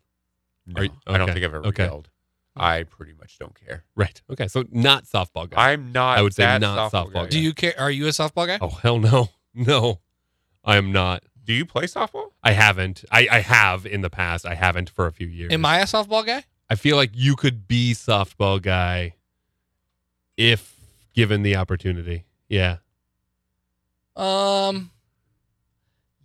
S1: No,
S3: Are you-
S1: I don't
S3: okay,
S1: think I've ever
S3: okay.
S1: yelled. I pretty much don't care.
S3: Right. Okay. So not softball guy.
S1: I'm not.
S3: I would say
S1: that
S3: not
S1: softball.
S3: softball. Do
S1: guy.
S2: Do you care? Are you a softball guy?
S3: oh hell no, no, I am not.
S1: do you play softball?
S3: I haven't. I I have in the past. I haven't for a few years.
S2: Am I a softball guy?
S3: I feel like you could be softball guy if given the opportunity. Yeah.
S2: Um,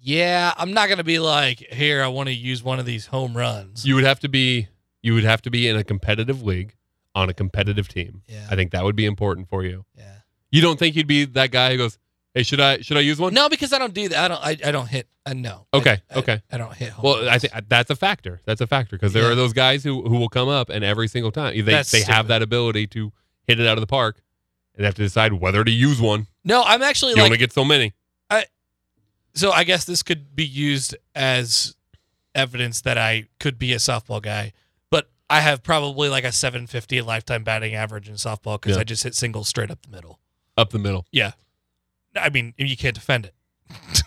S2: yeah, I'm not gonna be like, here, I want to use one of these home runs.
S3: You would have to be you would have to be in a competitive league on a competitive team.
S2: Yeah.
S3: I think that would be important for you.
S2: yeah.
S3: You don't think you'd be that guy who goes, "Hey, should I should I use one?"
S2: No, because I don't do that. I don't. I, I don't hit. Uh, no.
S3: Okay,
S2: I- I-
S3: okay.
S2: I, don't hit. Home
S3: Well,
S2: runs.
S3: I think that's a factor. That's a factor because there
S2: Yeah.
S3: are those guys who who will come up and every single time they
S2: That's
S3: they
S2: stupid.
S3: have that ability to hit it out of the park and they have to decide whether to use one.
S2: no. I'm actually
S3: you
S2: like.
S3: only get so many.
S2: so I guess this could be used as evidence that I could be a softball guy, but I have probably like a 750 lifetime batting average in softball because
S3: Yeah.
S2: I just hit singles straight up the middle.
S3: Up the middle.
S2: I mean, you can't defend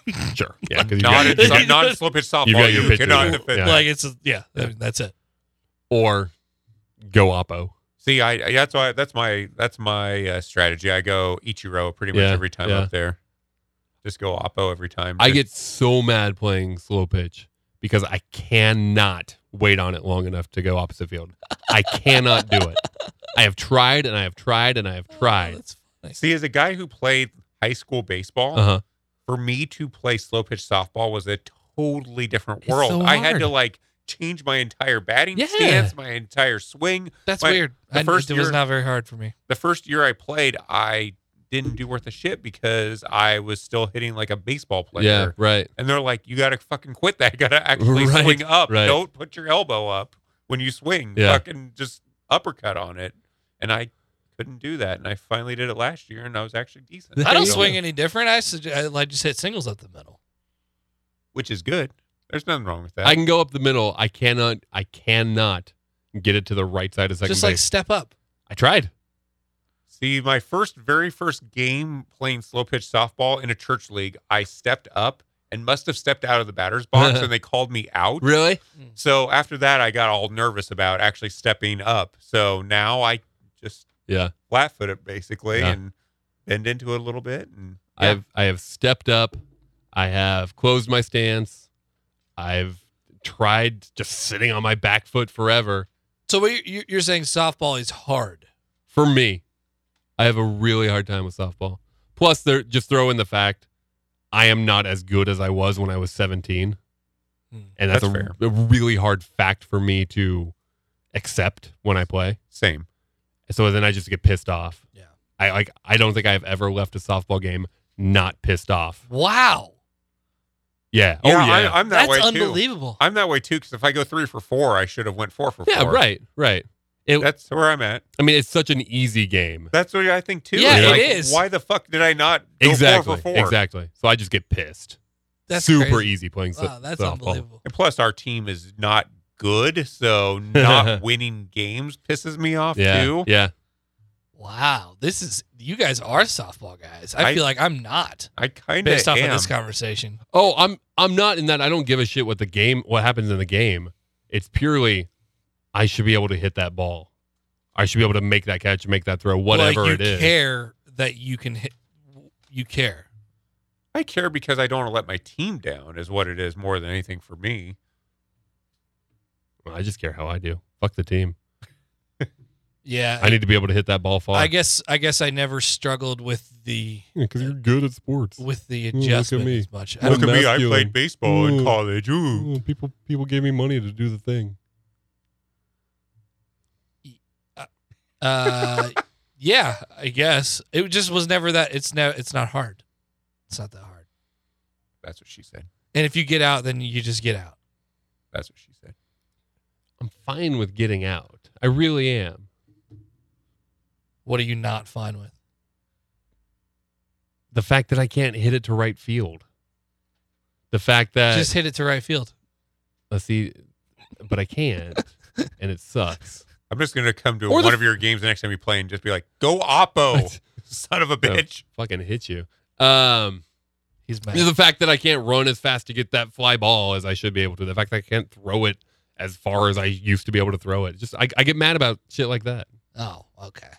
S2: it.
S3: Sure. Yeah. 'cause you
S1: Not
S3: got-
S1: in
S2: it.
S3: you
S1: so-
S3: got-
S1: not in slow pitch softball.
S3: you got your pitcher.
S1: cannot defend.
S3: Yeah.
S2: Like it's a, yeah, I mean, that's it.
S3: or go oppo.
S1: See, I I- that's why that's my that's my uh, strategy. I go Ichiro pretty much
S3: Yeah,
S1: every time
S3: yeah.
S1: up there. Just go Oppo every time.
S3: I get so mad playing slow pitch because I cannot wait on it long enough to go opposite field. I cannot do it. I have tried and I have tried and I have
S2: Oh,
S3: tried.
S2: that's funny.
S1: See, as a guy who played high school baseball,
S3: Uh huh.
S1: for me to play slow pitch softball was a totally different
S3: It's
S1: world.
S3: so
S1: I had
S3: hard.
S1: to like change my entire batting
S3: Yeah.
S1: stance, my entire swing.
S2: That's
S1: My-
S2: weird.
S1: the
S2: I,
S1: first
S2: it was
S1: year-
S2: not very hard for me.
S1: The first year I played, I didn't do worth a shit because I was still hitting like a baseball player.
S3: Yeah. Right.
S1: And they're like, you got to fucking quit that. You got to actually
S3: Right,
S1: swing up.
S3: right.
S1: Don't put your elbow up when you swing.
S3: Yeah.
S1: Fucking just uppercut on it. And I couldn't do that. And I finally did it last year and I was actually decent.
S2: I don't
S3: Yeah.
S2: swing any different. I, sug- I like just hit singles up the middle.
S1: which is good. There's nothing wrong with that.
S3: I can go up the middle. I cannot. I cannot get it to the right side of second
S2: Just like
S3: base.
S2: step up.
S3: I tried.
S1: See, my first, very first game playing slow pitch softball in a church league, I stepped up and must have stepped out of the batter's box and they called me out.
S3: Really?
S1: So after that, I got all nervous about actually stepping up. So now I just
S3: Yeah.
S1: flat foot it basically
S3: Yeah.
S1: and bend into it a little bit. And
S3: I have I have stepped up. I have closed my stance. I've tried just sitting on my back foot forever.
S2: So what you- you- you're saying softball is hard.
S3: For me, I have a really hard time with softball. Plus, they're just throw in the fact I am not as good as I was when I was 17.
S2: Hmm.
S3: And that's,
S1: That's
S3: a, a really hard fact for me to accept when I play.
S1: same.
S3: So then I just get pissed off.
S2: Yeah.
S3: I like I don't think I've ever left a softball game not pissed off.
S2: Wow.
S3: Yeah.
S1: Yeah,
S3: oh yeah.
S1: I, I'm that
S2: That's
S1: way too.
S2: unbelievable.
S1: I'm that way too because if I go three for four, I should have went four for
S3: yeah,
S1: four.
S3: right, right. It,
S1: That's where I'm at.
S3: I mean, it's such an easy game.
S1: That's what I think too.
S2: Yeah,
S1: It's
S3: it
S1: like,
S2: is.
S1: Why the fuck did I not go
S3: Exactly.
S1: four for four?
S3: Exactly. So I just get pissed.
S2: That's
S3: super
S2: crazy.
S3: easy playing so-
S2: Wow, that's
S3: softball.
S2: unbelievable.
S1: And plus, our team is not good, so not winning games pisses me off
S3: Yeah.
S1: too.
S3: Yeah.
S2: Wow. This is you guys are softball guys. I,
S1: I-
S2: feel like I'm not
S1: I kind
S2: based
S1: of
S2: off
S1: am.
S2: of this conversation.
S3: Oh, I'm I'm not in that. I don't give a shit what the game what happens in the game. It's purely I should be able to hit that ball. I should be able to make that catch, make that throw, whatever
S2: like you
S3: it is.
S2: care that you can hit you care.
S1: I care because I don't want to let my team down. Is what it is more than anything for me.
S3: Well, I just care how I do. Fuck the team.
S2: Yeah.
S3: I need to be able to hit that ball far.
S2: I guess I guess I never struggled with the
S3: because you're good at sports.
S2: with the
S3: look at
S2: adjustment
S3: me.
S2: as much. I
S3: I'm
S1: Look at me. I
S3: masculine.
S1: played baseball
S3: Ooh.
S1: in college. Ooh.
S3: people people gave me money to do the thing.
S2: Uh, yeah, I guess it just was never that. It's now it's not hard. It's not that hard.
S1: That's what she said.
S2: And if you get out, then you just get out.
S1: That's what she said.
S3: I'm fine with getting out. I really am.
S2: What are you not fine with?
S3: The fact that I can't hit it to right field. The fact that
S2: just hit it to right field.
S3: let's see, but I can't, and it sucks.
S1: I'm just gonna come to
S3: Or
S1: one
S3: the-
S1: of your games the next time you play and just be like, "Go Oppo, son of a
S3: No.
S1: bitch."
S3: Fucking hit you. Um,
S2: He's mad.
S3: the fact that I can't run as fast to get that fly ball as I should be able to. The fact that I can't throw it as far as I used to be able to throw it. Just I, I get mad about shit like that.
S2: Oh, okay.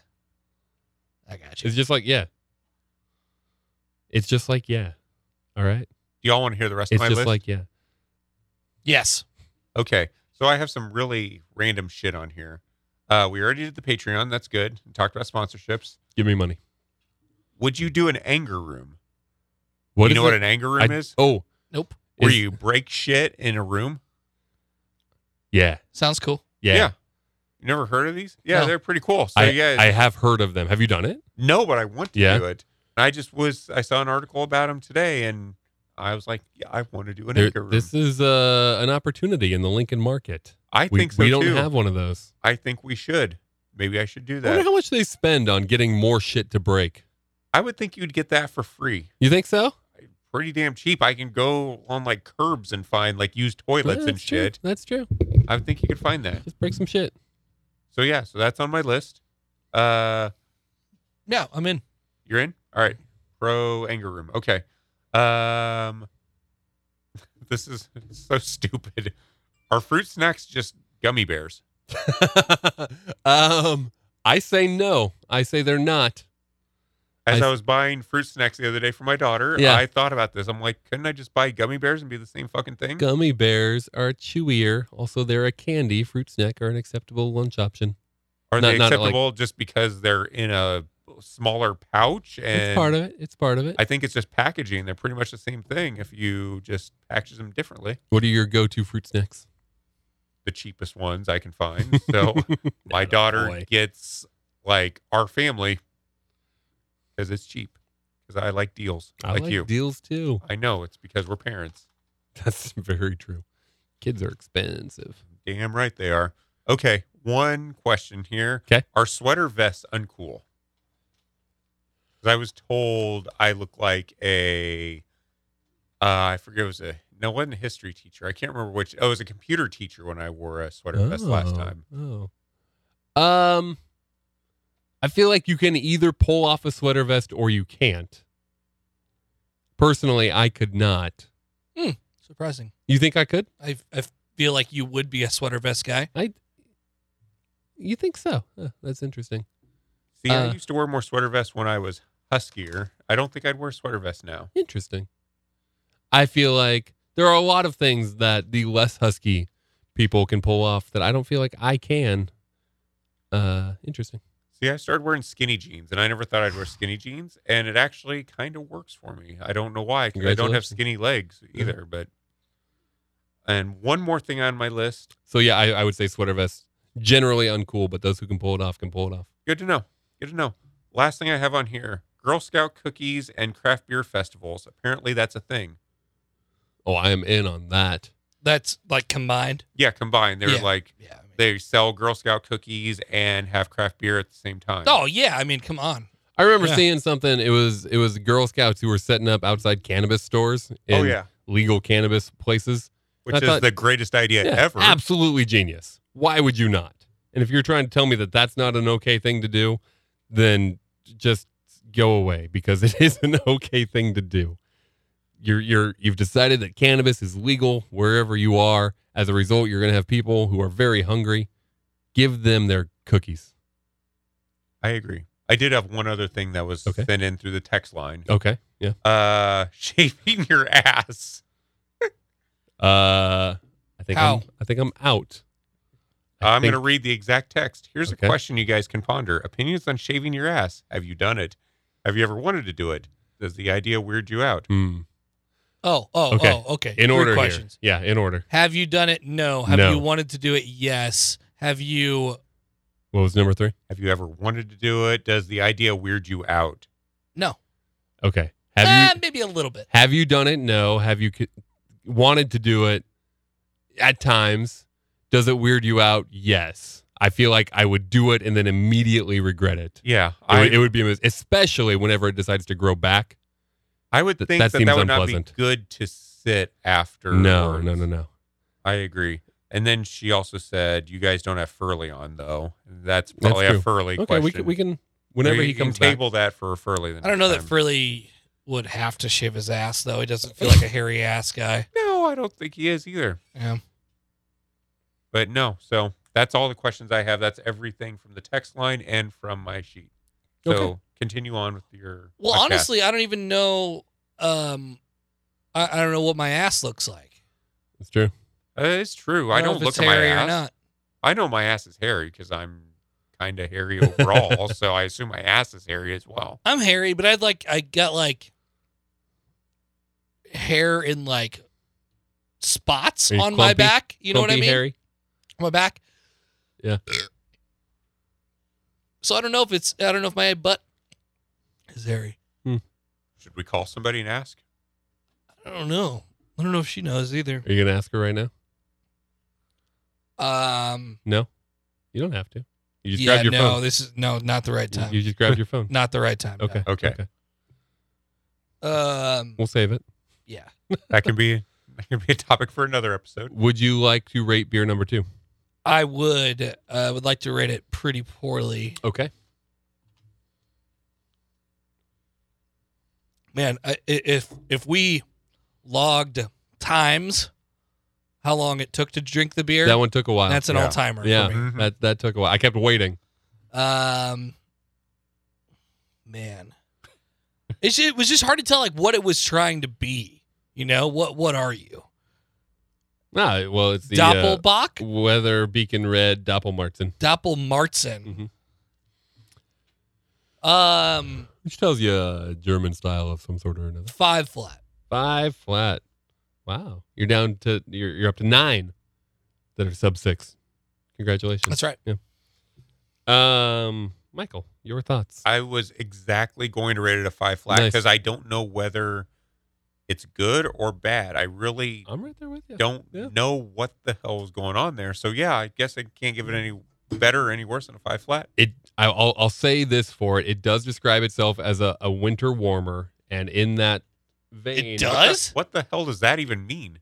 S2: I got you.
S3: It's just like yeah. It's just like yeah. All right.
S1: Do y'all want to hear the rest
S3: It's
S1: of my
S3: just
S1: list?
S3: like yeah.
S2: yes.
S1: Okay. So I have some really random shit on here. Uh, we already did the Patreon. That's good. We talked about sponsorships.
S3: Give me money.
S1: Would you do an anger room?
S3: What
S1: you
S3: is
S1: know what
S3: it?
S1: an anger room
S3: I-
S1: is?
S3: Oh
S2: Nope.
S1: Where
S3: is-
S1: you break shit in a room?
S3: yeah
S2: Sounds cool.
S3: yeah.
S1: You never heard of these? Yeah,
S2: No.
S1: they're pretty cool. So
S3: I,
S1: yeah,
S3: I have heard of them. Have you done it?
S1: no, but I want to
S3: Yeah.
S1: do it. And I just was. I saw an article about them today, and I was like, yeah, I want to do an
S3: There-
S1: anger room.
S3: this is uh, an opportunity in the Lincoln market.
S1: I
S3: we,
S1: think so
S3: we don't
S1: too.
S3: have one of those.
S1: I think we should. Maybe I should do
S3: I
S1: that.
S3: wonder how much they spend on getting more shit to break.
S1: I would think you'd get that for free.
S3: You think so?
S1: Pretty damn cheap. I can go on like curbs and find like used toilets
S3: Yeah,
S1: and
S3: that's true.
S1: shit.
S3: That's true.
S1: I would think you could find that.
S3: Just break some shit.
S1: So yeah, so that's on my list. Uh
S2: Yeah, I'm in.
S1: you're in? All right. Pro anger room. Okay. Um this is so stupid. Are fruit snacks just gummy bears?
S3: um, I say no. I say they're not.
S1: As
S3: I-
S1: I, was buying fruit snacks the other day for my daughter,
S3: Yeah.
S1: I thought about this. I'm like, couldn't I just buy gummy bears and be the same fucking thing?
S3: Gummy bears are chewier. Also, they're a candy. Fruit snack are an acceptable lunch option.
S1: Are
S3: Not-
S1: they
S3: not like-
S1: acceptable just because they're in a smaller pouch? And
S3: it's part of it. It's part of it.
S1: I think it's just packaging. They're pretty much the same thing if you just package them differently.
S3: what are your go-to fruit snacks?
S1: The cheapest ones I can find. So my
S3: Atta
S1: daughter
S3: Oh, boy.
S1: gets like our family because it's cheap. Because I like deals,
S3: I
S1: like, you.
S3: deals too.
S1: I know it's because we're parents.
S3: That's very true. Kids are expensive.
S1: Damn right they are. Okay, one question here.
S3: 'Kay.
S1: Are sweater vests uncool? 'Cause I was told I look like a, uh, I forget it was a, no, it wasn't a history teacher. I can't remember which. Oh, it was a computer teacher when I wore a sweater vest last time.
S3: Oh. Um, I feel like you can either pull off a sweater vest or you can't. Personally, I could not.
S2: Surprising.
S3: You think I could?
S2: I I feel like you would be a sweater vest guy.
S3: I. You think so? Huh, that's interesting.
S1: See, I
S3: Uh.
S1: used to wear more sweater vests when I was huskier. I don't think I'd wear a sweater vest now.
S3: Interesting. I feel like there are a lot of things that the less husky people can pull off that I don't feel like I can. Uh, interesting.
S1: See, I started wearing skinny jeans, and I never thought I'd wear skinny jeans, and it actually kind of works for me. I don't know why, 'cause I don't have
S3: Congratulations.
S1: skinny legs either. But and one more thing on my list.
S3: So yeah, I, I would say sweater vests generally uncool, but those who can pull it off can pull it off.
S1: Good to know. Good to know. Last thing I have on here: Girl Scout cookies and craft beer festivals. Apparently, that's a thing.
S3: Oh, I am in on that.
S2: That's like combined.
S1: Yeah, combined, they're
S2: Yeah.
S1: like they sell Girl Scout cookies and have craft beer at the same time.
S2: Oh yeah, I mean, come on.
S3: I remember
S2: Yeah.
S3: seeing something. It was it was Girl Scouts who were setting up outside cannabis stores.
S1: Oh,
S3: and
S1: yeah.
S3: legal cannabis places,
S1: Which
S3: And I
S1: is
S3: thought-
S1: the greatest idea
S3: Yeah,
S1: ever.
S3: Absolutely genius. Why would you not? And if you're trying to tell me that that's not an okay thing to do, then just go away because it is an okay thing to do. You're you're you've decided that cannabis is legal wherever you are. As a result, you're going to have people who are very hungry. Give them their cookies.
S1: I agree. I did have one other thing that was
S3: Okay.
S1: sent in through the text line.
S3: Okay. Yeah.
S1: Uh, shaving your ass.
S3: Uh I think I'm,
S1: How?
S3: I think I'm out. I
S1: I'm going to
S3: think-
S1: read the exact text. Here's
S3: Okay.
S1: a question you guys can ponder: Opinions on shaving your ass. Have you done it? Have you ever wanted to do it? Does the idea weird you out?
S3: Hmm.
S2: Oh, oh,
S3: okay.
S2: oh, okay.
S3: In
S2: Three
S3: order here.
S2: questions.
S3: Yeah, in order.
S2: Have you done it? No. Have
S3: No.
S2: you wanted to do it? Yes. Have you?
S3: What was number 3?
S1: Have you ever wanted to do it? Does the idea weird you out?
S2: No.
S3: Okay. Have
S2: Eh,
S3: you
S2: maybe a little bit.
S3: Have you done it? No. Have you c- wanted to do it at times? Does it weird you out? Yes. I feel like I would do it and then immediately regret it.
S1: Yeah,
S3: It, would-
S1: I-
S3: it would be, a mis- especially whenever it decides to grow back.
S1: I would
S3: Th-
S1: think
S3: that
S1: that that,
S3: seems
S1: would
S3: unpleasant.
S1: not be good to sit after.
S3: No, no, no, no.
S1: I agree. And then she also said, "You guys don't have Furley on though. That's probably
S3: true.
S1: a Furley
S3: Okay,
S1: question.
S3: we can- we can- whenever
S1: You
S3: he
S1: can
S3: comes back.
S1: table that for Furley. The
S2: I don't know that
S1: next time.
S2: Frilly would have to shave his ass though. He doesn't feel like a hairy ass guy.
S1: No, I don't think he is either.
S2: Yeah.
S1: But no, so that's all the questions I have. That's everything from the text line and from my sheet. So
S3: Okay.
S1: continue on with your.
S2: Well,
S1: podcast.
S2: honestly, I don't even know. Um, I, I don't know what my ass looks like.
S3: It's true.
S1: Uh, it's true. I
S2: I don't know
S1: don't
S2: if it's
S1: look at my
S2: hairy or
S1: ass.
S2: not.
S1: I know my ass is hairy because I'm kind of hairy overall. so I assume my ass is hairy as well.
S2: I'm hairy, but I'd like I got like hair in like spots
S3: Are you
S2: on my
S3: clumpy?
S2: back. You know what I
S3: Clumpy,
S2: mean?
S3: hairy?
S2: On my back.
S3: Yeah.
S2: So I don't know if it's I don't know if my butt is hairy.
S1: Should we call somebody and ask?
S2: I don't know. I don't know if she knows either.
S3: Are you going to ask her right now?
S2: Um.
S3: No. You don't have to. You just
S2: yeah.
S3: grabbed your
S2: no.
S3: phone.
S2: This is no. Not the right
S3: You-
S2: time.
S3: You just grabbed your phone.
S2: not the right time.
S3: Okay.
S1: Okay.
S2: no. Um.
S3: We'll save it.
S2: Yeah.
S1: That can be that can be a topic for another episode.
S3: Would you like to rate beer number two?
S2: I would. I would like to rate it pretty poorly.
S3: Okay.
S2: Man, I, i- if if we logged times, how long it took to drink the beer?
S3: That one took a while.
S2: That's an
S3: yeah.
S2: all-timer. for
S3: Yeah.
S2: me. Mm-hmm.
S1: me.
S3: That, that took a while. I kept waiting.
S2: Um, man, it's ju- it was just hard to tell like what it was trying to be. You know what? What are you?
S3: No, Ah, well, it's the
S2: Doppelbock?
S3: uh, Weather Beacon Red Doppelmartin,
S2: Doppelmartzen.
S3: Mm-hmm.
S2: Um,
S3: which tells you a German style of some sort or another.
S2: five flat.
S3: Five flat. Wow, you're down to you're you're up to nine that are sub six. Congratulations.
S2: That's right.
S3: Yeah. Um, Michael, your thoughts?
S1: I was exactly going to rate it a five flat
S3: Nice.
S1: because I don't know whether it's good or bad. I really
S3: I'm right there with you.
S1: don't
S3: Oh, Yeah.
S1: know what the hell is going on there. So yeah, I guess I can't give it any better or any worse than a five flat.
S3: it I- I'll, I'll say this for it it does describe itself as a, a winter warmer and in that vein
S2: It does.
S1: What the hell does that even mean?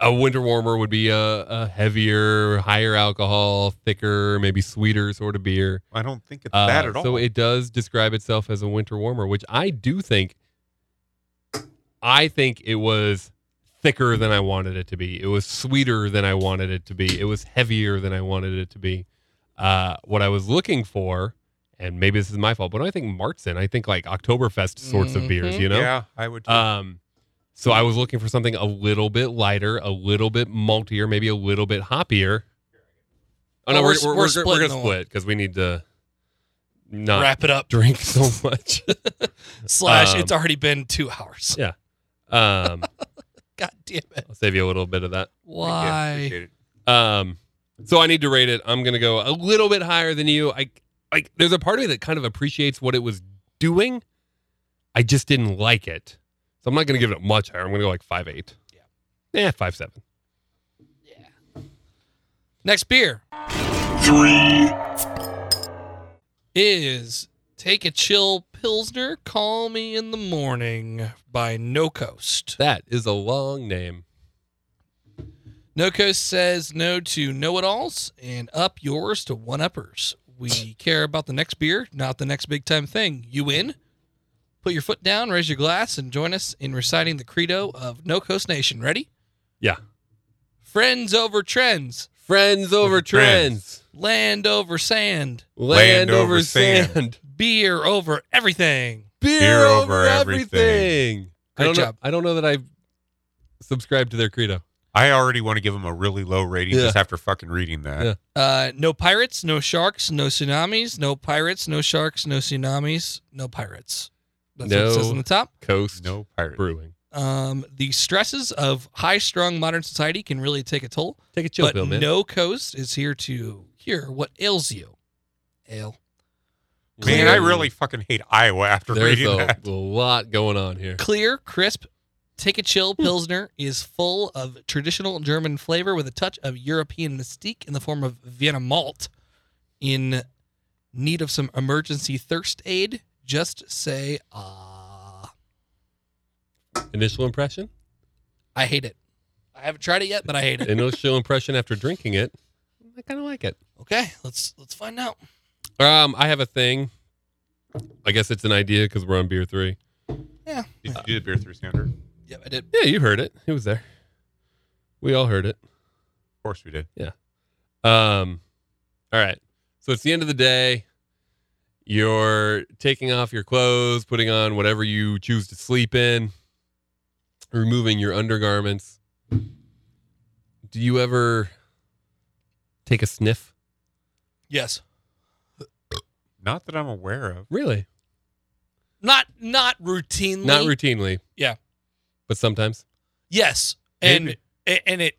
S3: a winter warmer would be a, a heavier higher alcohol thicker maybe sweeter sort of beer
S1: I don't think it's
S3: Uh,
S1: that at all.
S3: so it does describe itself as a winter warmer which i do think i think it was thicker than i wanted it to be it was sweeter than i wanted it to be it was heavier than i wanted it to be uh, what i was looking for and maybe this is my fault, but when I think Martzen, I think like Oktoberfest sorts of beers,
S1: Mhm.
S3: you know?
S1: Yeah, I would too.
S3: Um, so I was looking for something a little bit lighter, a little bit maltier, maybe a little bit hoppier. Oh, no,
S2: Oh,
S3: we're,
S2: we're-
S3: we're, we're,
S2: we're
S3: we're gonna
S2: splitting the
S3: split because we need to not
S2: Wrap it up.
S3: Drink so much.
S2: Slash,
S3: Um,
S2: it's already been two hours.
S3: yeah. Um,
S2: God damn it.
S3: I'll save you a little bit of that.
S2: Why?
S1: appreciate
S3: Um, so I need to rate it. I'm gonna go a little bit higher than you. I like. There's a part of me that kind of appreciates what it was doing. I just didn't like it, so I'm not gonna give it much higher. I'm gonna go like five eight. Yeah. Yeah, five seven.
S2: Next beer.
S12: Three.
S2: is Take a Chill Pilsner, Call Me in the Morning by No Coast.
S3: That is a long name.
S2: No Coast says no to know it alls and up yours to one uppers. We care about the next beer, not the next big time thing. You win. Put your foot down, raise your glass, and join us in reciting the credo of No Coast Nation. Ready?
S3: Yeah.
S2: Friends over trends,
S3: Friends over trends.
S2: land over sand,
S3: Land, over sand.
S2: beer over everything.
S3: Beer,
S1: Beer
S3: over,
S1: over
S3: everything. I
S2: Great
S3: don't know-
S2: job.
S3: I don't know that I've subscribed to their credo.
S1: I already want to give him a really low rating
S3: Yeah.
S1: just after fucking reading that.
S3: Yeah.
S2: Uh, no pirates, no sharks, no tsunamis, no pirates, no sharks, no tsunamis, no pirates. That's what it says
S3: No.
S2: on the top.
S3: Coast
S1: No pirate.
S3: Brewing.
S2: Um, the stresses of high-strung modern society can really take a toll.
S3: Take a chill
S2: but
S3: pill, man.
S2: No coast is here to cure what ails you. Ale.
S1: Man, I really fucking hate Iowa after
S3: There's
S1: reading
S3: a,
S1: that.
S3: a lot going on here.
S2: Clear, crisp, take a chill pilsner is full of traditional German flavor with a touch of European mystique in the form of Vienna malt. In need of some emergency thirst aid, just say ah.
S3: Initial impression.
S2: I hate it. I haven't tried it yet, but I hate it.
S3: Initial impression after drinking it. I kind of like it.
S2: Okay, let's let's find out.
S3: Um, I have a thing. I guess it's an idea because we're on beer three.
S2: Yeah.
S1: Did you do the beer through standard? Of
S2: Yep, I did.
S3: Yeah, you heard it. It was there. We all heard it.
S1: course we did.
S3: Um, all right. So it's the end of the day. You're taking off your clothes, putting on whatever you choose to sleep in, removing your undergarments. Do you ever take a sniff?
S2: Yes.
S1: Not that I'm aware of.
S3: Really?
S2: Not not routinely.
S3: Not routinely,
S2: Yeah.
S3: but sometimes.
S2: Yes. And a- and it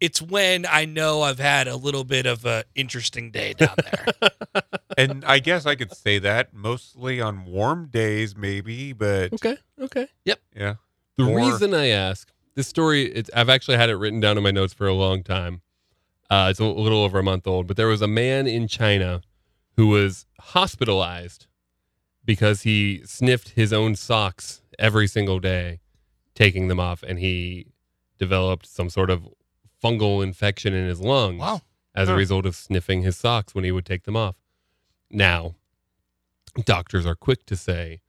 S2: it's when I know I've had a little bit of a interesting day down there.
S1: And I guess I could say that mostly on warm days, maybe, but
S3: Okay. Okay.
S1: yeah.
S3: The
S1: Or-
S3: reason I ask this story, it's, I've actually had it written down in my notes for a long time. Uh, it's a little over a month old, but there was a man in China who was hospitalized because he sniffed his own socks every single day, taking them off, and he developed some sort of fungal infection in his lungs
S2: wow.
S3: as a
S1: Huh.
S3: result of sniffing his socks when he would take them off. Now, doctors are quick to say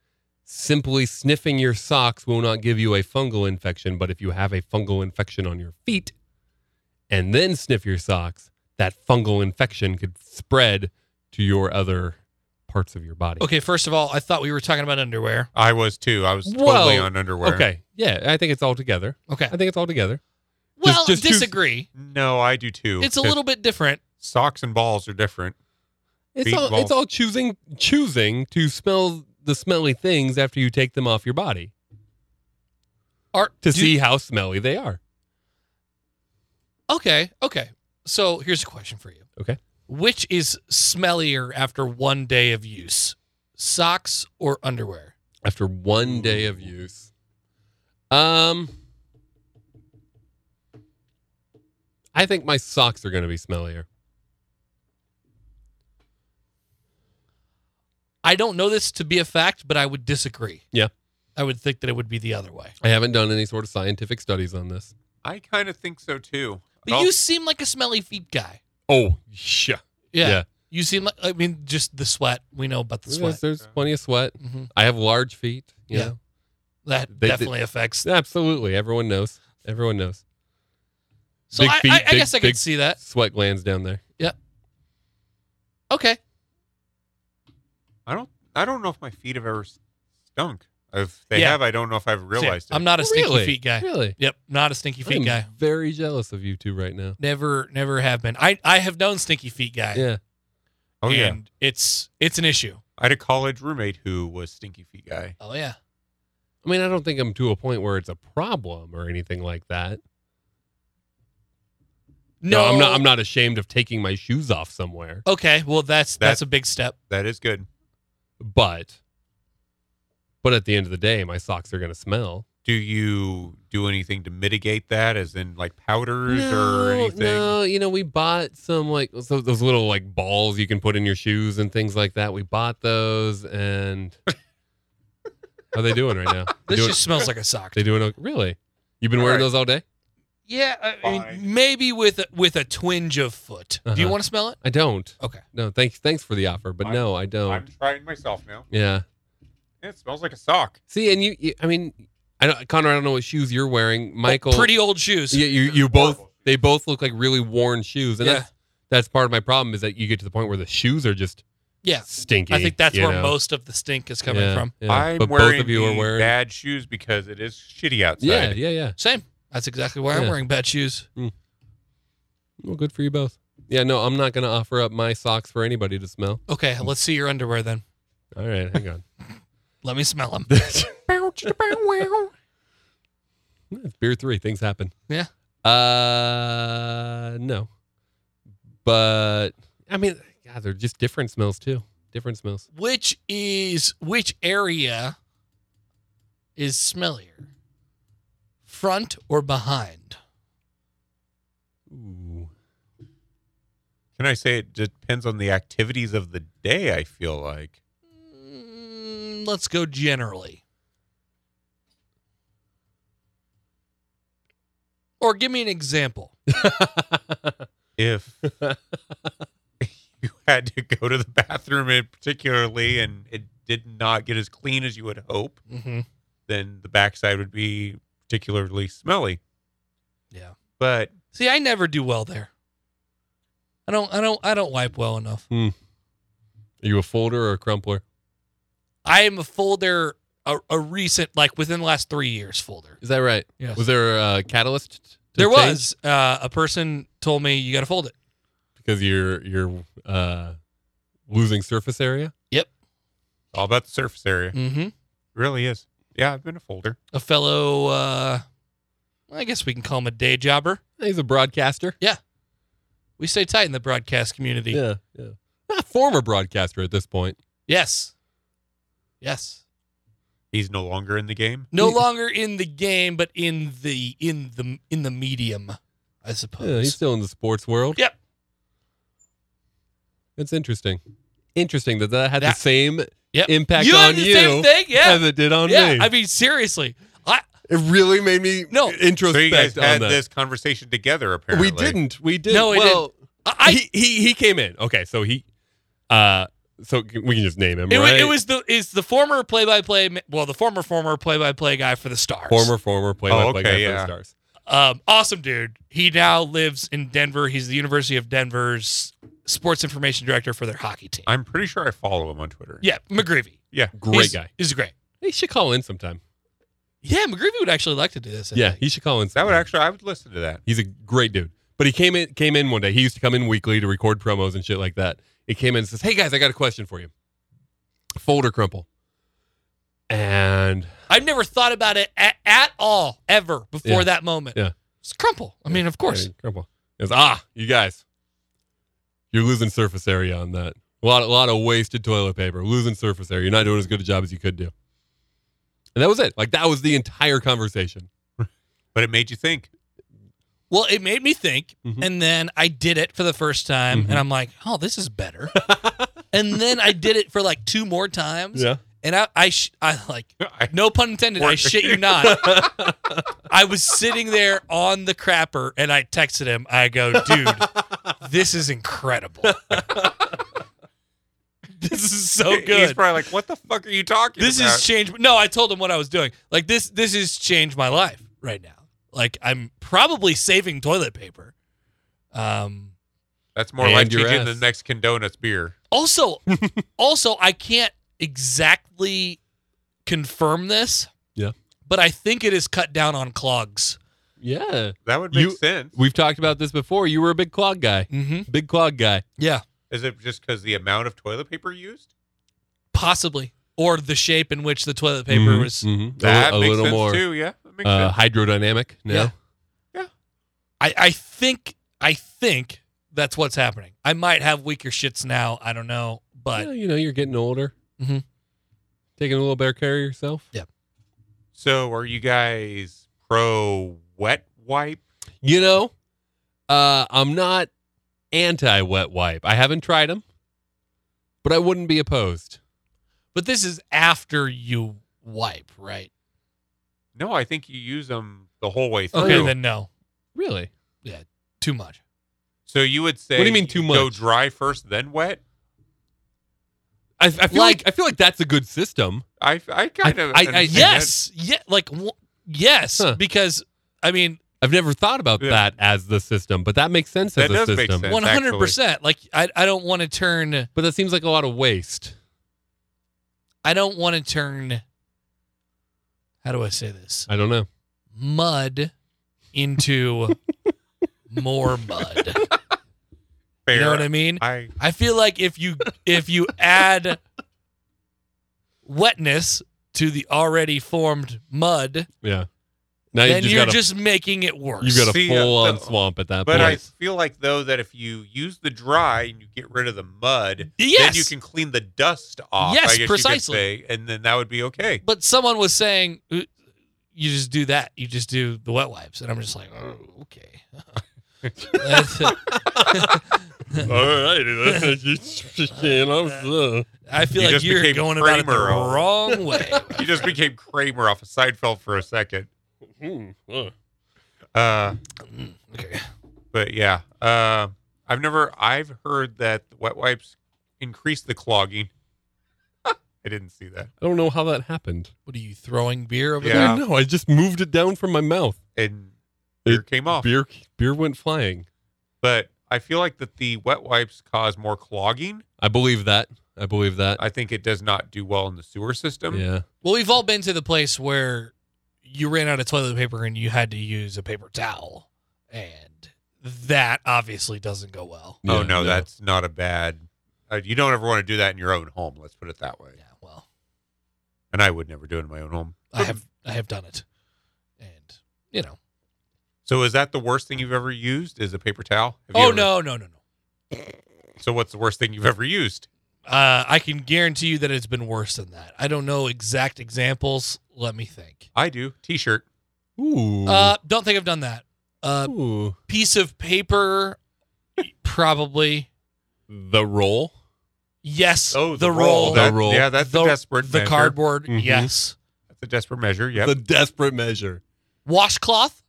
S3: simply sniffing your socks will not give you a fungal infection, but if you have a fungal infection on your feet and then sniff your socks, that fungal infection could spread to your other parts of your body.
S2: Okay, first of all, I thought we were talking about underwear.
S1: I was too. I was totally
S3: Whoa.
S1: on underwear.
S3: Okay. Yeah, I think it's all together.
S2: Okay.
S3: I think it's all together.
S2: Uh, Well,
S3: just choose-
S2: disagree.
S1: No, I do too.
S2: It's a
S1: 'cause
S2: little bit different.
S1: socks and balls are different.
S3: It's
S1: Feet
S3: all
S1: balls.
S3: it's all choosing choosing to smell the smelly things after you take them off your body.
S2: Are,
S3: to
S2: do-
S3: see how smelly they are.
S2: Okay, okay. So here's a question for you.
S3: Okay.
S2: Which is smellier after one day of use? Socks or underwear?
S3: After one
S2: Hmm.
S3: day of use, um, I think my socks are going to be smellier.
S2: I don't know this to be a fact, but I would disagree.
S3: Yeah.
S2: I would think that it would be the other way.
S3: I haven't done any sort of scientific studies on this.
S1: I kind of think so too.
S2: But
S1: I'll-
S2: you seem like a smelly feet guy.
S3: Oh, yeah.
S2: Yeah.
S3: Yeah.
S2: You seem like, I mean, just the sweat. We know about the
S3: There's,
S2: sweat.
S3: there's plenty of sweat.
S2: Mhm.
S3: I have large feet. You
S2: Yeah.
S3: know?
S2: That
S3: They- they-
S2: definitely affects.
S3: Absolutely. Everyone knows. Everyone knows.
S2: So
S3: big
S2: I,
S3: feet,
S2: I, I
S3: big-
S2: guess I could
S3: big-
S2: see that.
S3: Sweat glands down there.
S2: Okay.
S1: I don't. I don't know if my feet have ever stunk. If they
S2: Yeah.
S1: have, I don't know if I've realized it.
S2: I'm not a stinky
S3: Really?
S2: feet guy.
S3: Really?
S2: Yep, not a stinky feet
S3: I'm
S2: guy.
S3: Very jealous of you two right now.
S2: Never, never have been. I, I have known stinky feet guy.
S3: Yeah.
S1: Oh yeah.
S2: and it's it's an issue.
S1: I had a college roommate who was stinky feet guy.
S2: Oh yeah.
S3: I mean, I don't think I'm to a point where it's a problem or anything like that.
S2: No,
S3: I'm not. I'm not ashamed of taking my shoes off somewhere.
S2: Okay, well that's
S1: That-
S2: that's a big step.
S1: That is good.
S3: But, but at the end of the day, my socks are gonna smell.
S1: Do you do anything to mitigate that, as in like powders or anything?
S3: no, you know, we bought some like so those little like balls you can put in your shoes and things like that. We bought those, and how are they doing right now? They
S2: This
S3: doing,
S2: just smells like a sock.
S3: they doing o- really? You've been
S1: All
S3: wearing
S1: right.
S3: those all day?
S2: Yeah, I mean,
S1: Fine.
S2: maybe with a- with a twinge of foot. Do you
S3: Uh-huh.
S2: want to smell it?
S3: I don't.
S2: Okay.
S3: No, thanks. Thanks for the offer, but
S1: I'm-
S3: no, I don't.
S1: I'm trying myself now.
S3: yeah.
S1: It smells like a sock.
S3: See, and you, you I mean, I don't, Connor, I don't know what shoes you're wearing. Michael,
S2: Oh, pretty old shoes.
S3: Yeah, you, you
S1: Horrible
S3: both, they both look like really worn shoes, and
S2: Yeah.
S3: that's that's part of my problem is that you get to the point where the shoes are just
S2: Yeah.
S3: stinky.
S2: I think that's
S3: you
S2: where
S3: know?
S2: most of the stink is coming
S3: Yeah,
S2: from.
S3: yeah.
S1: I'm
S3: but
S1: wearing
S3: both of you are
S1: the
S3: wearing.
S1: bad shoes because it is shitty outside.
S3: yeah, yeah, yeah.
S2: Same. That's exactly why I'm
S3: Yeah.
S2: wearing bad shoes.
S3: Well, good for you both. Yeah, no, I'm not gonna offer up my socks for anybody to smell.
S2: Okay, let's see your underwear then.
S3: All right, hang on.
S2: Let me smell them.
S3: It's beer three. Things happen.
S2: Yeah.
S3: Uh, no. But I mean, God, they're just different smells too. Different smells.
S2: which is which area is smellier? Front or behind?
S3: Ooh.
S1: Can I say it depends on the activities of the day? I feel like.
S2: Mm, let's go generally. Or give me an example.
S1: if you had to go to the bathroom in particularly and it did not get as clean as you would hope,
S2: Mm-hmm.
S1: then the backside would be particularly smelly.
S2: Yeah.
S1: But
S2: See, I never do well there. I don't. I don't. I don't wipe well enough.
S3: Are you a folder or a crumpler?
S2: I am a folder, a, a recent, like within the last three years, folder.
S3: Is that right?
S2: Yes.
S3: Was there a uh, catalyst? to
S2: There
S3: change?
S2: was uh, a person told me you got to fold it.
S3: because you're you're uh, losing surface area.
S1: it's all about the surface area.
S2: Mm-hmm.
S1: It really is. Yeah, I've been a folder.
S2: A fellow, uh, I guess we can call him a day jobber.
S3: He's a broadcaster.
S2: We stay tight in the broadcast community.
S3: Yeah, yeah. Ah, former broadcaster at this point.
S2: Yes. Yes.
S1: He's no longer in the game.
S2: No
S3: He-
S2: longer in the game, but in the in the in the medium, I
S3: Yeah, he's
S2: suppose.
S3: still in the sports world.
S2: Yep.
S3: It's interesting. Interesting that that had
S2: That-
S3: the same
S2: Yep.
S3: impact
S2: you
S3: on
S2: did the
S3: you
S2: same thing, yeah.
S3: as it did on
S2: yeah.
S3: me.
S2: I mean, seriously. I
S3: it really made me
S2: No.
S1: So you guys
S3: introspect on
S1: had
S3: that.
S1: this conversation together, apparently.
S3: we didn't. We didn't.
S2: No, it
S3: well,
S2: I, I
S3: he, he he came in. Okay, so he, uh, so c- we can just name him.
S2: it, wa-
S3: right?
S2: it was the is the former play by play well the former former play by play guy for the Stars.
S3: former former play by play
S1: okay,
S3: guy for the
S1: yeah.
S3: Stars.
S2: um, awesome dude. He now lives in Denver. He's the University of Denver's sports information director for their hockey team.
S1: I'm pretty sure I follow him on Twitter.
S2: yeah, McGreevy.
S1: Yeah.
S3: Great
S2: He's-
S3: guy.
S2: He's great.
S3: He should call in sometime.
S2: Yeah, McGreevy would actually like to do this. I
S3: Yeah,
S2: think.
S3: he should call in.
S1: That
S3: Sometime.
S1: would actually, I would listen to that.
S3: He's a great dude. But he came in came in one day. He used to come in weekly to record promos and shit like that. He came in and says, "Hey guys, I got a question for you. Folder crumple." And
S2: I've never thought about it at, at all ever before
S3: Yeah.
S2: that moment.
S3: Yeah.
S2: It's crumple. I mean, of course.
S3: Hey, crumple. He goes, "Ah, you guys, you're losing surface area on that. A lot, a lot of wasted toilet paper. Losing surface area. You're not doing as good a job as you could do." And that was it. Like that was the entire conversation.
S1: But it made you think.
S2: Well, it made me think,
S3: Mhm.
S2: and then I did it for the first time,
S3: Mhm.
S2: and I'm like, oh, this is better. and then I did it for like two more times, and I, I, sh- I like,
S1: I-
S2: no pun intended. I shit you not. I was sitting there on the crapper, and I texted him. I go, dude, this is incredible. this is
S3: Oh,
S2: so good.
S1: He's probably like, what the fuck are you talking
S2: this
S1: about?
S2: has changed no i told him what i was doing like this this has changed my life right now like i'm probably saving toilet paper um
S1: That's more
S3: And
S1: like
S3: your
S1: changing
S3: ass.
S1: the next condonus beer.
S2: Also, also, I can't exactly confirm this.
S3: Yeah.
S2: But I think it is cut down on clogs.
S3: Yeah.
S1: That would make
S3: You-
S1: sense.
S3: We've talked about this before. You were a big clog guy.
S2: Mm-hmm.
S3: Big clog guy.
S2: Yeah,
S1: Is it just because the amount of toilet paper used?
S2: possibly. Or the shape in which the toilet paper
S3: Mhm,
S2: was.
S3: mhm.
S1: That
S3: a, li- a
S1: makes
S3: little
S1: sense
S3: more
S1: too. Yeah, that makes
S3: uh,
S1: sense.
S3: hydrodynamic. No.
S2: Yeah.
S1: Yeah.
S2: I, I think I think that's what's happening. I might have weaker shits now. I don't know, but
S3: Yeah, you know, you're getting older.
S2: Mhm.
S3: Taking a little better care of yourself.
S1: So, are you guys pro wet wipe?
S3: You know, uh, I'm not anti wet wipe. I haven't tried them, but I wouldn't be opposed.
S2: but this is after you wipe, right?
S1: No, I think you use them the whole way through.
S2: Okay, then no,
S3: Really?
S2: too much.
S1: So you would say
S3: What do you mean too
S1: Go
S3: much?
S1: dry first, then wet.
S3: I, I feel like, I feel like that's a good system.
S1: I I kind of
S3: I-
S1: understand
S3: I-
S1: that.
S2: Yes, yeah, like w- yes,
S3: Huh.
S2: because I mean,
S3: I've never thought about
S1: Yeah.
S3: that as the system, but that makes sense
S1: That
S3: as a
S1: does make
S3: system.
S1: sense.
S2: one
S1: That's
S2: hundred percent. Like I, I don't want to turn.
S3: But that seems like a lot of waste.
S2: I don't want to turn. How do I say this?
S3: I don't know.
S2: Mud into more mud.
S1: Fair.
S2: You know what I mean?
S1: I
S2: I feel like if you if you add wetness to the already formed mud,
S3: Yeah. Now
S2: then
S3: you just
S2: you're
S3: got a,
S2: just making it worse.
S3: you've got a
S1: See, uh,
S3: full on
S1: uh,
S3: swamp at that
S1: But I
S3: point.
S1: feel like though that if you use the dry and you get rid of the mud, then
S2: Yes.
S1: you can clean the dust off.
S2: Yes,
S1: I guess you could
S2: precisely.
S1: say, and then that would be okay.
S2: but someone was saying uh, you just do that. You just do the wet wipes, and I'm just like, oh, okay.
S1: Uh,
S2: I feel
S1: You
S2: like
S1: just
S2: you're
S1: became
S2: going about it the
S1: Kramer all-
S2: wrong way.
S1: You just became Kramer off of Seinfeld for a second. Hmm, Uh,
S2: okay.
S1: but yeah, uh, I've never. I've heard that the wet wipes increase the clogging. I didn't see that.
S3: I don't know how that happened.
S2: What are you throwing beer over
S1: Yeah.
S3: I don't know. I just moved it down from my mouth.
S1: And beer
S3: It-
S1: came off.
S3: Beer beer went flying.
S1: But I feel like that the wet wipes cause more clogging.
S3: I believe that. I believe that.
S1: I think it does not do well in the sewer system.
S3: yeah.
S2: Well, we've all been to the place where you ran out of toilet paper and you had to use a paper towel, and that obviously doesn't go well.
S1: Oh
S3: Yeah,
S1: no, that's not a bad. Uh, you don't ever want to do that in your own home. Let's put it that way.
S2: Yeah, well,
S1: And I would never do it in my own home.
S2: I have I have done it, and you know.
S1: So is that the worst thing you've ever used? Is a paper towel? Have you
S2: Oh
S1: ever-
S2: no no no no!
S1: So what's the worst thing you've ever used?
S2: Uh, I can guarantee you that it's been worse than that. I don't know exact examples. Let me think.
S1: I do t-shirt.
S3: Ooh.
S2: Uh, don't think I've done that. Uh,
S3: Ooh.
S2: piece of paper, probably.
S3: The roll.
S2: Yes.
S1: Oh,
S2: the,
S1: the
S2: roll.
S1: roll. That-
S3: the roll.
S1: yeah, that's a desperate
S2: The
S1: measure. Mm-hmm.
S2: cardboard.
S3: Mhm.
S2: Yes.
S1: That's a desperate measure. Yep.
S3: The desperate measure.
S2: Washcloth.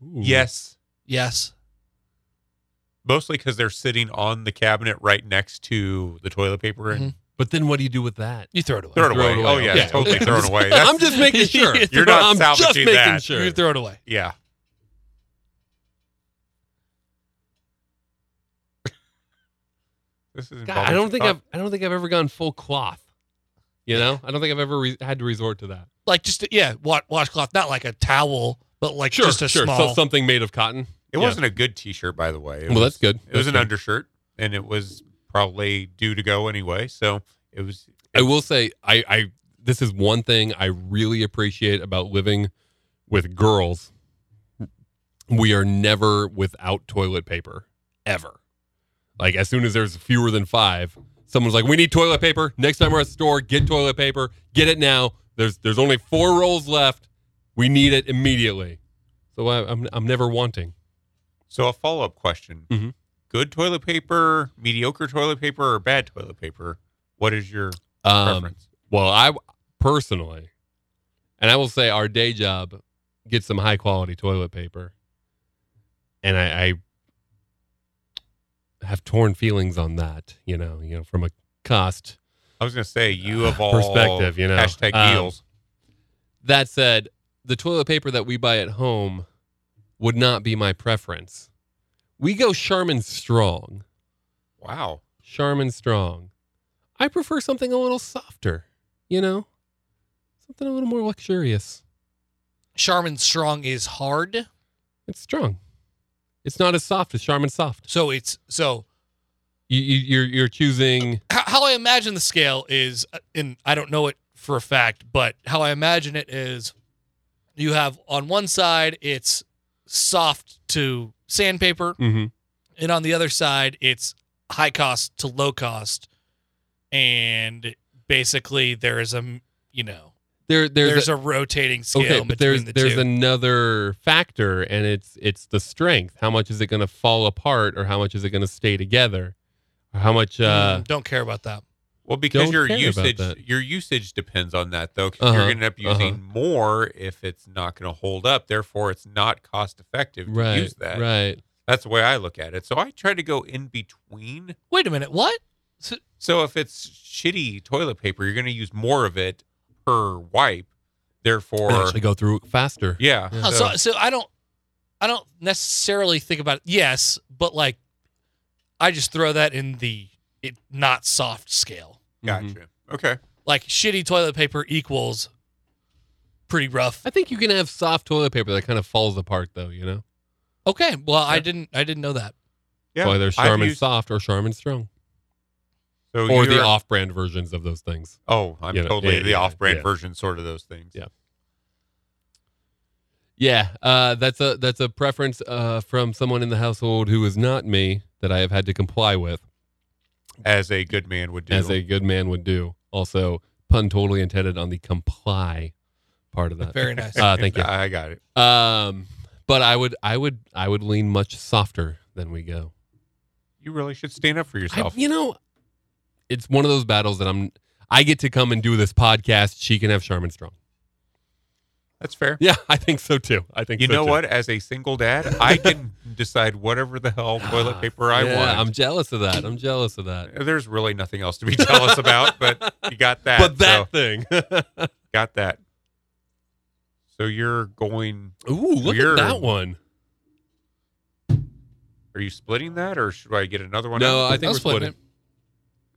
S3: Ooh.
S1: yes.
S2: Yes.
S1: Mostly because they're sitting on the cabinet right next to the toilet paper and
S2: Mhm.
S3: But then what do you do with that?
S2: You throw it away.
S1: throw, it away. Oh yeah,
S3: Okay.
S1: totally
S3: Okay.
S1: throw it away. That's,
S3: I'm just making sure.
S2: You're
S3: Throw-
S1: not
S3: I'm just
S1: salvaging
S3: making
S1: that.
S3: sure.
S2: You throw it away.
S1: yeah. This is
S3: God, I don't think I've I don't think I've ever gone full cloth. You know, I don't think I've ever re- had to resort to that.
S2: Like just yeah, wa- washcloth, not like a towel, but like just a
S3: sure. So-
S2: small.
S3: something made of cotton.
S1: It
S3: Yeah.
S1: wasn't a good T-shirt, by the way. It
S3: Well,
S1: was-
S3: that's good.
S1: It was
S3: That's
S1: an
S3: good.
S1: undershirt, and it was probably due to go anyway. So it was.
S3: I will say, I, I this is one thing I really appreciate about living with girls. We are never without toilet paper ever. Like as soon as there's fewer than five, someone's like, "We need toilet paper." Next time we're at the store, get toilet paper. Get it now. There's there's only four rolls left. We need it immediately. So I, I'm I'm never wanting.
S1: So a follow-up question:
S3: Mhm.
S1: Good toilet paper, mediocre toilet paper, or bad toilet paper? What is your
S3: Um,
S1: preference?
S3: well, I personally, and I will say our day job gets some high quality toilet paper, and I, I have torn feelings on that. You know, you know, from a cost
S1: I was going to say you of all
S3: perspective, you know,
S1: hashtag
S3: um,
S1: deals.
S3: That said, the toilet paper that we buy at home would not be my preference. We go Charmin Strong.
S1: Wow,
S3: Charmin Strong. I prefer something a little softer, you know, something a little more luxurious.
S2: Charmin Strong is hard.
S3: It's strong. It's not as soft as Charmin Soft.
S2: So it's so
S3: You, you, you're you're choosing.
S2: how, how I imagine the scale is, uh, and I don't know it for a fact, but how I imagine it is, you have on one side it's soft to sandpaper,
S3: Mhm.
S2: and on the other side it's high cost to low cost, and basically there is a m- you know
S3: There, there's,
S2: there's, a, rotating scale
S3: okay,
S2: between
S3: but there's
S2: the
S3: there's
S2: two.
S3: another factor, and it's it's the strength. How much is it going to fall apart, or how much is it going to stay together, or how much? Uh,
S2: Mm, don't care about that.
S1: Well, because
S3: Don't
S1: your
S3: care about
S1: usage
S3: that.
S1: your usage depends on that though. 'cause
S3: Uh-huh,
S1: you're going to end up using
S3: uh-huh.
S1: more if it's not going to hold up. Therefore, it's not cost effective to
S3: right,
S1: use that.
S3: right.
S1: That's the way I look at it. So I try to go in between.
S2: Wait a minute, what? So,
S1: So if it's shitty toilet paper, you're going to use more of it per wipe. Therefore,
S3: Or actually go through faster.
S1: yeah.
S2: huh, so so I don't I don't necessarily think about it. Yes, but like I just throw that in the it not soft scale.
S3: Mm-hmm.
S1: gotcha. Okay.
S2: Like shitty toilet paper equals pretty rough.
S3: I think you can have soft toilet paper that kind of falls apart, though. You know,
S2: Okay, well I didn't I didn't know that.
S1: Yeah.
S3: so either
S1: I've
S3: Charmin
S1: used-
S3: soft or Charmin strong,
S1: so
S3: or the
S1: you're-
S3: off-brand versions of those things.
S1: Oh, I'm
S3: you know,
S1: totally
S3: yeah,
S1: the
S3: yeah,
S1: off-brand
S3: yeah.
S1: version, sort of those things.
S3: Yeah. Yeah, uh, that's a that's a preference uh, from someone in the household who is not me that I have had to comply with,
S1: As a good man would do.
S3: as a good man would do. Also, pun totally intended on the comply part of that.
S2: Very nice.
S3: Uh, thank you.
S1: I got it.
S3: Um, but I would I would I would lean much softer than we go.
S1: You really should stand up for
S3: I,
S1: yourself.
S3: you know, it's one of those battles that I'm. I get to come and do this podcast. She can have Charmin Strong.
S1: That's fair.
S3: Yeah, I think so too. I think
S1: You
S3: so
S1: know
S3: too.
S1: what? As a single dad, I can decide whatever the hell toilet paper I
S3: Ah, Yeah, I'm
S1: want.
S3: jealous of that. I'm jealous of that.
S1: There's really nothing else to be jealous about, but you got that.
S3: but that
S1: so,
S3: thing.
S1: got that. So you're going.
S3: Ooh, look
S1: Weird.
S3: at that one.
S1: Are you splitting that, or should I get another one?
S3: No,
S1: out?
S3: I think
S2: I'll
S3: we're
S2: split
S3: splitting.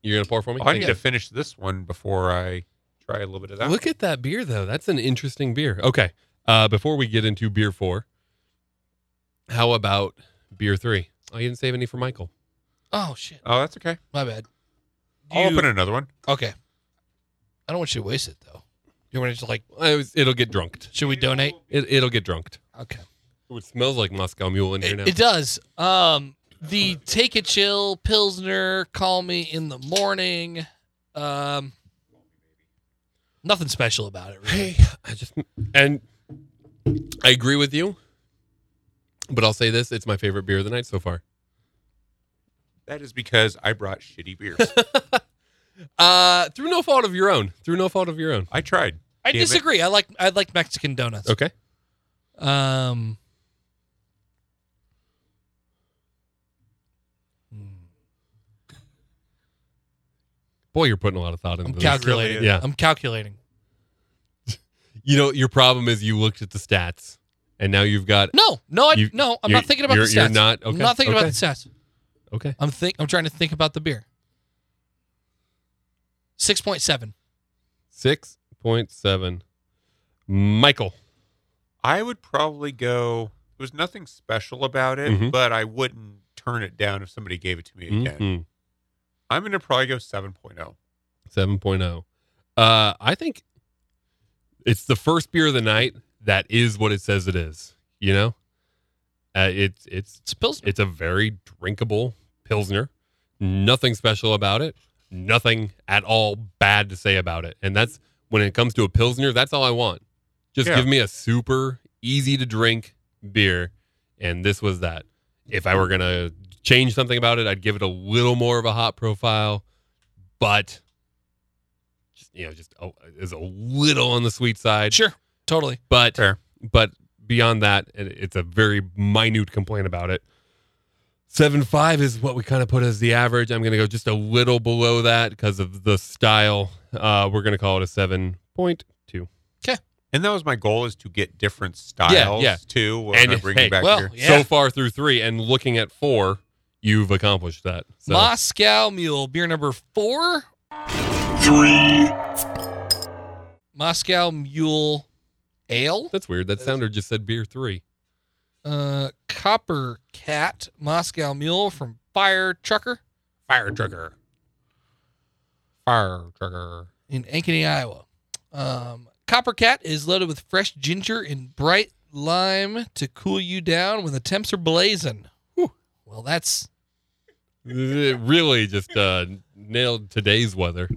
S3: You're gonna pour for me.
S1: Oh, I need
S3: Thank
S1: to finish this one before I try a little bit
S3: you.
S1: of that.
S3: Look at that beer though. That's an interesting beer. Okay. Uh, before we get into beer four, how about beer three? Oh, you didn't save any for Michael.
S2: Oh shit.
S1: Oh, that's okay.
S2: My bad.
S1: I'll
S2: You-
S1: open another one.
S2: Okay. I don't want you to waste it though. You want it to like
S3: I was, it'll get drunked.
S2: should we donate?
S3: It, it'll get drunked.
S2: Okay.
S3: Ooh, it smells like Moscow Mule in here
S2: It,
S3: now.
S2: it does. Um, the take a chill pilsner. Call me in the morning. Um, nothing special about it. Really.
S3: Hey, I just and I agree with you, but I'll say this: it's my favorite beer of the night so far.
S1: That is because I brought shitty beers.
S3: Uh, through no fault of your own. Through no fault of your own.
S1: I tried.
S2: I
S1: Damn it.
S2: disagree. I like I like Mexican donuts.
S3: Okay.
S2: Um.
S3: Boy, you're putting a lot of thought
S2: I'm
S3: into this.
S2: calculating.
S3: Yeah.
S2: I'm calculating.
S3: You know, your problem is you looked at the stats, and now you've got
S2: No, no, I,
S3: You-
S2: no. I'm
S3: you're-
S2: not thinking about the
S3: you're-
S2: stats.
S3: you're not-
S2: I'm
S3: okay,
S2: not thinking
S3: okay.
S2: about the stats.
S3: okay.
S2: I'm think. I'm trying to think about the beer. Six point seven.
S3: Six point seven. Michael.
S1: I would probably go. There was nothing special about it,
S3: Mhm.
S1: but I wouldn't turn it down if somebody gave it to me again.
S3: Mhm.
S1: I'm going to probably go oh. 7.0.
S3: 7.0. Uh, I think it's the first beer of the night that is what it says it is. You know, uh, it's it's
S2: It's a pilsner.
S3: it's a very drinkable pilsner. Nothing special about it. Nothing at all bad to say about it. And that's when it comes to a pilsner. That's all I want. Just
S1: Yeah.
S3: give me a super easy to drink beer. And this was that. If I were gonna change something about it, I'd give it a little more of a hot profile, but just you know, just a, is a little on the sweet side.
S2: Sure. Totally.
S3: But
S1: Fair.
S3: but beyond that, it, it's a very minute complaint about it. Seven five is what we kind of put as the average. I'm going to go just a little below that because of the style. Uh, we're going to call it a seven point two.
S1: And that was my goal is to get different styles
S3: yeah.
S1: too. When
S3: And
S1: I bring you
S3: hey,
S1: back
S2: well,
S1: here.
S2: Yeah.
S3: So far through three, and looking at four, you've accomplished that. So
S2: Moscow Mule, beer number four
S12: Three.
S2: Moscow Mule Ale.
S3: That's weird. That sounder just said beer three.
S2: Uh, Copper Cat Moscow Mule from Fire Trucker. Fire Trucker.
S3: Fire trucker.
S2: in Ankeny, Iowa. Um, Copper Cat is loaded with fresh ginger and bright lime to cool you down when the temps are blazing. Whew. Well, that's
S3: It really just uh, nailed today's weather.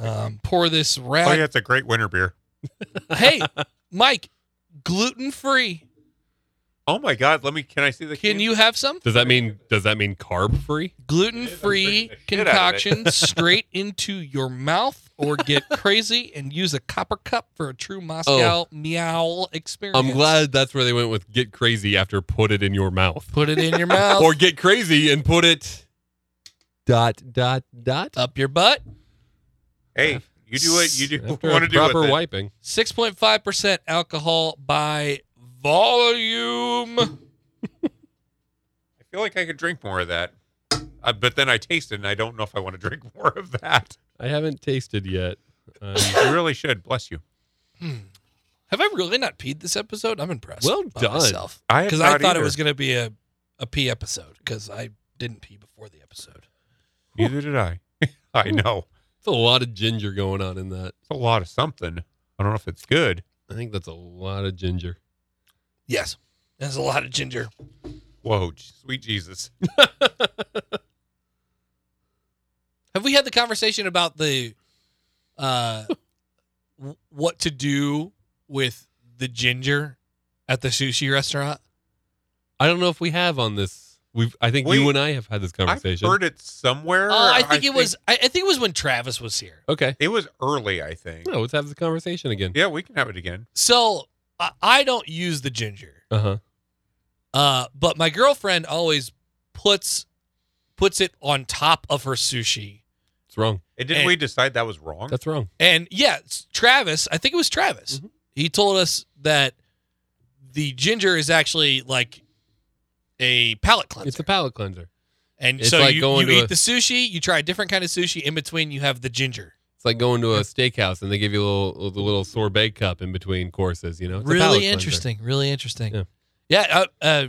S2: um, pour this
S1: Oh, yeah,
S2: rag.
S1: it's a great winter beer.
S2: hey, Mike, gluten free.
S1: Oh my God! Let me. Can I see the?
S2: Can
S1: can?
S2: you have some
S3: Does that mean does that mean carb free?
S2: gluten free
S1: shit out of it.
S2: concoction straight into your mouth, or get crazy and use a copper cup for a true
S1: Oh.
S2: Moscow meow experience?
S3: I'm glad that's where they went with get crazy after put it in your mouth.
S2: Put it in your mouth
S3: Or get crazy and put it dot dot dot.
S1: Uh,
S2: up your butt.
S1: Hey, you do what you do.
S3: After
S1: Want
S3: a
S1: to do with
S3: proper
S1: it.
S3: wiping.
S2: 6.5% alcohol by volume.
S1: I feel like I could drink more of that, uh, but then I taste it, and I don't know if I want to drink more of that.
S3: I haven't tasted yet. Um,
S1: you really should. Bless you.
S2: Have I really not peed this episode? I'm impressed.
S3: Well
S2: by
S3: done.
S2: Myself.
S1: I have
S2: Because I
S1: not
S2: thought it
S1: either.
S2: was going to be a, a pee episode because I didn't pee before the episode.
S1: Neither did I. I know
S3: it's a lot of ginger going on in that.
S1: it's a lot of something. I don't know if it's good.
S3: I think that's a lot of ginger.
S2: Yes. There's a lot of ginger.
S1: Whoa, j- sweet Jesus!
S2: Have we had the conversation about the uh, w- what to do with the ginger at the sushi restaurant?
S3: I don't know if we have on this. We've. I think you
S1: Wait.
S3: and I have had this
S1: I've
S3: conversation.
S1: heard it somewhere.
S2: Oh, I think it was. I, I think it was when Travis was here.
S3: Okay.
S1: It was early. I think.
S2: Oh.
S3: No, let's have this conversation again.
S1: Yeah, we can have it again.
S2: So I, I don't use the ginger.
S3: Uh huh.
S2: Uh, but my girlfriend always puts puts it on top of her sushi.
S3: It's wrong.
S1: And didn't
S2: And-
S1: we decide that was wrong?
S3: That's wrong.
S2: And yeah, it's Travis, I think it was Travis.
S3: Mhm.
S2: He told us that the ginger is actually like a palate cleanser.
S3: It's a palate cleanser.
S2: and
S3: it's
S2: so
S3: like
S2: you,
S3: going
S2: you
S3: to
S2: eat
S3: a-
S2: the sushi, you try a different kind of sushi. In between, you have the ginger.
S3: It's like going to a steakhouse and they give you a little, the little sorbet cup in between courses. You know, It's a palate
S2: really
S3: cleanser.
S2: interesting. Really interesting.
S3: Yeah.
S2: Yeah. uh, uh,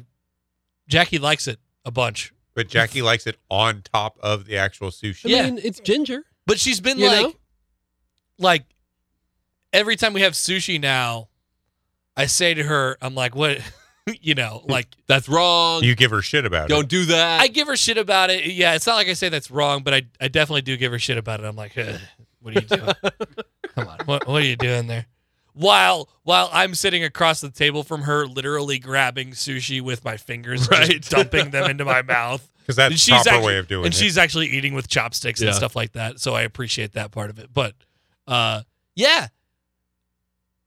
S2: Jackie likes it a bunch,
S1: But Jackie likes it on top of the actual sushi.
S3: I
S2: Yeah.
S3: mean, it's ginger.
S2: but she's been
S3: You
S2: like,
S3: know?
S2: like every time we have sushi now, I say to her, I'm like, what, you know, like
S3: Hmm. That's wrong.
S1: You give her shit about
S3: don't do that.
S2: I give her shit about it. Yeah, it's not like I say that's wrong, but I, I definitely do give her shit about it. I'm like, "Ugh, what are you doing? Come on, what, what are you doing there? While while I'm sitting across the table from her, literally grabbing sushi with my fingers,
S3: Right.
S2: just dumping them into my mouth.
S1: it because that's
S2: And
S1: the
S2: she's
S1: proper
S2: actually-
S1: way of doing
S2: and
S1: it.
S2: she's actually eating with chopsticks
S3: Yeah.
S2: and stuff like that so i appreciate that part of it but uh yeah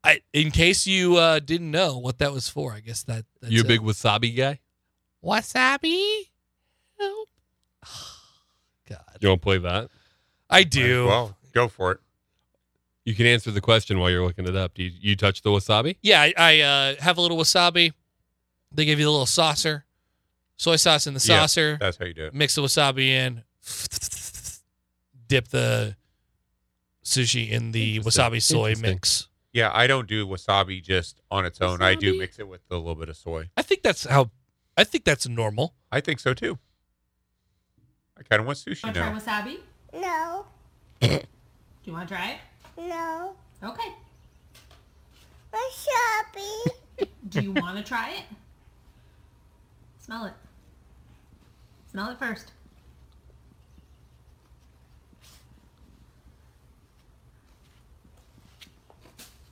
S2: i in case you uh didn't know what that was for i guess that that's
S3: you a
S2: it.
S3: big wasabi guy?
S2: wasabi Help. god
S3: You don't play that.
S2: i
S1: Might as
S2: do
S1: Well, go for it.
S3: You can answer the question while you're looking it up. Do you, you touch the wasabi?
S2: yeah i, I uh have a little wasabi they give you a little saucer soy sauce in the
S1: Yeah.
S2: saucer
S1: That's how you do it.
S2: mix the wasabi in dip the sushi in the
S3: Interesting.
S2: wasabi soy
S3: Interesting.
S2: mix
S1: Yeah, I don't do wasabi just on its own. I do
S3: Wasabi?
S1: mix it with a little bit of soy.
S2: I think that's how. I think that's normal.
S1: I think so too. I kind of want sushi
S12: You
S1: now.
S12: want to try wasabi? No. Do you want to try it? No. Okay. Wasabi. Do you want to try it? Smell it. Smell it first.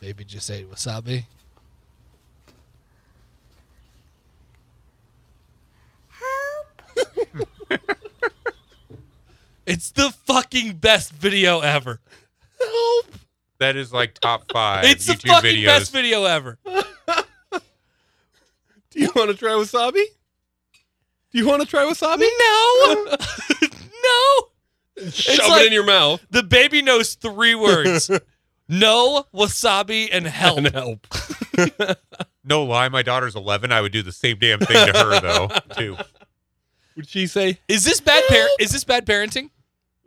S2: Baby just ate wasabi. it's the fucking best video ever. Help!
S1: That is like top five
S2: It's the
S1: YouTube
S2: fucking
S1: videos.
S2: best video ever.
S3: Do you want to try wasabi? Do you want to try wasabi?
S2: No, no.
S3: Shove it
S2: like-
S3: in your mouth
S2: The baby knows three words: no wasabi and help.
S3: and help.
S1: no lie, my daughter's 11. I would do the same damn thing to her though too.
S3: Would she say
S2: Is this bad parent? Is this bad parenting?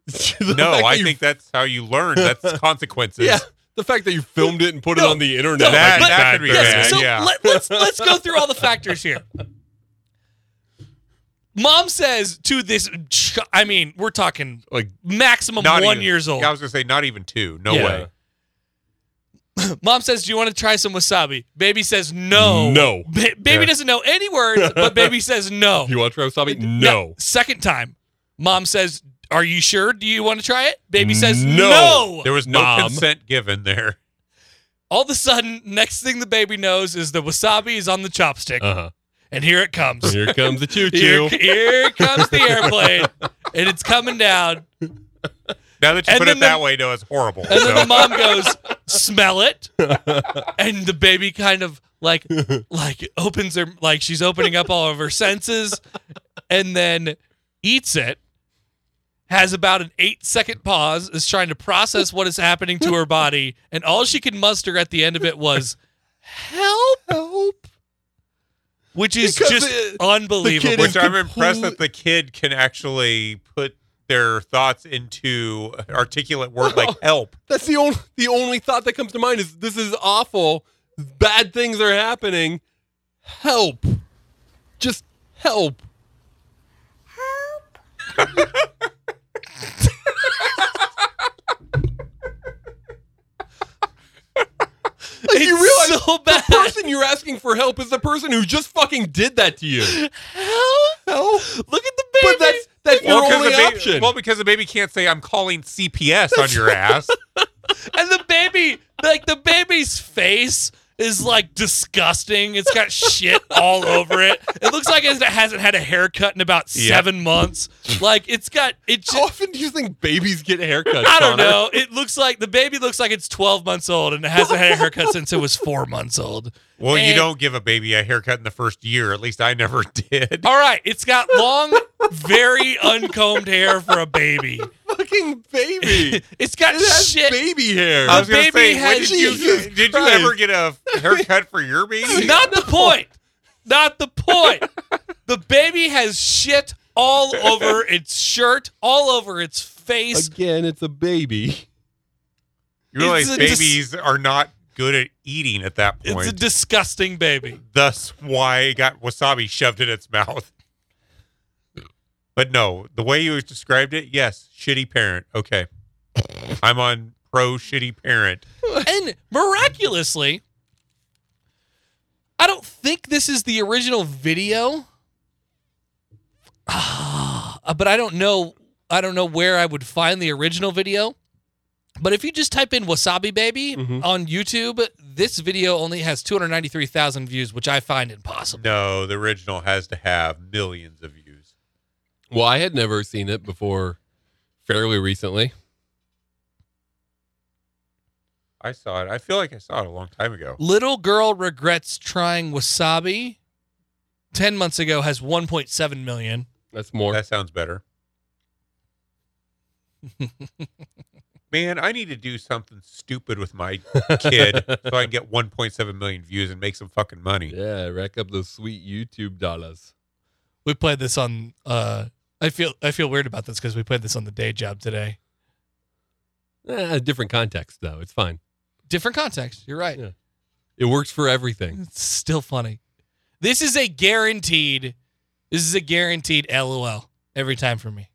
S1: no,
S3: fact that
S1: I
S3: you-
S1: think that's how you learn. That's consequences.
S3: Yeah, the fact that you filmed it and put it on the internet.
S1: no,
S3: like,
S1: that-
S3: that's
S1: that
S3: bad
S1: could be
S3: business.
S1: bad,
S2: So
S1: yeah.
S2: let, let's let's go through all the factors here. Mom says to this, ch- I mean, we're talking
S3: like
S2: maximum
S1: Not
S2: one
S1: even-
S2: years old.
S1: I was gonna say not even two. No
S3: Yeah.
S1: way.
S2: Mom says, "Do you want to try some wasabi?" Baby says, "No."
S3: No.
S2: Ba- baby
S3: Yeah.
S2: doesn't know any words, but baby says, "No."
S3: You want to try wasabi?
S2: Now,
S3: No.
S2: Second time, mom says, "Are you sure? Do you want to try it?" Baby says, "No."
S3: No.
S1: There was no
S3: Mom.
S1: consent given there.
S2: All of a sudden, next thing the baby knows is the wasabi is on the chopstick,
S3: Uh
S1: Uh-huh.
S3: huh.
S2: and here it comes.
S3: Here comes the choo
S2: Here,
S3: choo.
S2: here comes the airplane, and it's coming down.
S1: Now that you
S2: And
S1: put
S2: then the-
S1: it that way, no, it's horrible.
S2: And then
S1: so.
S2: the mom goes, "Smell it," and the baby kind of like like opens her like she's opening up all of her senses, and then eats it. Has about an eight second pause, is trying to process what is happening to her body, and all she could muster at the end of it was help, help, which is
S3: Because
S2: just
S3: the- the
S2: unbelievable.
S3: kid is
S1: Which I'm impressed
S3: complete-
S1: that the kid can actually put their thoughts into articulate word like help.
S3: That's the only the only thought that comes to mind is this is awful. Bad things are happening. Help. Just help. Like, you
S2: It's
S3: realize
S2: so
S3: the
S2: bad.
S3: person you're asking for help is the person who just fucking did that to you.
S2: Help!
S3: Help.
S2: Look at the baby.
S3: But that's that's your only
S1: the baby,
S3: option.
S1: well, because the baby can't say I'm calling CPS on your ass.
S2: and the baby, like the baby's face is like disgusting. It's got shit all over it. It looks like it hasn't had a haircut in about
S1: Yeah.
S2: seven months. Like it's got it.
S3: How
S2: Just,
S3: often do you think babies get haircuts?
S2: I don't
S3: Oh, Connor?
S2: know. It looks like the baby looks like it's twelve months old and it hasn't had a haircut since it was four months old.
S1: Well, you
S2: And-
S1: don't give a baby a haircut in the first year. At least I never did.
S2: All right, it's got long, very uncombed hair for a baby.
S3: Fucking baby.
S2: It's got
S3: It has
S2: shit.
S3: baby hair.
S1: I was gonna
S2: baby
S1: say, when
S2: has-
S1: did you,
S3: Jesus
S1: did you
S3: Christ.
S1: ever get a haircut for your baby?
S2: Not the point. Not the point. The baby has shit all over its shirt, all over its face.
S3: Again, it's a baby.
S1: You realize
S2: It's a dis-
S1: babies are not good at eating at that
S2: It's
S1: point.
S2: a disgusting baby.
S1: Thus, why it got wasabi shoved in its mouth. But no, the way you described it, yes, shitty parent. Okay, I'm on pro shitty parent.
S2: And miraculously, I don't think this is the original video. Ah, but I don't know I don't know where I would find the original video. But if you just type in Wasabi Baby
S3: Mhm.
S2: on YouTube, this video only has 293,000 views, which I find impossible.
S1: No, the original has to have millions of views.
S3: Well, I had never seen it before fairly recently.
S1: I saw it. I feel like I saw it a long time ago.
S2: Little girl regrets trying wasabi. Ten months ago has 1.7 million.
S3: That's more.
S1: That sounds better. Man, I need to do something stupid with my kid so I can get 1.7 million views and make some fucking money.
S3: yeah, rack up those sweet YouTube dollars.
S2: We played this on. Uh, I feel I feel weird about this because we played this on the day job today.
S3: Eh, different context though. It's fine.
S2: Different context. You're right.
S3: Yeah. It works for everything.
S2: It's still funny. This is a guaranteed. This is a guaranteed LOL every time for me.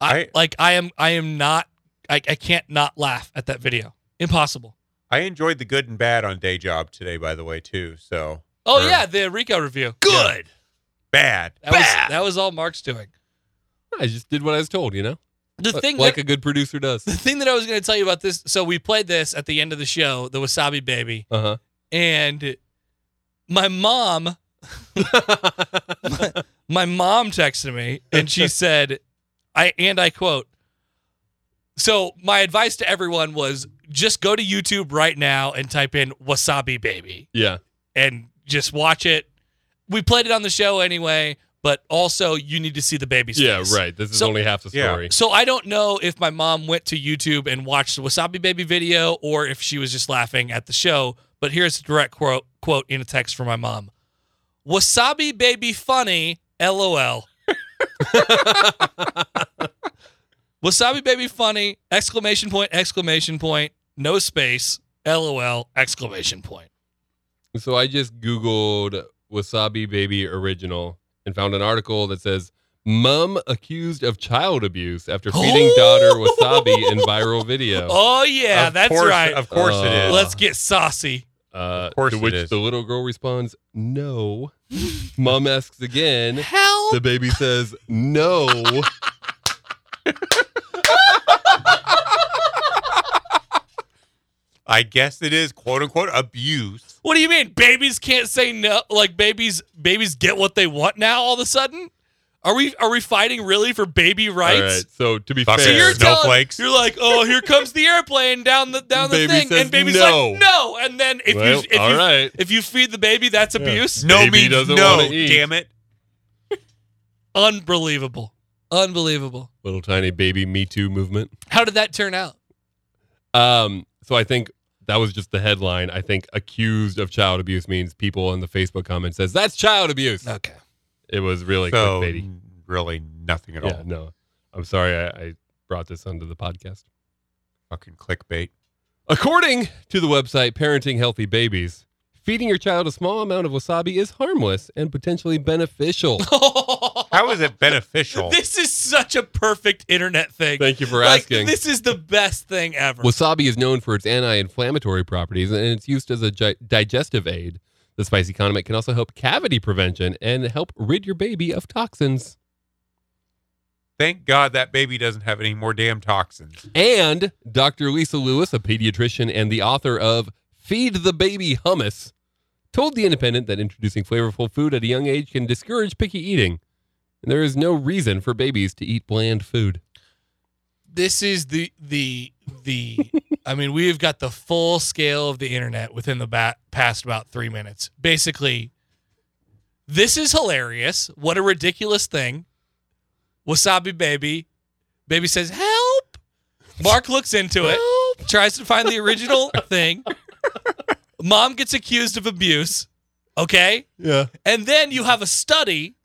S2: I,
S1: I-
S2: like. I am. I am not. I, I can't not laugh at that video. Impossible.
S1: I enjoyed the good and bad on day job today, by the way, too. So
S2: Oh
S1: Sure.
S2: yeah, the Rico review.
S1: Good. bad.
S2: That was that was all Mark's doing.
S3: I just did what I was told, you know?
S2: The
S3: Li-
S2: thing
S3: like
S2: that,
S3: a good producer does.
S2: the thing that I was going to tell you about this. So we played this at the end of the show, the Wasabi Baby,
S3: Uh-huh.
S2: and my mom, my, my mom texted me and she said, "I and I quote." So my advice to everyone was just go to YouTube right now and type in Wasabi Baby
S3: Yeah.
S2: and just watch it. We played it on the show anyway, but also you need to see the baby's
S3: Yeah,
S2: face.
S3: right. This is
S2: So-
S3: only half the
S1: Yeah.
S3: story.
S2: So I don't know if my mom went to YouTube and watched the Wasabi Baby video or if she was just laughing at the show, but here's a direct quote quote in a text from my mom. Wasabi baby funny, LOL. Wasabi baby funny! Exclamation point! Exclamation point! No space. LOL! Exclamation point.
S3: So I just Googled Wasabi Baby Original and found an article that says Mum accused of child abuse after feeding daughter wasabi in viral video.
S2: Oh yeah,
S1: Of
S2: that's
S1: course-
S2: right.
S1: Of course it
S3: Uh,
S1: is.
S2: Let's get saucy.
S3: Uh,
S1: course
S3: to
S1: it
S3: which
S1: is.
S3: the little girl responds, "No." Mom asks again.
S2: Help!
S3: The baby says, "No."
S1: I guess it is quote unquote abuse.
S2: What do you mean? Babies can't say no. Like babies, babies get what they want now. All of a sudden, are we are we fighting really for baby rights?
S3: All right. So to be
S1: Fucking
S2: So
S3: fair,
S2: you're telling,
S1: Snowflakes.
S2: you're like, oh, here comes the airplane down the down the
S3: Baby
S2: thing,
S3: says
S2: and baby's
S3: no.
S2: like, no. And then if
S3: Well,
S2: you if
S3: all
S2: you
S3: right.
S2: if you feed the baby, that's abuse.
S1: No
S3: Baby
S1: means
S3: doesn't
S1: no.
S3: wanna eat.
S1: Damn it.
S2: Unbelievable, unbelievable.
S3: little tiny baby Me Too movement.
S2: How did that turn out?
S3: Um, so I think that was just the headline. I think accused of child abuse means people in the Facebook comment says that's child abuse.
S2: Okay.
S3: It was really
S1: so
S3: clickbaity.
S1: really nothing at
S3: Yeah,
S1: all.
S3: no, I'm sorry I, I brought this onto the podcast.
S1: Fucking clickbait.
S3: According to the website Parenting Healthy Babies, feeding your child a small amount of wasabi is harmless and potentially beneficial.
S1: How is it beneficial?
S2: this is such a perfect internet thing.
S3: Thank you for
S2: Like,
S3: asking.
S2: this is the best thing ever.
S3: Wasabi is known for its anti-inflammatory properties and it's used as a gi- digestive aid. The spicy condiment can also help cavity prevention and help rid your baby of toxins.
S1: Thank God that baby doesn't have any more damn toxins.
S3: And Dr. Lisa Lewis, a pediatrician and the author of Feed the Baby Hummus, told The Independent that introducing flavorful food at a young age can discourage picky eating. And there is no reason for babies to eat bland food.
S2: this is the the the I mean, we've got the full scale of the internet within the bat, past about 3 minutes. Basically, this is hilarious. What a ridiculous thing. Wasabi baby. Baby says, "Help." Mark looks into it. Tries to find the original thing. Mom gets accused of abuse. Okay?
S3: Yeah.
S2: And then you have a study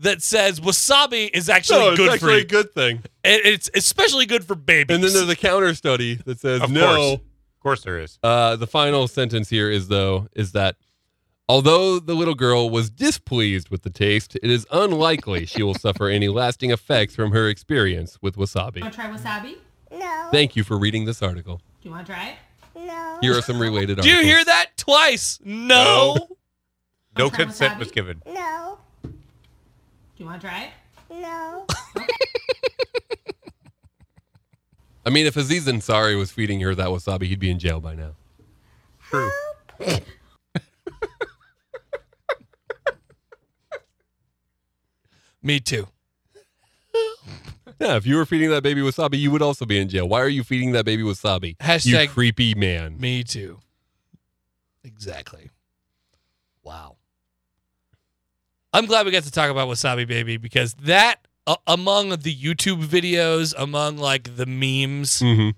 S2: that says wasabi is actually good for you.
S3: good thing.
S2: It- It's especially good for babies.
S3: And then there's a counter study that says
S1: Of
S3: no.
S1: course. Of course there is.
S3: Uh, the final sentence here is though is that although the little girl was displeased with the taste, it is unlikely she will suffer any lasting effects from her experience with wasabi.
S16: Want to try wasabi? No.
S3: Thank you for reading this article.
S16: Do you want to try it? No.
S3: Here are some related
S2: Do
S3: articles.
S2: you hear that twice? No.
S1: No
S16: Wanna try
S1: consent
S16: wasabi?
S1: was given.
S16: No. Do you want to try it? No.
S3: I mean, if Aziz Ansari was feeding her that wasabi, he'd be in jail by now.
S1: True.
S2: Me too.
S3: Yeah, if you were feeding that baby wasabi, you would also be in jail. Why are you feeding that baby wasabi? you
S2: Hashtag-
S3: creepy man.
S2: Me too. Exactly. Wow. I'm glad we got to talk about Wasabi Baby because that, uh, among the YouTube videos, among like the memes,
S3: Mhm.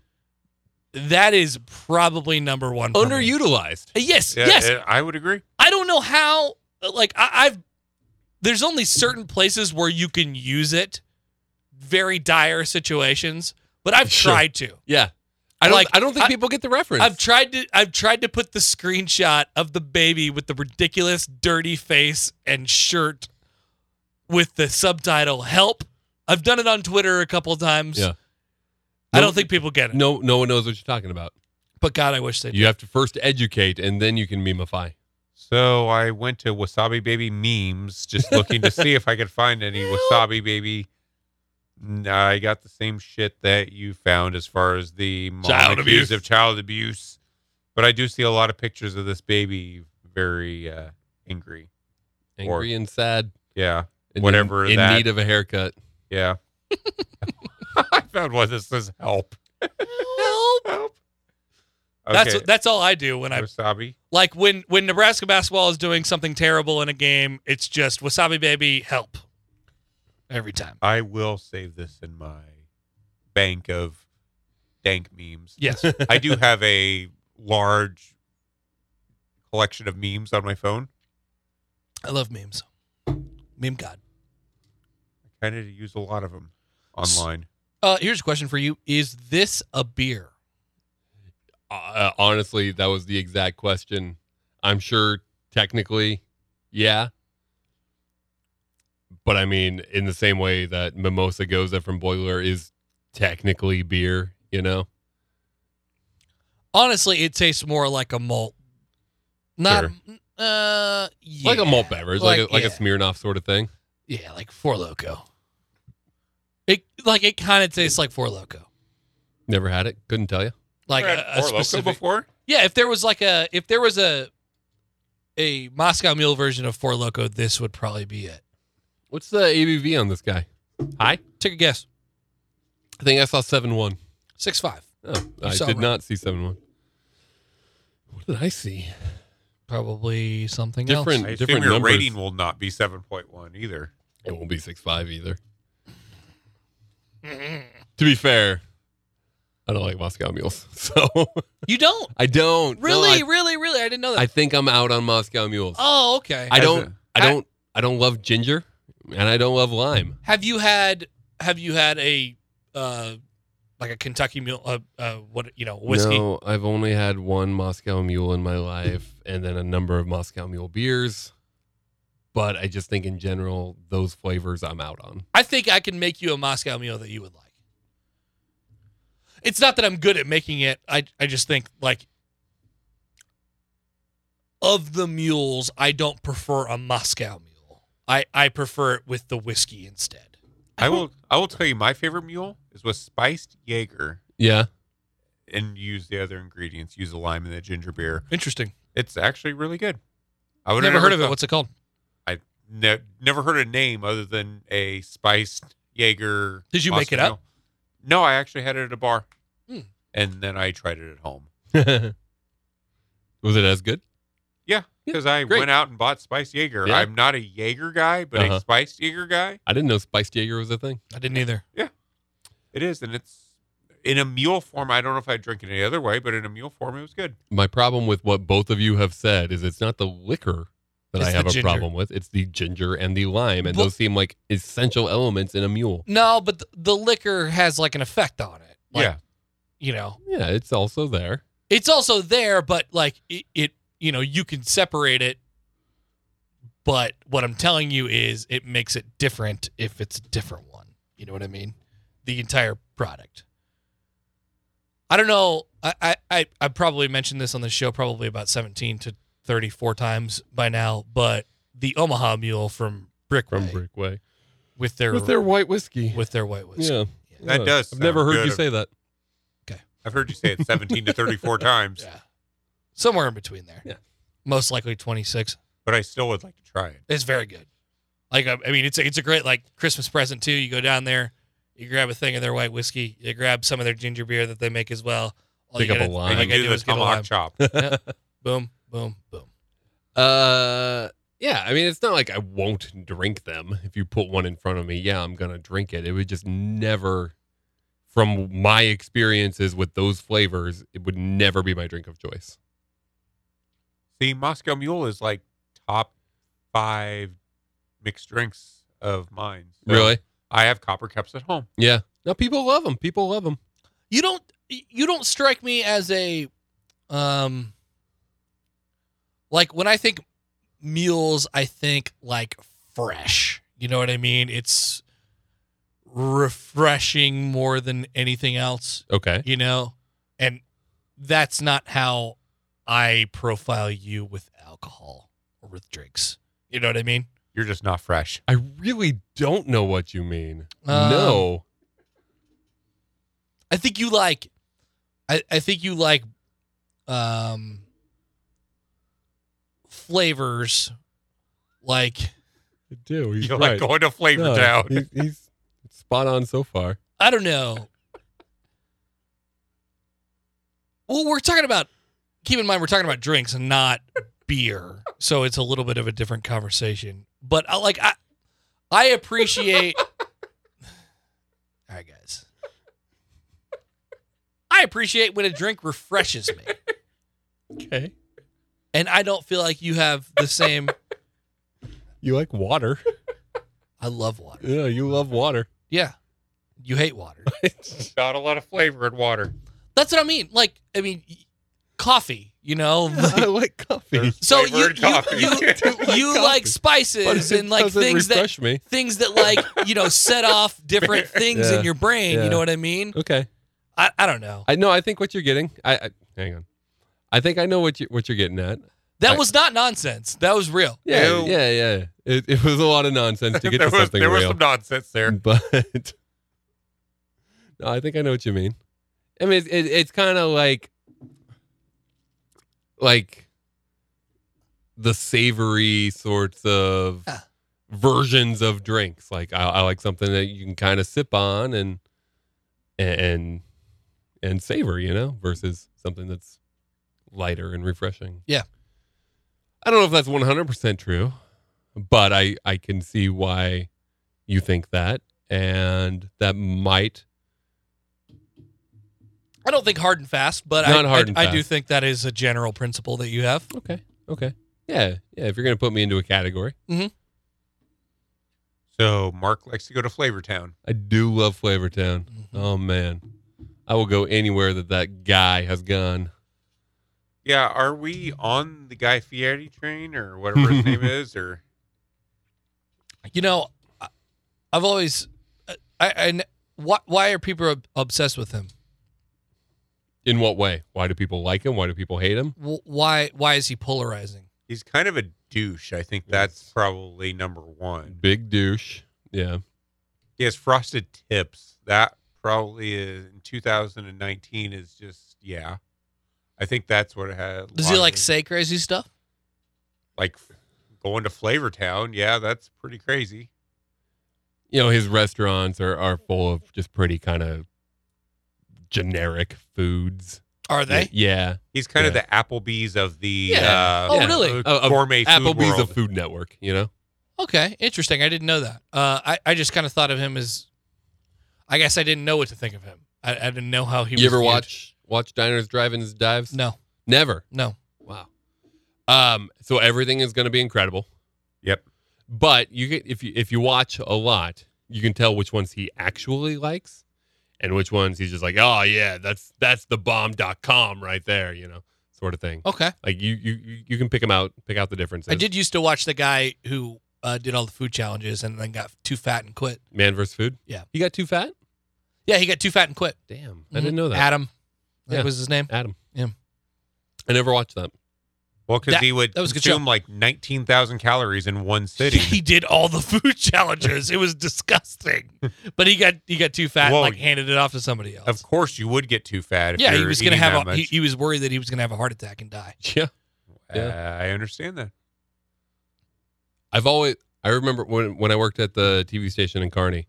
S2: that is probably number one. for me.
S3: Underutilized.
S2: Yes,
S1: Yeah,
S2: yes.
S1: yeah, I would agree.
S2: I don't know how. uh, Like I, I've, there's only certain places where you can use it, very dire situations. But I've
S3: Sure.
S2: tried to.
S3: Yeah. I don't,
S2: Like,
S3: I don't think
S2: I-
S3: people get the reference.
S2: I've tried to. I've tried to put the screenshot of the baby with the ridiculous dirty face and shirt, with the subtitle "Help." I've done it on Twitter a couple times.
S3: Yeah.
S2: I
S3: No-
S2: don't think people get it.
S3: no, no one knows what you're talking about.
S2: But God, I wish they.
S3: You have to first educate and then you can memeify.
S1: So I went to Wasabi Baby memes, just looking to see if I could find any Wasabi Baby. Nah, I got the same shit that you found as far as the mom
S3: Child abuse.
S1: accused of child abuse, but I do see a lot of pictures of this baby very uh, angry.
S3: Angry and sad.
S1: Yeah,
S3: And
S1: Whatever
S3: In, in
S1: that-
S3: need of a haircut.
S1: yeah. I found one that says help.
S2: help.
S1: Help.
S2: That's
S1: Okay,
S2: that's all I do when I
S1: Wasabi.
S2: like when when Nebraska basketball is doing something terrible in a game. It's just Wasabi baby help every time.
S1: I will save this in my bank of dank memes.
S2: Yes.
S1: I do have a large collection of memes on my phone.
S2: I love memes. Meme God.
S1: I kind of use a lot of them online.
S2: Uh, here's a question for you: Is this a beer?
S3: Uh, honestly, that was the exact question. I'm sure technically, yeah. But I mean, in the same way that Mimosa Goza from Boiler is technically beer, you know?
S2: Honestly, it tastes more like a malt. Not
S3: Sure.
S2: uh, yeah.
S3: Like a malt beverage, like, a, like
S2: yeah.
S3: a Smirnoff sort of thing.
S2: yeah, like Four Loco. It like it kind of tastes like Four Loco.
S3: Never had it. Couldn't tell you.
S2: Like
S1: Never
S2: a,
S1: had
S2: a
S1: Four Loko
S2: specific.
S1: before?
S2: Yeah, if there was like a if there was a a Moscow Mule version of Four Loco, this would probably be it.
S3: What's the ABV on this guy? High?
S2: Take a guess.
S3: I think I saw 7 1.
S2: Six five.
S3: Oh, I
S2: saw
S3: did
S2: right.
S3: not see 7 1. What did I see?
S2: Probably something
S3: Different-
S1: I
S2: else.
S1: assume
S3: different
S1: your
S3: numbers.
S1: rating will not be 7.1 either.
S3: It won't be six five either. to be fair, I don't like Moscow mules. So
S2: You don't
S3: I don't. No,
S2: really,
S3: I-
S2: really, really. I didn't know that.
S3: I, think I'm out on Moscow mules.
S2: oh, okay.
S3: I don't
S1: a-
S3: I don't I don't love ginger and I don't love lime.
S2: Have you had Have you had a uh, like a Kentucky mule? Uh, uh, what you know, whiskey?
S3: No, I've only had one Moscow mule in my life and then a number of Moscow mule beers. But I just think in general those flavors I'm out on.
S2: I think I can make you a Moscow mule that you would like. It's not that I'm good at making it. I I just think like of the mules, I don't prefer a Moscow mule. I I prefer it with the whiskey instead.
S1: I will I will tell you my favorite mule is with spiced Jaeger
S3: Yeah.
S1: and use the other ingredients, use the lime and the ginger beer.
S2: Interesting.
S1: It's actually really good. I
S2: I've
S1: would
S2: never heard of it. What's it called?
S1: I ne- never heard a name other than a spiced Jaeger.
S2: Did you make it
S1: Moscow
S2: up?
S1: Mule. No, I actually had it at a bar,
S2: Hmm.
S1: and then I tried it at home.
S3: Was it as good?
S1: Yeah, because I
S3: great.
S1: went out and bought spiced Jaeger.
S3: Yeah.
S1: I'm not a Jaeger guy, but
S3: Uh-huh.
S1: a spiced Jaeger guy.
S3: I didn't know spiced Jaeger was a thing.
S2: I didn't either.
S1: It is, and it's in a mule form. I don't know if I'd drink it any other way, but in a mule form, it was good.
S3: my problem with what both of you have said is it's not the liquor that
S2: It's
S3: I
S2: the
S3: have a
S2: ginger.
S3: problem with. It's the ginger and the lime, and
S2: Well-
S3: those seem like essential elements in a mule.
S2: No, but the, the liquor has like an effect on it. Like,
S1: yeah,
S2: you know,
S3: Yeah, it's also there.
S2: it's also there, but like it, it, you know, you can separate it. But what I'm telling you is it makes it different if it's a different one. You know what I mean? The entire product. I don't know. I, I, I, I probably mentioned this on the show probably about 17 to 34 times by now, but the Omaha Mule from
S3: From
S2: Brickway
S3: Brickway.
S2: with their
S3: With their white whiskey.
S2: with their white whiskey.
S3: yeah.
S1: That
S3: Yeah.
S1: does
S3: I've never
S1: sound
S3: heard you
S1: good.
S3: say that.
S1: I've heard you say it 17 to 34 times,
S2: Yeah. Somewhere in between there.
S3: Yeah.
S2: Most likely 26.
S1: but I still would like to try it.
S2: It's very good. Like I, I mean, it's a, it's a great like Christmas present too. You go down there, you grab a thing of their white whiskey, you grab some of their ginger beer that they make as well. All
S3: Pick
S2: you
S3: up
S2: gotta-
S3: a
S2: all
S3: lime.
S1: And
S2: you
S1: you
S2: gotta
S1: do the
S2: is get a
S1: tomahawk
S2: lime.
S1: chop.
S2: Boom, boom, boom.
S3: Uh, yeah. I mean, it's not like I won't drink them. If you put one in front of me, yeah, I'm gonna drink it. It would just never, from my experiences with those flavors, it would never be my drink of choice.
S1: The Moscow Mule is like top five mixed drinks of mine. So
S3: Really?
S1: I have copper cups at home.
S3: Yeah. No, people love them. People love them.
S2: You don't you don't strike me as a um like when I think mules, I think like fresh. You know what I mean? It's refreshing more than anything else.
S3: Okay.
S2: you know and that's not how i profile you with alcohol or with drinks you know what i mean
S1: You're just not fresh.
S3: I really don't know what you mean.
S2: Um,
S3: no.
S2: i think you like i, I think you like um flavors like
S3: I do.
S1: You like going to Flavor Town.
S3: He's, he's spot on so far.
S2: i don't know well we're talking about keep in mind we're talking about drinks and not beer so it's a little bit of a different conversation but I, like i i appreciate all right guys i appreciate when a drink refreshes me
S3: Okay.
S2: and i don't feel like you have the same
S3: You like water.
S2: i love water
S3: yeah, you love water.
S2: yeah you hate water.
S1: Not a lot of flavor in water.
S2: That's what I mean. Like, I mean, y- coffee. You know, like,
S3: I like coffee.
S2: so you
S1: Flavor
S2: you,
S1: in coffee.
S2: you, you
S3: coffee.
S2: like
S3: But
S2: spices
S3: it
S2: and like
S3: doesn't
S2: things that
S3: refresh me.
S2: things that like you know set off different things
S3: Yeah.
S2: in your brain.
S3: Yeah.
S2: You know what I mean?
S3: Okay.
S2: I, I don't know.
S3: I know. I think what you're getting. I, I hang on. I think I know what you what you're getting at.
S2: That
S3: I-
S2: was not nonsense. That was real.
S3: Yeah,
S1: Ew.
S3: yeah, yeah. It, it was a lot of nonsense to get
S1: there
S3: to
S1: was,
S3: something
S1: there was
S3: real. Mm.
S1: some nonsense there.
S3: but no, I think I know what you mean. I mean, it, it, it's kind of like like the savory sorts of
S2: Ah.
S3: versions of drinks. Like I, I like something that you can kind of sip on and and and savor, you know, versus something that's lighter and refreshing.
S2: Yeah.
S3: I don't know if that's 100% true, but I I can see why you think that and that might
S2: I don't think hard and fast, but
S3: Not
S2: I,
S3: hard
S2: I,
S3: and
S2: I do
S3: fast.
S2: think that is a general principle that you have.
S3: Okay. Okay. Yeah. Yeah. If you're going to put me into a category,
S1: So Mark likes to go to Flavor Town.
S3: I do love Flavortown. Oh, man. I will go anywhere that that guy has gone.
S1: Yeah, are we on the Guy Fieri train or whatever his name is? Or
S2: You know, I- I've always, I, I, why, why are people ob- obsessed with him?
S3: In what way? Why do people like him? Why do people hate him?
S2: Wh- Why, why is he polarizing?
S1: he's kind of a douche. I think that's probably number one.
S3: Big douche. Yeah.
S1: He has frosted tips. That probably is in 2019 is just yeah. I think that's what it had.
S2: Does
S1: lot
S2: he
S1: of
S2: like
S1: it-
S2: say crazy stuff?
S1: like going to Flavor Town? Yeah, that's pretty crazy.
S3: You know, his restaurants are, are full of just pretty kind of generic foods.
S2: Are they?
S3: Yeah.
S1: He's kind of the Applebee's of the
S3: Yeah.
S1: uh,
S2: Oh, really?
S1: uh,
S3: Of- of
S1: gourmet food
S3: Applebee's
S1: world.
S3: a food network, you know?
S2: Okay, interesting. I didn't know that. Uh, I, I just kind of thought of him as, I guess I didn't know what to think of him. I, I didn't know how he was.
S3: you ever
S2: viewed.
S3: watch watch Diners, Drive-Ins, Dives?
S2: No,
S3: Never.
S2: no.
S3: Wow. Um, so everything is going to be incredible,
S1: Yep.
S3: but you get if you if you watch a lot, you can tell which ones he actually likes and which ones he's just like, "Oh yeah, that's that's the bomb.com right there," you know, sort of thing.
S2: Okay.
S3: Like you you you- you can pick them out, pick out the differences.
S2: I did used to watch the guy who uh, did all the food challenges and then got too fat and quit.
S3: Man versus food?
S2: Yeah.
S3: You got too fat?
S2: Yeah, he got too fat and quit.
S3: Damn. I didn't
S2: Mhm.
S3: know that.
S2: Adam, that
S3: Yeah.
S2: was his name.
S3: Adam.
S2: Yeah.
S3: I never watched that.
S1: Well, because
S2: That-
S1: he would
S2: that was a good
S1: consume
S2: show.
S1: like 19,000 calories in one sitting.
S2: He did all the food challenges. It was disgusting. But he got he got too fat
S1: Whoa.
S2: and like handed it off to somebody else.
S1: of course, you would get too fat. If
S2: yeah, he
S1: you're
S2: was gonna
S1: eating
S2: have
S1: that
S2: a, he,
S1: much.
S2: he was worried that he was gonna have a heart attack and die.
S3: Yeah. yeah.
S1: Uh, I understand that.
S3: I've always I remember when when I worked at the TV station in Kearney,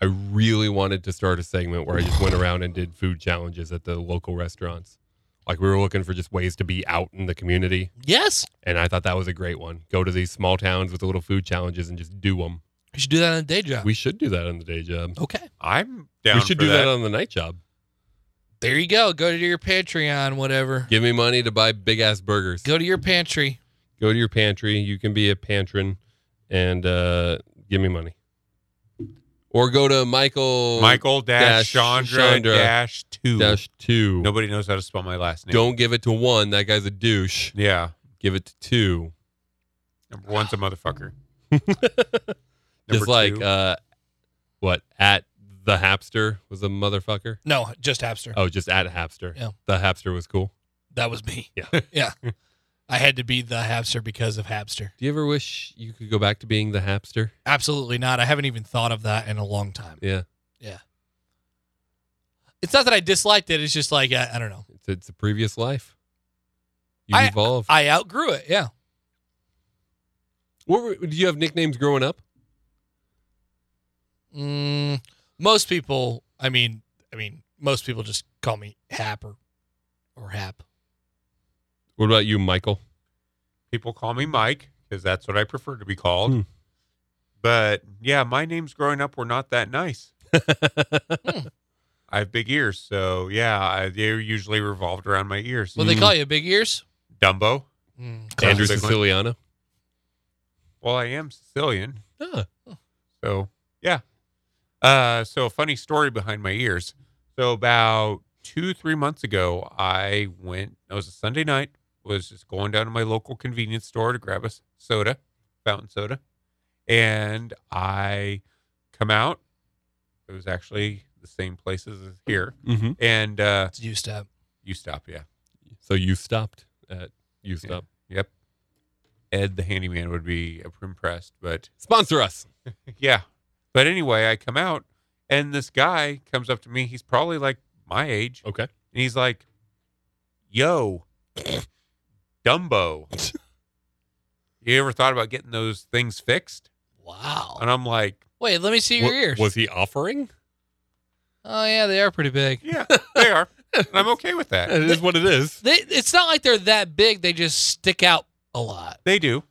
S3: I really wanted to start a segment where I just went around and did food challenges at the local restaurants. Like we were looking for just ways to be out in the community,
S2: Yes.
S3: and I thought that was a great one. Go to these small towns with the little food challenges and just do them.
S2: You should do that on a day job.
S3: We should do that on the day job.
S2: okay.
S1: I'm down.
S3: we should
S1: for
S3: do that.
S1: that.
S3: on the night job.
S2: There you go. Go to your Patreon, whatever.
S3: Give me money to buy big ass burgers.
S2: Go to your pantry.
S3: Go to your pantry. You can be a pantron, and uh, give me money. Or go to Michael.
S1: Michael
S3: Dash
S1: dash Chandra,
S3: Chandra
S1: dash two.
S3: dash two.
S1: Nobody knows how to spell my last name.
S3: Don't give it to one. That guy's a douche.
S1: Yeah.
S3: Give it to two.
S1: Number one's a motherfucker.
S3: Just
S1: Number
S3: like
S1: two.
S3: uh what at the Hapster was a motherfucker.
S2: No, just Hapster.
S3: Oh, just at Hapster.
S2: Yeah.
S3: The Hapster was cool.
S2: That was me.
S3: Yeah.
S2: yeah. I had to be the Hapster because of Hapster.
S3: Do you ever wish you could go back to being the Hapster?
S2: Absolutely not. I haven't even thought of that in a long time.
S3: Yeah.
S2: It's not that I disliked it. It's just like I, I don't know.
S3: It's it's a previous life. You
S2: I-
S3: evolved.
S2: I outgrew it. Yeah.
S3: what were, did you have nicknames growing up?
S2: Mm, most people. I mean. I mean. Most people just call me Hap or, or Hap.
S3: What about you, Michael?
S1: People call me Mike because that's what I prefer to be called.
S3: Hmm.
S1: But yeah, my names growing up were not that nice. I have big ears, so yeah, I, they're usually revolved around my ears. Hmm.
S2: What do they call you? Big ears.
S1: Dumbo.
S2: Mm,
S3: Andrew
S1: Big one.
S3: Siciliano.
S1: Well, I am Sicilian,
S3: Ah,
S1: so yeah. Uh, so a funny story behind my ears. So about two, three months ago, I went. It was a Sunday night. Was just going down to my local convenience store to grab a s- soda, fountain soda, and I come out. It was actually the same places as here,
S3: Mhm.
S1: and uh,
S2: It's you step.
S1: you stop. Yeah.
S3: So you stopped at you stop.
S1: Yep. Ed the handyman would be impressed, but
S3: Sponsor us.
S1: yeah. But anyway, I come out and this guy comes up to me. He's probably like my age.
S3: Okay.
S1: And he's like, yo, Dumbo. you ever thought about getting those things fixed?
S2: Wow.
S1: And I'm like,
S2: Wait, let me see your
S3: Wa-
S2: ears.
S3: Was he offering?
S2: oh yeah, they are pretty big.
S1: yeah, they are. And I'm okay with that.
S3: It is what it is.
S2: They, it's not like they're that big. They just stick out a lot.
S1: They do.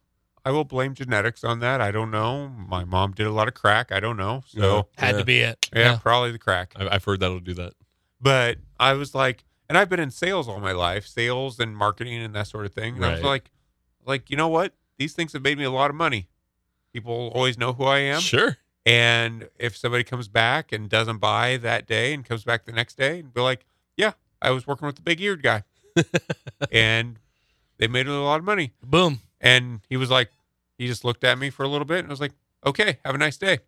S1: I will blame genetics on that. I don't know. My mom did a lot of crack. I don't know. So,
S2: Had
S3: Yeah.
S2: to be it.
S1: yeah, probably the crack.
S3: I- I've heard that'll do that.
S1: but I was like, and I've been in sales all my life, sales and marketing and that sort of thing. And I was
S3: Right.
S1: like, like you know what? These things have made me a lot of money. People always know who I am,
S3: Sure.
S1: and if somebody comes back and doesn't buy that day and comes back the next day and be like, yeah, I was working with the big eared guy, and they made a lot of money.
S2: Boom.
S1: And he was like, he just looked at me for a little bit, and I was like, okay, have a nice day.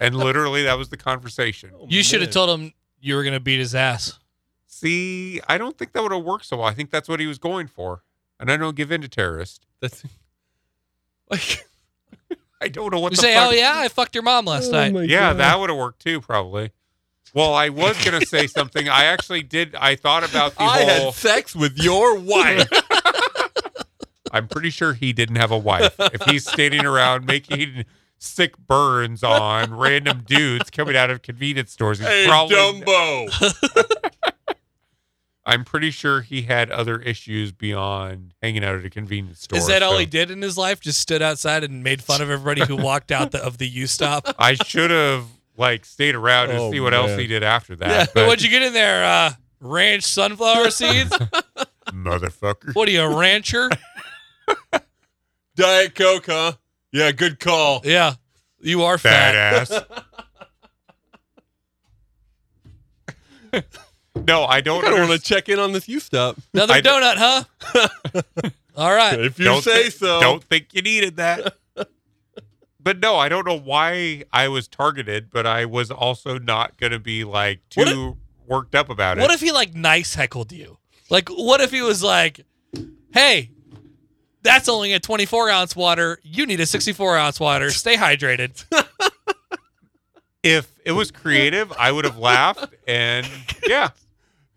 S1: and literally, that was the conversation.
S2: You should have told him you were gonna beat his ass.
S1: See, I don't think that would have worked so well. I think that's what he was going for. And I don't give in to terrorists.
S3: That's like
S1: I don't know what
S2: You
S1: the
S2: say,
S1: fuck.
S2: "Oh yeah, I fucked your mom
S3: Oh
S2: last night."
S1: yeah, that would have worked too, probably. Well, I was gonna say something. I actually did. I thought about the
S3: I
S1: whole.
S3: had sex with your wife.
S1: I'm pretty sure he didn't have a wife. If he's standing around making sick burns on random dudes coming out of convenience stores, he's
S3: hey,
S1: probably.
S3: Dumbo.
S1: I'm pretty sure he had other issues beyond hanging out at a convenience store.
S2: Is that all
S1: so
S2: he did in his life? Just stood outside and made fun of everybody who walked out the, of the U stop.
S1: I should have like stayed around to
S3: Oh,
S1: see what else
S3: man.
S1: he did after that.
S2: Yeah.
S1: but-
S2: What'd you get in there? Uh, ranch sunflower seeds?
S1: motherfucker.
S2: what are you, a rancher?
S3: Diet Coke, huh? Yeah, good call.
S2: Yeah. You are fat.
S1: Badass. no, I
S3: I
S1: don't.
S3: kind of want to
S1: Under-
S3: check in on this you stop.
S2: Another
S1: I d-
S2: donut, huh? All right.
S3: If you
S1: Don't
S3: say
S1: thi-
S3: so.
S1: Don't think you needed that. but no, I don't know why I was targeted, but I was also not going to be like
S2: What
S1: too worked up about
S2: What
S1: it.
S2: if he like nice heckled you? Like, what if he was like, "Hey, that's only a 24 ounce water. You need a 64 ounce water. Stay hydrated."
S1: If, it was creative, I would have laughed, and yeah,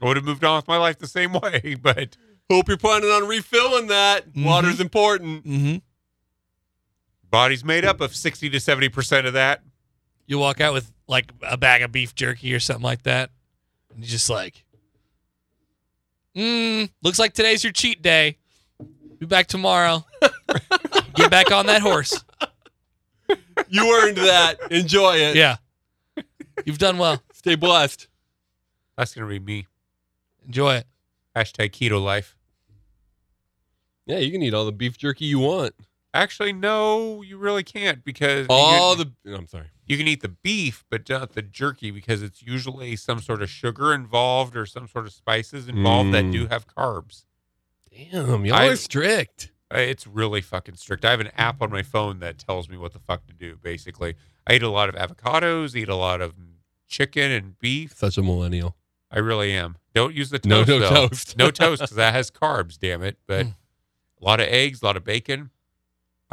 S1: I would have moved on with my life the same way. But
S3: Hope you're planning on refilling that. Water's important.
S2: mm-hmm.
S1: body's made up of sixty to seventy percent of that.
S2: You walk out with like a bag of beef jerky or something like that, and you're just like, "Mmm, looks like today's your cheat day. Be back tomorrow. Get back on that horse.
S3: You earned that. Enjoy it.
S2: Yeah, you've done well.
S3: Stay blessed.
S1: That's gonna be me.
S2: Enjoy it.
S1: Hashtag keto life.
S3: Yeah, you can eat all the beef jerky you want.
S1: Actually, no, you really can't because
S3: All
S1: you,
S3: the. I'm sorry.
S1: you can eat the beef, but not the jerky because it's usually some sort of sugar involved or some sort of spices involved that
S3: Mm.
S1: do have carbs.
S3: Damn, y'all
S1: I-
S3: are strict.
S1: Uh, It's really fucking strict. I have an app on my phone that tells me what the fuck to do. Basically, I eat a lot of avocados, eat a lot of chicken and beef.
S3: Such a millennial.
S1: I really am. Don't use the toast.
S3: No, no
S1: though.
S3: toast.
S1: no toast because that has carbs. Damn it! But
S2: Mm.
S1: a lot of eggs, a lot of bacon.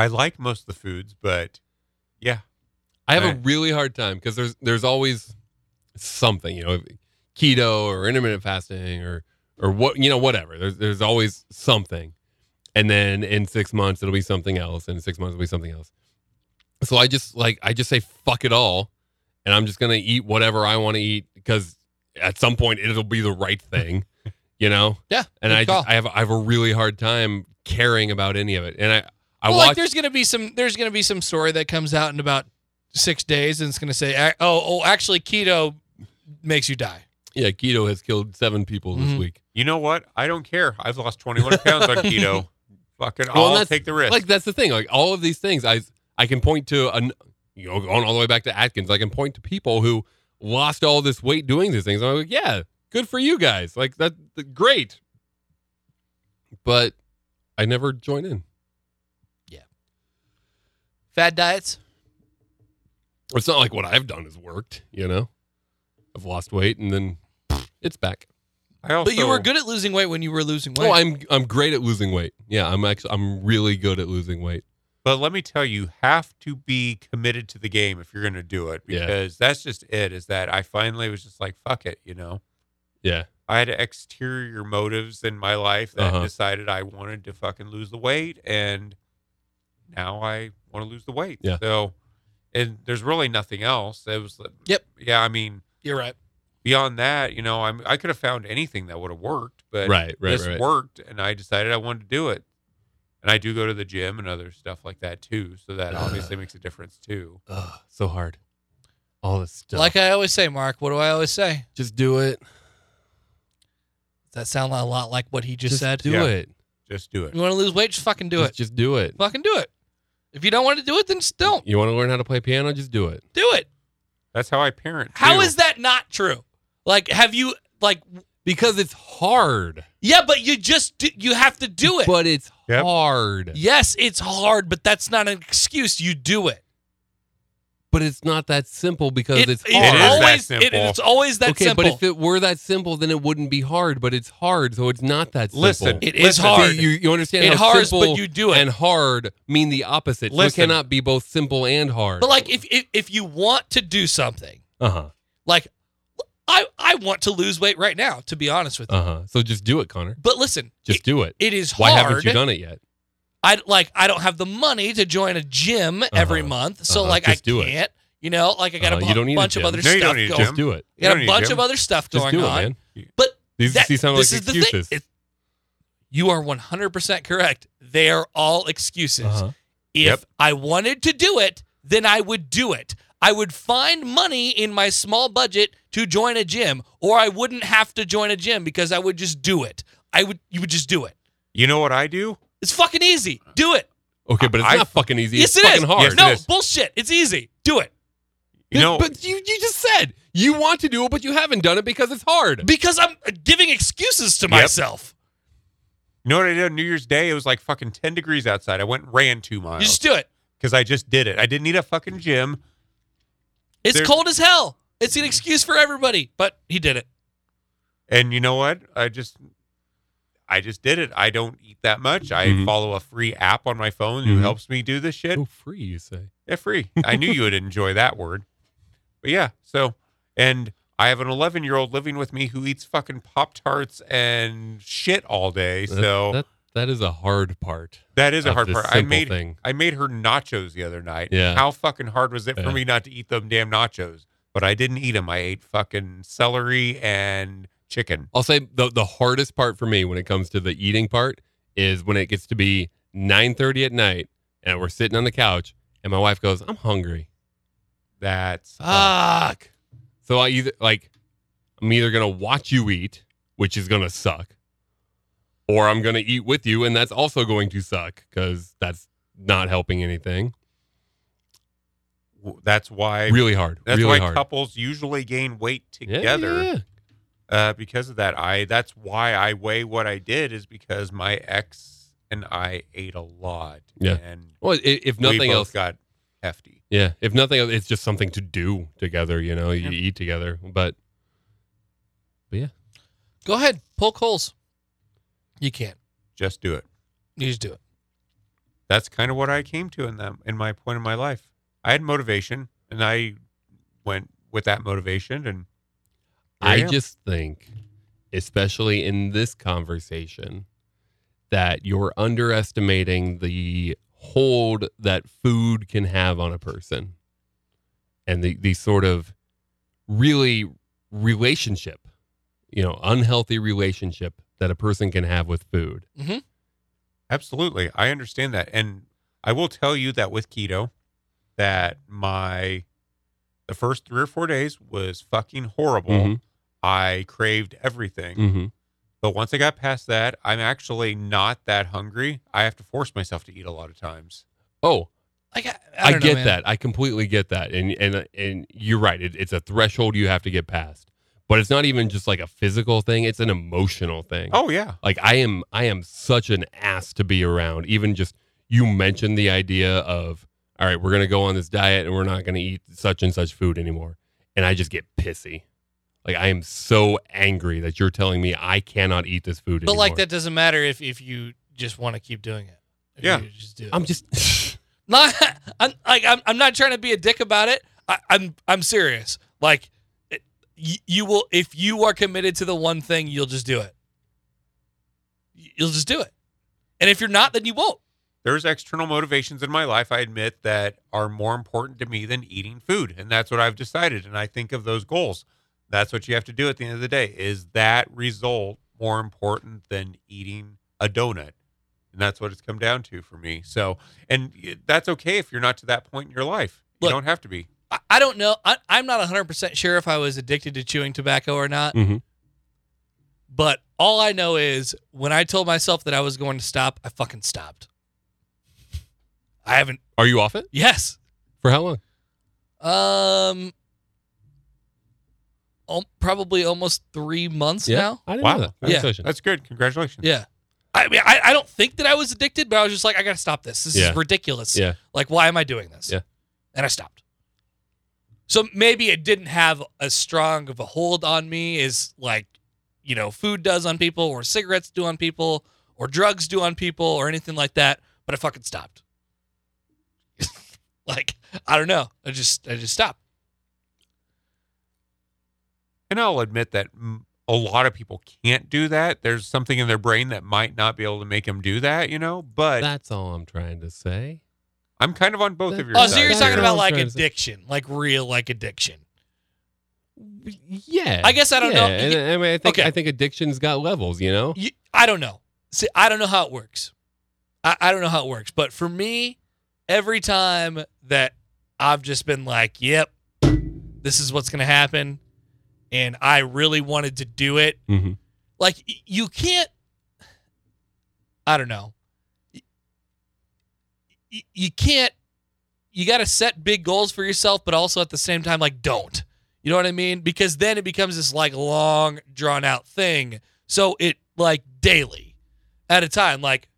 S1: I like most of the foods, but yeah,
S3: I have a
S1: Right.
S3: really hard time because there's there's always something, you know, keto or intermittent fasting or or what you know whatever. There's there's always something, and then in six months it'll be something else, and in six months it'll be something else. So I just like I just say fuck it all, and I'm just gonna eat whatever I want to eat because at some point it'll be the right thing, you know.
S2: Yeah,
S3: And
S2: good
S3: I
S2: call.
S3: just, I have I have a really hard time caring about any of it, and I I
S2: well, like
S3: watch
S2: there's gonna be some there's gonna be some story that comes out in about six days and it's gonna say "Ac- oh oh actually keto makes you die
S3: yeah keto has killed seven people this
S2: Mhm.
S3: week.
S1: you know what? I don't care. I've lost 21 pounds on keto. Fucking,
S3: Well,
S1: I'll
S3: that's-
S1: take the risk.
S3: Like that's the thing. Like all of these things, I I can point to an you know, going all the way back to Atkins, I can point to people who lost all this weight doing these things. I'm like, yeah, good for you guys. Like that, that- great. But I never join in.
S2: Fad diets.
S3: It's not like what I've done has worked. You know, I've lost weight and then pfft, it's back.
S1: I
S2: But you were good at losing weight when you were losing weight.
S3: Oh, I'm I'm great at losing weight. Yeah, I'm actually I'm really good at losing weight.
S1: But let me tell you, you have to be committed to the game if you're going to do it
S3: Yeah.
S1: because that's just it. Is that I finally was just like, fuck it, you know.
S3: Yeah.
S1: I had exterior motives in my life that
S3: Uh-huh.
S1: decided I wanted to fucking lose the weight, and now I want to lose the weight.
S3: Yeah.
S1: So, and there's really nothing else. It was. uh,
S2: Yep.
S1: Yeah, I mean,
S2: You're right.
S1: beyond that, you know, I'm I could have found anything that would have worked, but
S3: Right, right,
S1: this
S3: right.
S1: worked, and I decided I wanted to do it. And I do go to the gym and other stuff like that too, so that obviously makes a difference too.
S3: Ugh, so hard. All this stuff.
S2: Like I always say, Mark. What do I always say?
S3: just do it.
S2: Does that sound a lot like what he just, said?
S3: do it.
S1: Just do it.
S2: You want to lose weight? Just fucking do
S3: just,
S2: it.
S3: Just do it.
S2: fucking do it. If you don't want to do it, then just don't
S3: You want to learn how to play piano? Just do it.
S2: do it.
S1: That's how I parent.
S2: How
S1: too.
S2: is that not true? Like, have you like?
S3: Because it's hard.
S2: Yeah, but you just do, you have to do it.
S3: But it's
S1: Yep.
S3: hard.
S2: yes, it's hard, but that's not an excuse. You do it.
S3: But it's not that simple because
S2: It-
S3: it's
S2: it
S3: hard.
S1: It is that
S2: always it-
S1: simple.
S2: it's always that
S3: okay,
S2: simple.
S3: but if it were that simple, then it wouldn't be hard. But it's hard, so it's not that simple.
S1: Listen,
S2: It is
S1: listen,
S2: hard.
S3: See, you, you understand
S2: It
S3: how
S2: hards, but
S3: simple
S2: you do it.
S3: and hard mean the opposite. So it
S1: Listen.
S3: cannot be both simple and hard.
S2: but like, if, if if you want to do something,
S3: uh huh,
S2: like I I want to lose weight right now, to be honest with you.
S3: uh huh. So just do it, Connor.
S2: But listen,
S3: Just
S2: it-
S3: do it.
S2: it is hard.
S3: Why haven't you done it yet?
S2: I like I don't have the money to join a gym every
S3: Uh-huh.
S2: month, so
S3: Uh-huh.
S2: like
S3: Just
S2: I
S3: do it.
S2: can't. You know, like I got
S3: Uh,
S2: a
S3: you
S2: bu-
S3: don't need a
S2: bunch of
S3: gym.
S2: other
S1: No, you
S2: stuff
S1: don't need a
S2: going.
S1: gym.
S3: Just do it.
S1: You
S2: Got
S1: don't
S2: a
S1: need
S2: bunch
S1: gym.
S2: of other stuff
S3: Just
S2: going
S3: do it,
S2: on.
S3: man.
S2: But
S3: These
S2: that-
S3: these sound like
S2: this is the thing.
S3: excuses.
S2: It- you are 100% correct. They are all excuses.
S3: Uh-huh.
S2: If
S1: Yep.
S2: I wanted to do it, then I would do it. I would find money in my small budget to join a gym, or I wouldn't have to join a gym because I would just do it. I would, you would just do it.
S1: You know what I do?
S2: It's fucking easy. Do it.
S3: Okay, but it's
S1: I-
S3: not fucking easy.
S2: yes,
S3: It's
S2: it is.
S3: fucking hard.
S1: Yes, it
S2: no
S1: is.
S2: bullshit. It's easy. Do it
S1: You know,
S3: but you, you just said you want to do it, but you haven't done it because it's hard.
S2: because I'm giving excuses to myself.
S1: you know what I did on New Year's Day? It was like fucking ten degrees outside. I went and ran two
S2: You
S1: miles
S2: just do it.
S1: because I just did it. I didn't need a fucking gym.
S2: It's
S1: There-
S2: cold as hell. It's an excuse for everybody, but he did it.
S1: And you know what? I just I just did it. I don't eat that much. I
S3: Mhm.
S1: follow a free app on my phone who
S3: Mhm.
S1: helps me do this shit.
S3: Oh, free, you say?
S1: Yeah, free. I knew you would enjoy that word. But yeah, so and I have an 11 year old living with me who eats fucking Pop Tarts and shit all day.
S3: That-
S1: So
S3: that that is a hard part.
S1: that is a
S3: of
S1: hard
S3: this
S1: part. I
S3: simple
S1: made
S3: thing.
S1: I made her nachos the other night.
S3: Yeah.
S1: How fucking hard was it for
S3: Yeah.
S1: me not to eat them damn nachos? But I didn't eat them. I ate fucking celery and chicken.
S3: I'll say the the hardest part for me when it comes to the eating part is when it gets to be nine thirty at night and we're sitting on the couch and my wife goes, "I'm hungry."
S1: That's uh,
S3: Ah.
S2: Ah.
S3: Fuck. So I either like I'm either gonna watch you eat, which is gonna suck, or I'm gonna eat with you, and that's also going to suck because that's not helping anything.
S1: that's why
S3: Really hard.
S1: That's
S3: really
S1: why
S3: hard.
S1: couples usually gain weight
S3: Yeah,
S1: together
S3: yeah, yeah.
S1: Uh, because of that. I that's why I weigh what I did is because my ex and I ate a lot.
S3: Yeah.
S1: and
S3: Well, i- if
S1: we
S3: nothing
S1: both
S3: else,
S1: got hefty.
S3: Yeah, if nothing else, it's just something to do together. You know, you
S1: Yeah.
S3: eat together. But
S2: Go ahead, poke holes. You can't.
S1: Just do it.
S2: You just do it.
S1: That's kind of what I came to in them in my point in my life. I had motivation, and I went with that motivation. And
S3: I
S1: Yeah.
S3: just think, especially in this conversation, that you're underestimating the hold that food can have on a person, and the the sort of really relationship, you know, unhealthy relationship that a person can have with food.
S1: Absolutely. I understand that. And I will tell you that with keto, that my the first three or four days was fucking horrible.
S3: Mhm.
S1: I craved everything.
S3: Mm-hmm.
S1: But once I got past that, I'm actually not that hungry. I have to force myself to eat a lot of times.
S3: Oh,
S2: Like, I,
S3: I,
S2: don't know,
S3: get
S2: man.
S3: that. I completely get that. And and and you're right. It, it's a threshold you have to get past. But it's not even just like a physical thing. It's an emotional thing.
S1: Oh yeah.
S3: Like I am I am such an ass to be around. Even just you mentioned the idea of all right, we're gonna go on this diet and we're not gonna eat such and such food anymore. And I just get pissy. Like I am so angry that you're telling me I cannot eat this food
S2: But
S3: anymore.
S2: like that doesn't matter if if you just want to keep doing it. If
S1: Yeah.
S2: you just do it.
S3: I'm just
S2: not I'm like I'm, I'm not trying to be a dick about it. I, I'm I'm serious. Like it, you, you will if you are committed to the one thing, you'll just do it. You'll just do it. And if you're not, then you won't.
S1: There's external motivations in my life, I admit, that are more important to me than eating food. And that's what I've decided. And I think of those goals. That's what you have to do at the end of the day. Is that result more important than eating a donut? And that's what it's come down to for me. So, and that's okay if you're not to that point in your life.
S2: Look,
S1: you don't have to be.
S2: I, I don't know. I, I'm not 100% sure if I was addicted to chewing tobacco or not.
S3: Mhm.
S2: But all I know is when I told myself that I was going to stop, I fucking stopped. I haven't.
S3: Are you off it?
S2: Yes.
S3: For how long?
S2: Um, al- probably almost three months
S3: Yeah,
S2: now.
S3: I didn't know
S1: Wow.
S3: that.
S2: Yeah.
S3: Congratulations.
S1: That's good. Congratulations.
S2: Yeah. I mean, I, I don't think that I was addicted, but I was just like, I gotta stop this. This
S3: Yeah.
S2: is ridiculous.
S3: Yeah.
S2: Like, why am I doing this?
S3: Yeah.
S2: And I stopped. So maybe it didn't have as strong of a hold on me as like, you know, food does on people, or cigarettes do on people, or drugs do on people, or anything like that. But I fucking stopped. like, I don't know. I just I just stopped.
S1: And I'll admit that mm, a lot of people can't do that. There's something in their brain that might not be able to make them do that, you know? But
S3: That's all I'm trying to say.
S1: I'm kind of on both of your
S2: Oh,
S1: sides.
S2: so you're
S3: Yeah,
S2: talking
S3: yeah.
S2: about like
S3: Trying to say-
S2: addiction, like real like addiction.
S3: Yeah.
S2: I guess I don't know.
S3: Yeah, and I mean, I think
S2: Okay.
S3: I think addiction's got levels. You know.
S2: You, I don't know. See, I don't know how it works. I, I don't know how it works. But for me, every time that I've just been like, yep, this is what's going to happen. And I really wanted to do it.
S3: Mm-hmm.
S2: Like, y- you can't, I don't know. Y- y- You can't, you got to set big goals for yourself, but also at the same time, like, don't. You know what I mean? Because then it becomes this like long, drawn out thing. So it like daily at a time, like,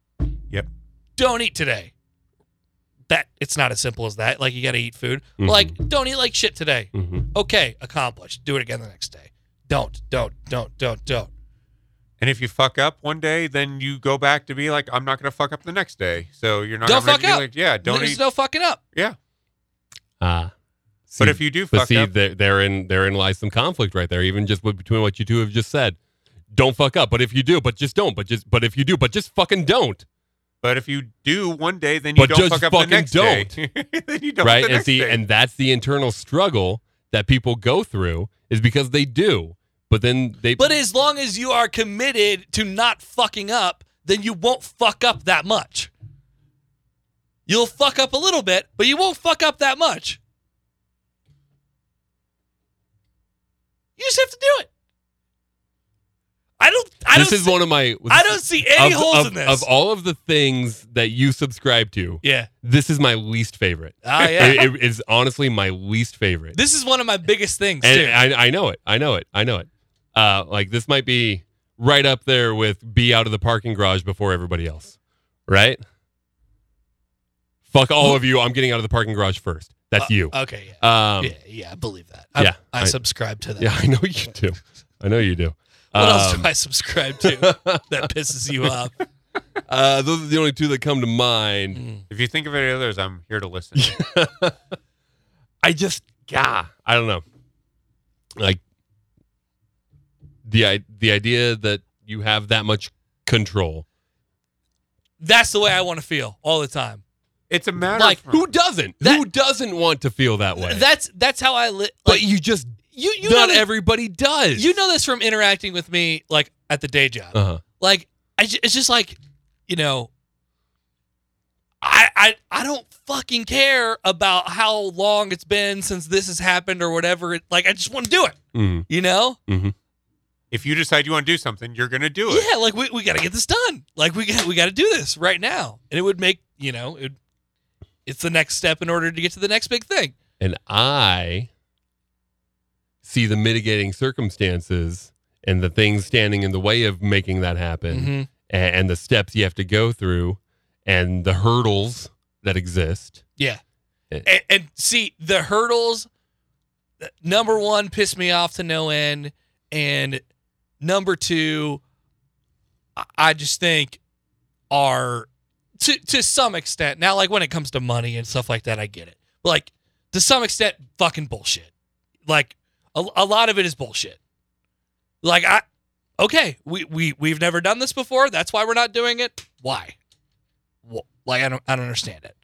S1: Yep.
S2: don't eat today. That it's not as simple as that. Like, you got to eat food. Like, don't eat like shit today.
S3: Mm-hmm.
S2: Okay, accomplished. Do it again the next day. Don't, don't, don't, don't, don't.
S1: And if you fuck up one day, then you go back to be like, I'm not going to fuck up the next day. So you're not
S2: Don't
S1: gonna
S2: fuck up.
S1: Like, yeah, don't
S2: There's
S1: eat.
S2: no fucking up.
S1: yeah.
S3: Ah.
S1: But
S3: See,
S1: if you do
S3: But
S1: fuck
S3: see,
S1: up,
S3: there, therein therein lies some conflict right there, even just with- between what you two have just said. Don't fuck up, but if you do, but just don't, but just but if you do, but just fucking don't,
S1: but if you do one day, then you
S3: But
S1: don't
S3: just
S1: fuck up the
S3: fucking
S1: next
S3: don't.
S1: day. then you don't
S3: right?
S1: the
S3: And
S1: next
S3: see,
S1: day.
S3: and that's the internal struggle that people go through is because they do, but then they
S2: But as long as you are committed to not fucking up, then you won't fuck up that much. You'll fuck up a little bit, but you won't fuck up that much. You just have to do it. I don't. I
S3: this
S2: don't.
S3: is
S2: see,
S3: one of my
S2: I don't see any holes in this.
S3: of all of the things that you subscribe to.
S2: yeah.
S3: This is my least favorite.
S2: Ah, yeah.
S3: It- it is honestly my least favorite.
S2: This is one of my biggest things too.
S3: And I, I know it. I know it. I know it. Uh, like this might be right up there with be out of the parking garage before everybody else, right? Fuck all of you. I'm getting out of the parking garage first. That's you.
S2: okay. Yeah.
S3: Um,
S2: yeah. Yeah. I believe that. I,
S3: yeah,
S2: I,
S3: I-
S2: subscribe to that.
S3: yeah, I know you do. I know you do.
S2: What else
S3: Um,
S2: do I subscribe to that pisses you off?
S3: uh, those are the only two that come to mind.
S2: Mm.
S1: if you think of any others, I'm here to listen.
S3: Mm. I just, yeah, I don't know. Like the i- the idea that you have that much control.
S2: That's the way I want to feel all the time.
S1: it's a matter
S2: Like,
S1: of
S3: Who doesn't?
S2: That-
S3: Who doesn't want to feel that way?
S2: That's that's how I live.
S3: but you just
S2: you you know
S3: not
S2: this,
S3: everybody does.
S2: you know this from interacting with me like at the day job.
S3: Uh huh.
S2: Like I ju- it's just like you know. I, I I don't fucking care about how long it's been since this has happened or whatever. It- Like I just want to do it.
S3: Mm-hmm.
S2: You know?
S1: if you decide you want to do something, you're going to do it.
S2: Yeah. Like we, we got to get this done. Like we got we got to do this right now. And it would make you know it. It's the next step in order to get to the next big thing.
S3: And I see the mitigating circumstances and the things standing in the way of making that happen
S2: Mhm.
S3: a- and, the steps you have to go through and the hurdles that exist.
S2: Yeah.
S3: It-
S2: And, and see, the hurdles, number one, pissed me off to no end. And number two, I- I just think are to, to some extent, now, like when it comes to money and stuff like that, I get it. Like, to some extent, fucking bullshit. Like, a, a lot of it is bullshit. Like, I, okay, we, we, we've never done this before. That's why we're not doing it. Why? Wh- Like, I don't, I don't understand it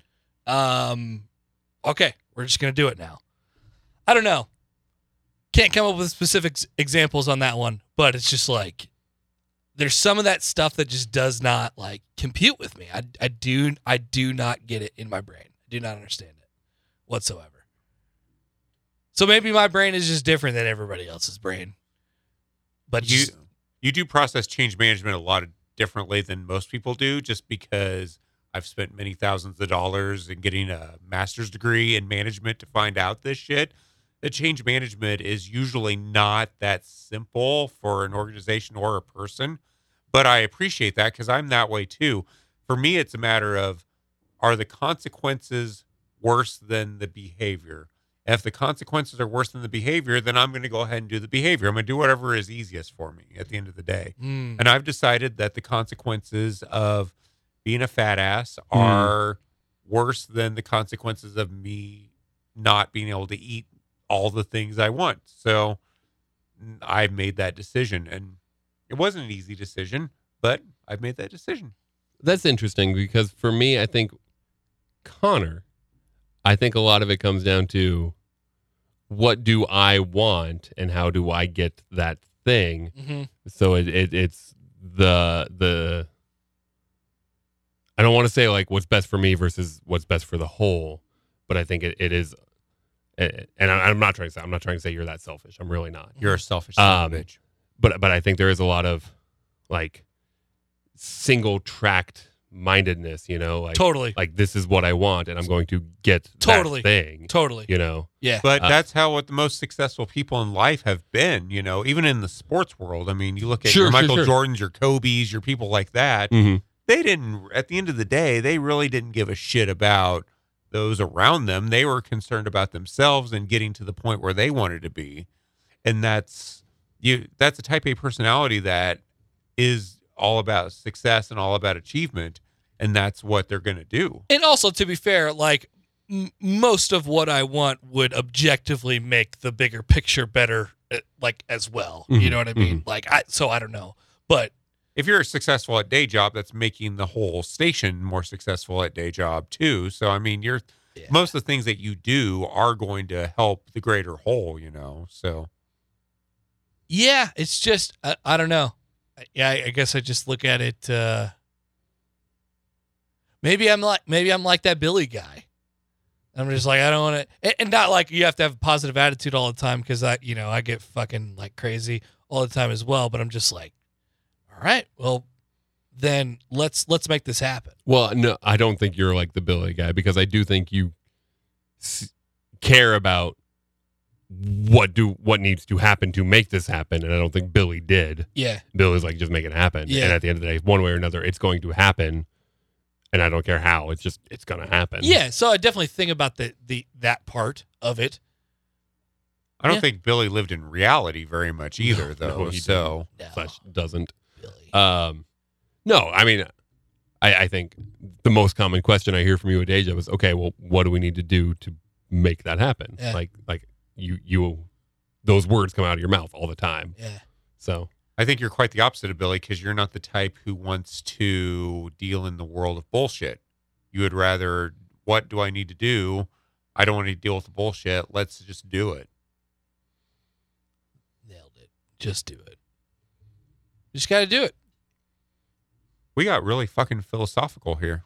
S2: um okay we're just gonna do it now i don't know can't come up with specific s- examples on that one but it's just like there's some of that stuff that just does not like compute with me i, I do i do not get it in my brain i do not understand it whatsoever so maybe my brain is just different than everybody else's brain but
S1: you
S2: just-
S1: you do process change management a lot of differently than most people do just because I've spent many thousands of dollars in getting a master's degree in management to find out this shit. The change management is usually not that simple for an organization or a person, but I appreciate that because I'm that way too. For me, it's a matter of are the consequences worse than the behavior? If the consequences are worse than the behavior, then I'm going to go ahead and do the behavior. I'm going to do whatever is easiest for me at the end of the day.
S2: Mm.
S1: And I've decided that the consequences of being a fat ass
S3: Mm.
S1: are worse than the consequences of me not being able to eat all the things I want. So I made that decision. And it wasn't an easy decision, but I've made that decision.
S3: That's interesting because for me, I think Connor, I think a lot of it comes down to what do I want and how do I get that thing.
S2: Mhm.
S3: So it, it it's the the I don't want to say like what's best for me versus what's best for the whole, but I think it, it is. eh, And I- I'm not trying to say I'm not trying to say you're that selfish. I'm really not.
S1: You're a selfish son of a
S3: Um,
S1: bitch.
S3: But but I think there is a lot of like single tracked mindedness. You know, like
S2: Totally.
S3: Like this is what I want, and I'm going to get
S2: Totally.
S3: that thing.
S2: Totally.
S3: You know.
S1: But
S3: Uh,
S1: that's how what the most successful people in life have been, you know, even in the sports world. I mean, you look at
S3: Sure,
S1: your
S3: sure,
S1: Michael
S3: sure.
S1: Jordans, your Kobe's, your people like that.
S3: Mhm.
S1: They didn't, at the end of the day, they really didn't give a shit about those around them. They were concerned about themselves and getting to the point where they wanted to be. And that's, you, that's a type A personality that is all about success and all about achievement. And that's what they're going to do.
S2: And also, to be fair, like m- most of what I want would objectively make the bigger picture better, eh, like as well. You
S1: Mhm,
S2: know what I mean? Like, I so I don't know, but
S1: if you're successful at day job, that's making the whole station more successful at day job too. So I mean, you're most of the things that you do are going to help the greater whole, you know. So
S2: yeah, it's just I, I don't know. I- Yeah, I, I guess I just look at it. uh Maybe I'm like maybe I'm like that Billy guy. I'm just like I don't want to, and not like you have to have a positive attitude all the time because I, you know, I get fucking like crazy all the time as well. But I'm just like, all right, well, then let's let's make this happen.
S3: Well, no, I don't think you're like the Billy guy because I do think you s- care about what do what needs to happen to make this happen, and I don't think Billy did.
S2: Yeah.
S3: Billy's like just make it happen,
S2: Yeah.
S3: and at the end of the day, one way or another, it's going to happen, and I don't care how. It's just it's gonna happen.
S2: Yeah, so I definitely think about the the that part of it.
S1: I don't
S2: Yeah.
S1: think Billy lived in reality very much either, though.
S3: he
S1: so
S2: didn't.
S3: slash doesn't. Um, no, I mean, I, I think the most common question I hear from you at Deja was, okay, well, what do we need to do to make that happen?
S2: Yeah.
S3: Like, like you, you, those words come out of your mouth all the time.
S2: Yeah.
S3: So
S1: I think you're quite the opposite of Billy because you're not the type who wants to deal in the world of bullshit. You would rather, what do I need to do? I don't want to deal with the bullshit. Let's just do it.
S2: Nailed it. Just do it. You just got to do it.
S1: We got really fucking philosophical here.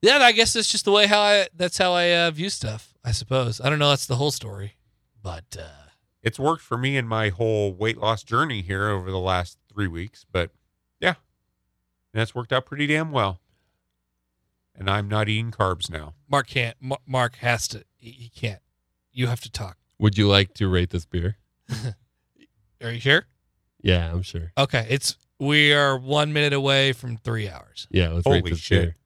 S2: Yeah, I guess that's just the way how I that's how I uh, view stuff. I suppose I don't know. That's the whole story, but uh,
S1: it's worked for me in my whole weight loss journey here over the last three weeks. But yeah, and that's worked out pretty damn well. and I'm not eating carbs now.
S2: Mark can't. M- Mark has to. He, he can't. You have to talk.
S3: Would you like to rate this beer?
S2: Are you sure?
S3: Yeah, I'm sure.
S2: Okay, it's we are one minute away from three hours.
S3: Yeah, let's rate
S1: Holy
S3: this
S1: shit.
S3: beer.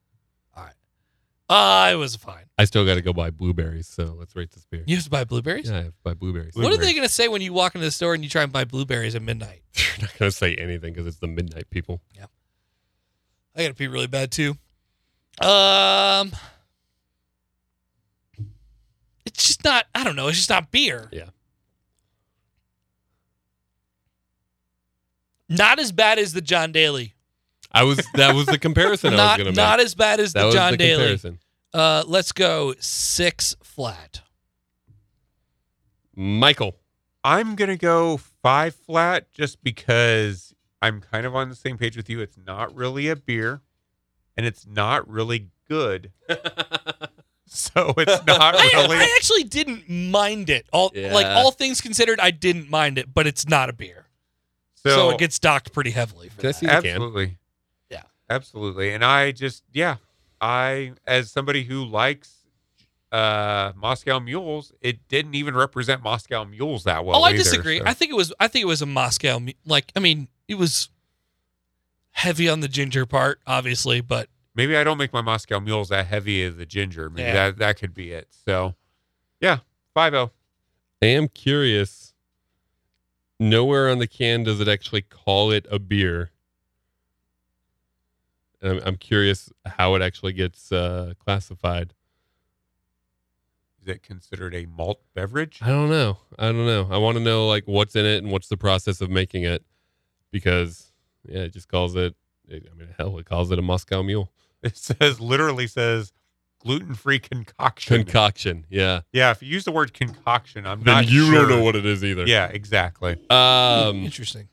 S2: Uh it was fine.
S3: I still got to go buy blueberries, so let's rate this beer.
S2: You have to buy blueberries.
S3: Yeah, I have to buy blueberries.
S2: What are they going to say when you walk into the store and you try and buy blueberries at midnight?
S3: You're not going to say anything because it's the midnight people.
S2: I got to pee really bad too. Um, it's just not. I don't know. It's just not beer.
S3: Yeah.
S2: Not as bad as the John Daly.
S3: I was that was the comparison I was
S2: Not
S3: going to make.
S2: not as bad as
S3: That
S2: the
S3: was
S2: John
S3: the
S2: Daly.
S3: comparison.
S2: Uh, let's go six flat.
S3: Michael.
S1: I'm gonna go five flat just because I'm kind of on the same page with you. It's not really a beer, and it's not really good. so it's not
S2: I,
S1: really.
S2: I actually didn't mind it. All like
S3: Oh, Yeah.
S2: all things considered, I didn't mind it, but it's not a beer, so,
S1: so
S2: it gets docked pretty heavily. For
S3: Can I
S2: that.
S3: see the can?
S1: absolutely,
S2: Yeah.
S1: absolutely. And I just yeah, I as somebody who likes uh Moscow Mules, it didn't even represent Moscow Mules that well.
S2: oh, I
S1: either,
S2: disagree.
S1: so-
S2: I think it was. I think it was a Moscow. mu- Like, I mean, it was heavy on the ginger part, obviously, but
S1: maybe I don't make my Moscow mules that heavy as the ginger. Maybe
S2: Yeah.
S1: that that could be it. So, yeah, five oh. zero.
S3: I am curious. Nowhere on the can does it actually call it a beer. And I'm, I'm curious how it actually gets uh, classified.
S1: Is it considered a malt beverage?
S3: I don't know. I don't know. I want to know like what's in it and what's the process of making it, because yeah, it just calls it. it I mean, hell, it calls it a Moscow Mule
S1: It says literally says gluten free concoction.
S3: concoction. Yeah,
S1: yeah, if you use the word concoction, I'm
S3: then
S1: not.
S3: you
S1: sure.
S3: don't know what it is either.
S1: Yeah, exactly.
S3: Um.
S2: interesting.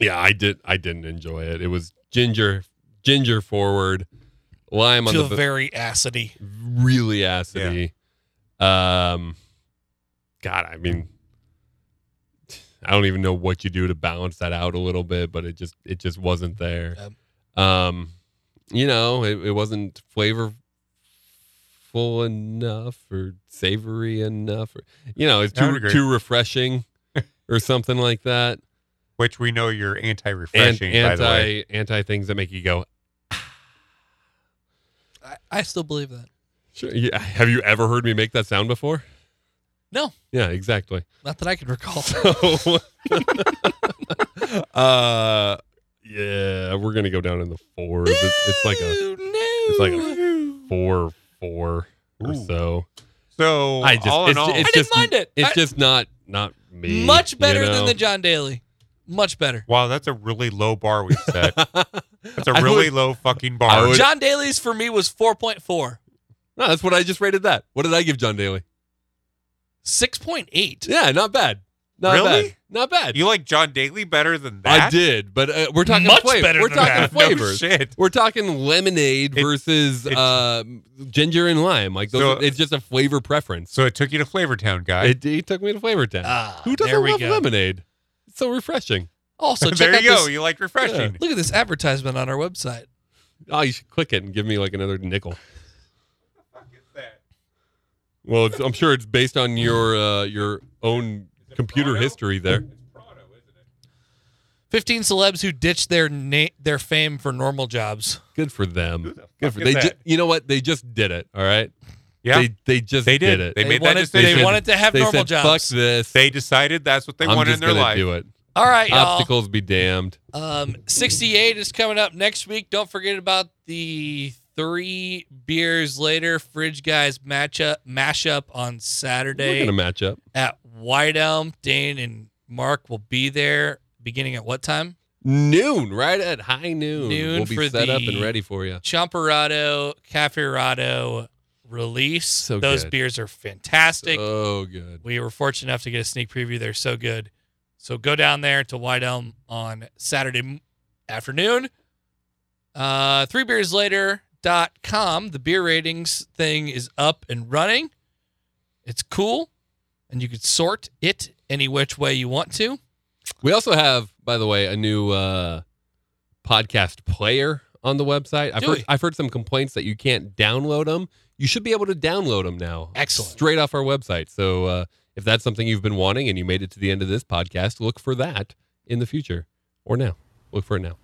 S3: Yeah, I did. I didn't enjoy it. It was ginger, ginger forward, lime on
S2: Feel
S3: the ba-
S2: very acidy.
S3: really acidy. Um, God, I mean, I don't even know what you do to balance that out a little bit, but it just it just wasn't there. Um, you know, it, it wasn't flavorful enough or savory enough, or you know, it's
S1: I would
S3: too
S1: agree.
S3: too refreshing or something like that.
S1: Which we know you're
S3: And
S1: anti-refreshing. by the way.
S3: anti anti things that make you go.
S2: I, I still believe that.
S3: Sure. Yeah. Have you ever heard me make that sound before?
S2: No,
S3: Yeah, exactly.
S2: not that I can recall.
S3: So, uh, yeah, we're gonna go down in the fours. It's, it's like a
S2: Ooh, no.
S3: it's like a four four or
S1: Ooh.
S3: so.
S1: So
S3: I just
S1: all in
S3: it's,
S1: all,
S3: it's
S2: I didn't
S3: just
S2: mind it.
S3: It's
S2: I-
S3: just not not me.
S2: much better
S3: you know?
S2: than the John Daly. Much better.
S1: wow, that's a really low bar we've set. That's a
S3: I
S1: really
S3: would-
S1: low fucking bar.
S3: I would-
S2: John Daly's for me was 4.4.
S3: no. That's what I just rated. That. What did I give John Daly?
S2: 6.8.
S3: Yeah, not bad. Not
S1: Really?
S3: bad. Not bad.
S1: you like John Daly better than that?
S3: I did, but uh, we're talking
S2: Much
S3: flavor.
S2: better
S3: We're
S2: than
S3: talking
S1: Yeah,
S2: that.
S1: no
S3: flavors.
S1: shit.
S3: We're talking lemonade
S1: It-
S3: versus
S1: it's-
S3: uh, ginger and lime. Like those,
S1: So-
S3: it's just a flavor preference.
S1: So it took you to Flavor Town, guy.
S3: It, he took me to Flavor Town.
S2: Ah,
S3: Who doesn't
S2: there we
S3: love
S2: go.
S3: lemonade? It's so refreshing.
S2: Also, check
S1: there
S2: out
S1: you go.
S2: this-
S1: You like refreshing.
S2: look at this advertisement on our website.
S3: Oh, you should click it and give me like another nickel. Well, it's, I'm sure it's based on your uh, your own computer history there.
S2: 15 celebs who ditched their na- their fame for normal jobs.
S3: Good for them. Good for
S1: is
S3: they. Ju-
S1: that?
S3: you know what? They just did it. All right.
S1: Yeah,
S3: They they just
S1: They did.
S3: it.
S1: They made that
S2: wanted,
S1: decision.
S2: They wanted to have
S3: They
S2: normal
S3: said,
S2: jobs.
S3: Fuck this.
S1: They decided that's what they
S3: I'm
S1: wanted
S3: just
S1: in their
S3: gonna
S1: life.
S3: do it.
S2: All right, y'all.
S3: Obstacles be damned.
S2: Um, 68 is coming up next week. Don't forget about the three beers later fridge guys matchup mashup on
S3: We're
S2: Saturday
S3: gonna match up.
S2: at White Elm. Dane and Mark will be there. Beginning at what time?
S3: Noon, right at high noon.
S2: Noon
S3: we'll be
S2: for
S3: set up and
S2: the-
S3: ready for you.
S2: Chomperado, Cafferado release.
S3: So
S2: Those
S3: good.
S2: beers are fantastic.
S3: Oh, good.
S2: we were fortunate enough to get a sneak preview. They're so good. So go down there to White Elm on Saturday m- afternoon. Uh, three beers com. The beer ratings thing is up and running. It's cool. And you can sort it any which way you want to.
S3: We also have, by the way, a new uh, podcast player on the website. I've
S2: Do
S3: heard,
S2: we?
S3: I've heard some complaints that you can't download them. You should be able to download them now.
S2: Excellent.
S3: Straight off our website. So uh, if that's something you've been wanting and you made it to the end of this podcast, look for that in the future or now. Look for it now.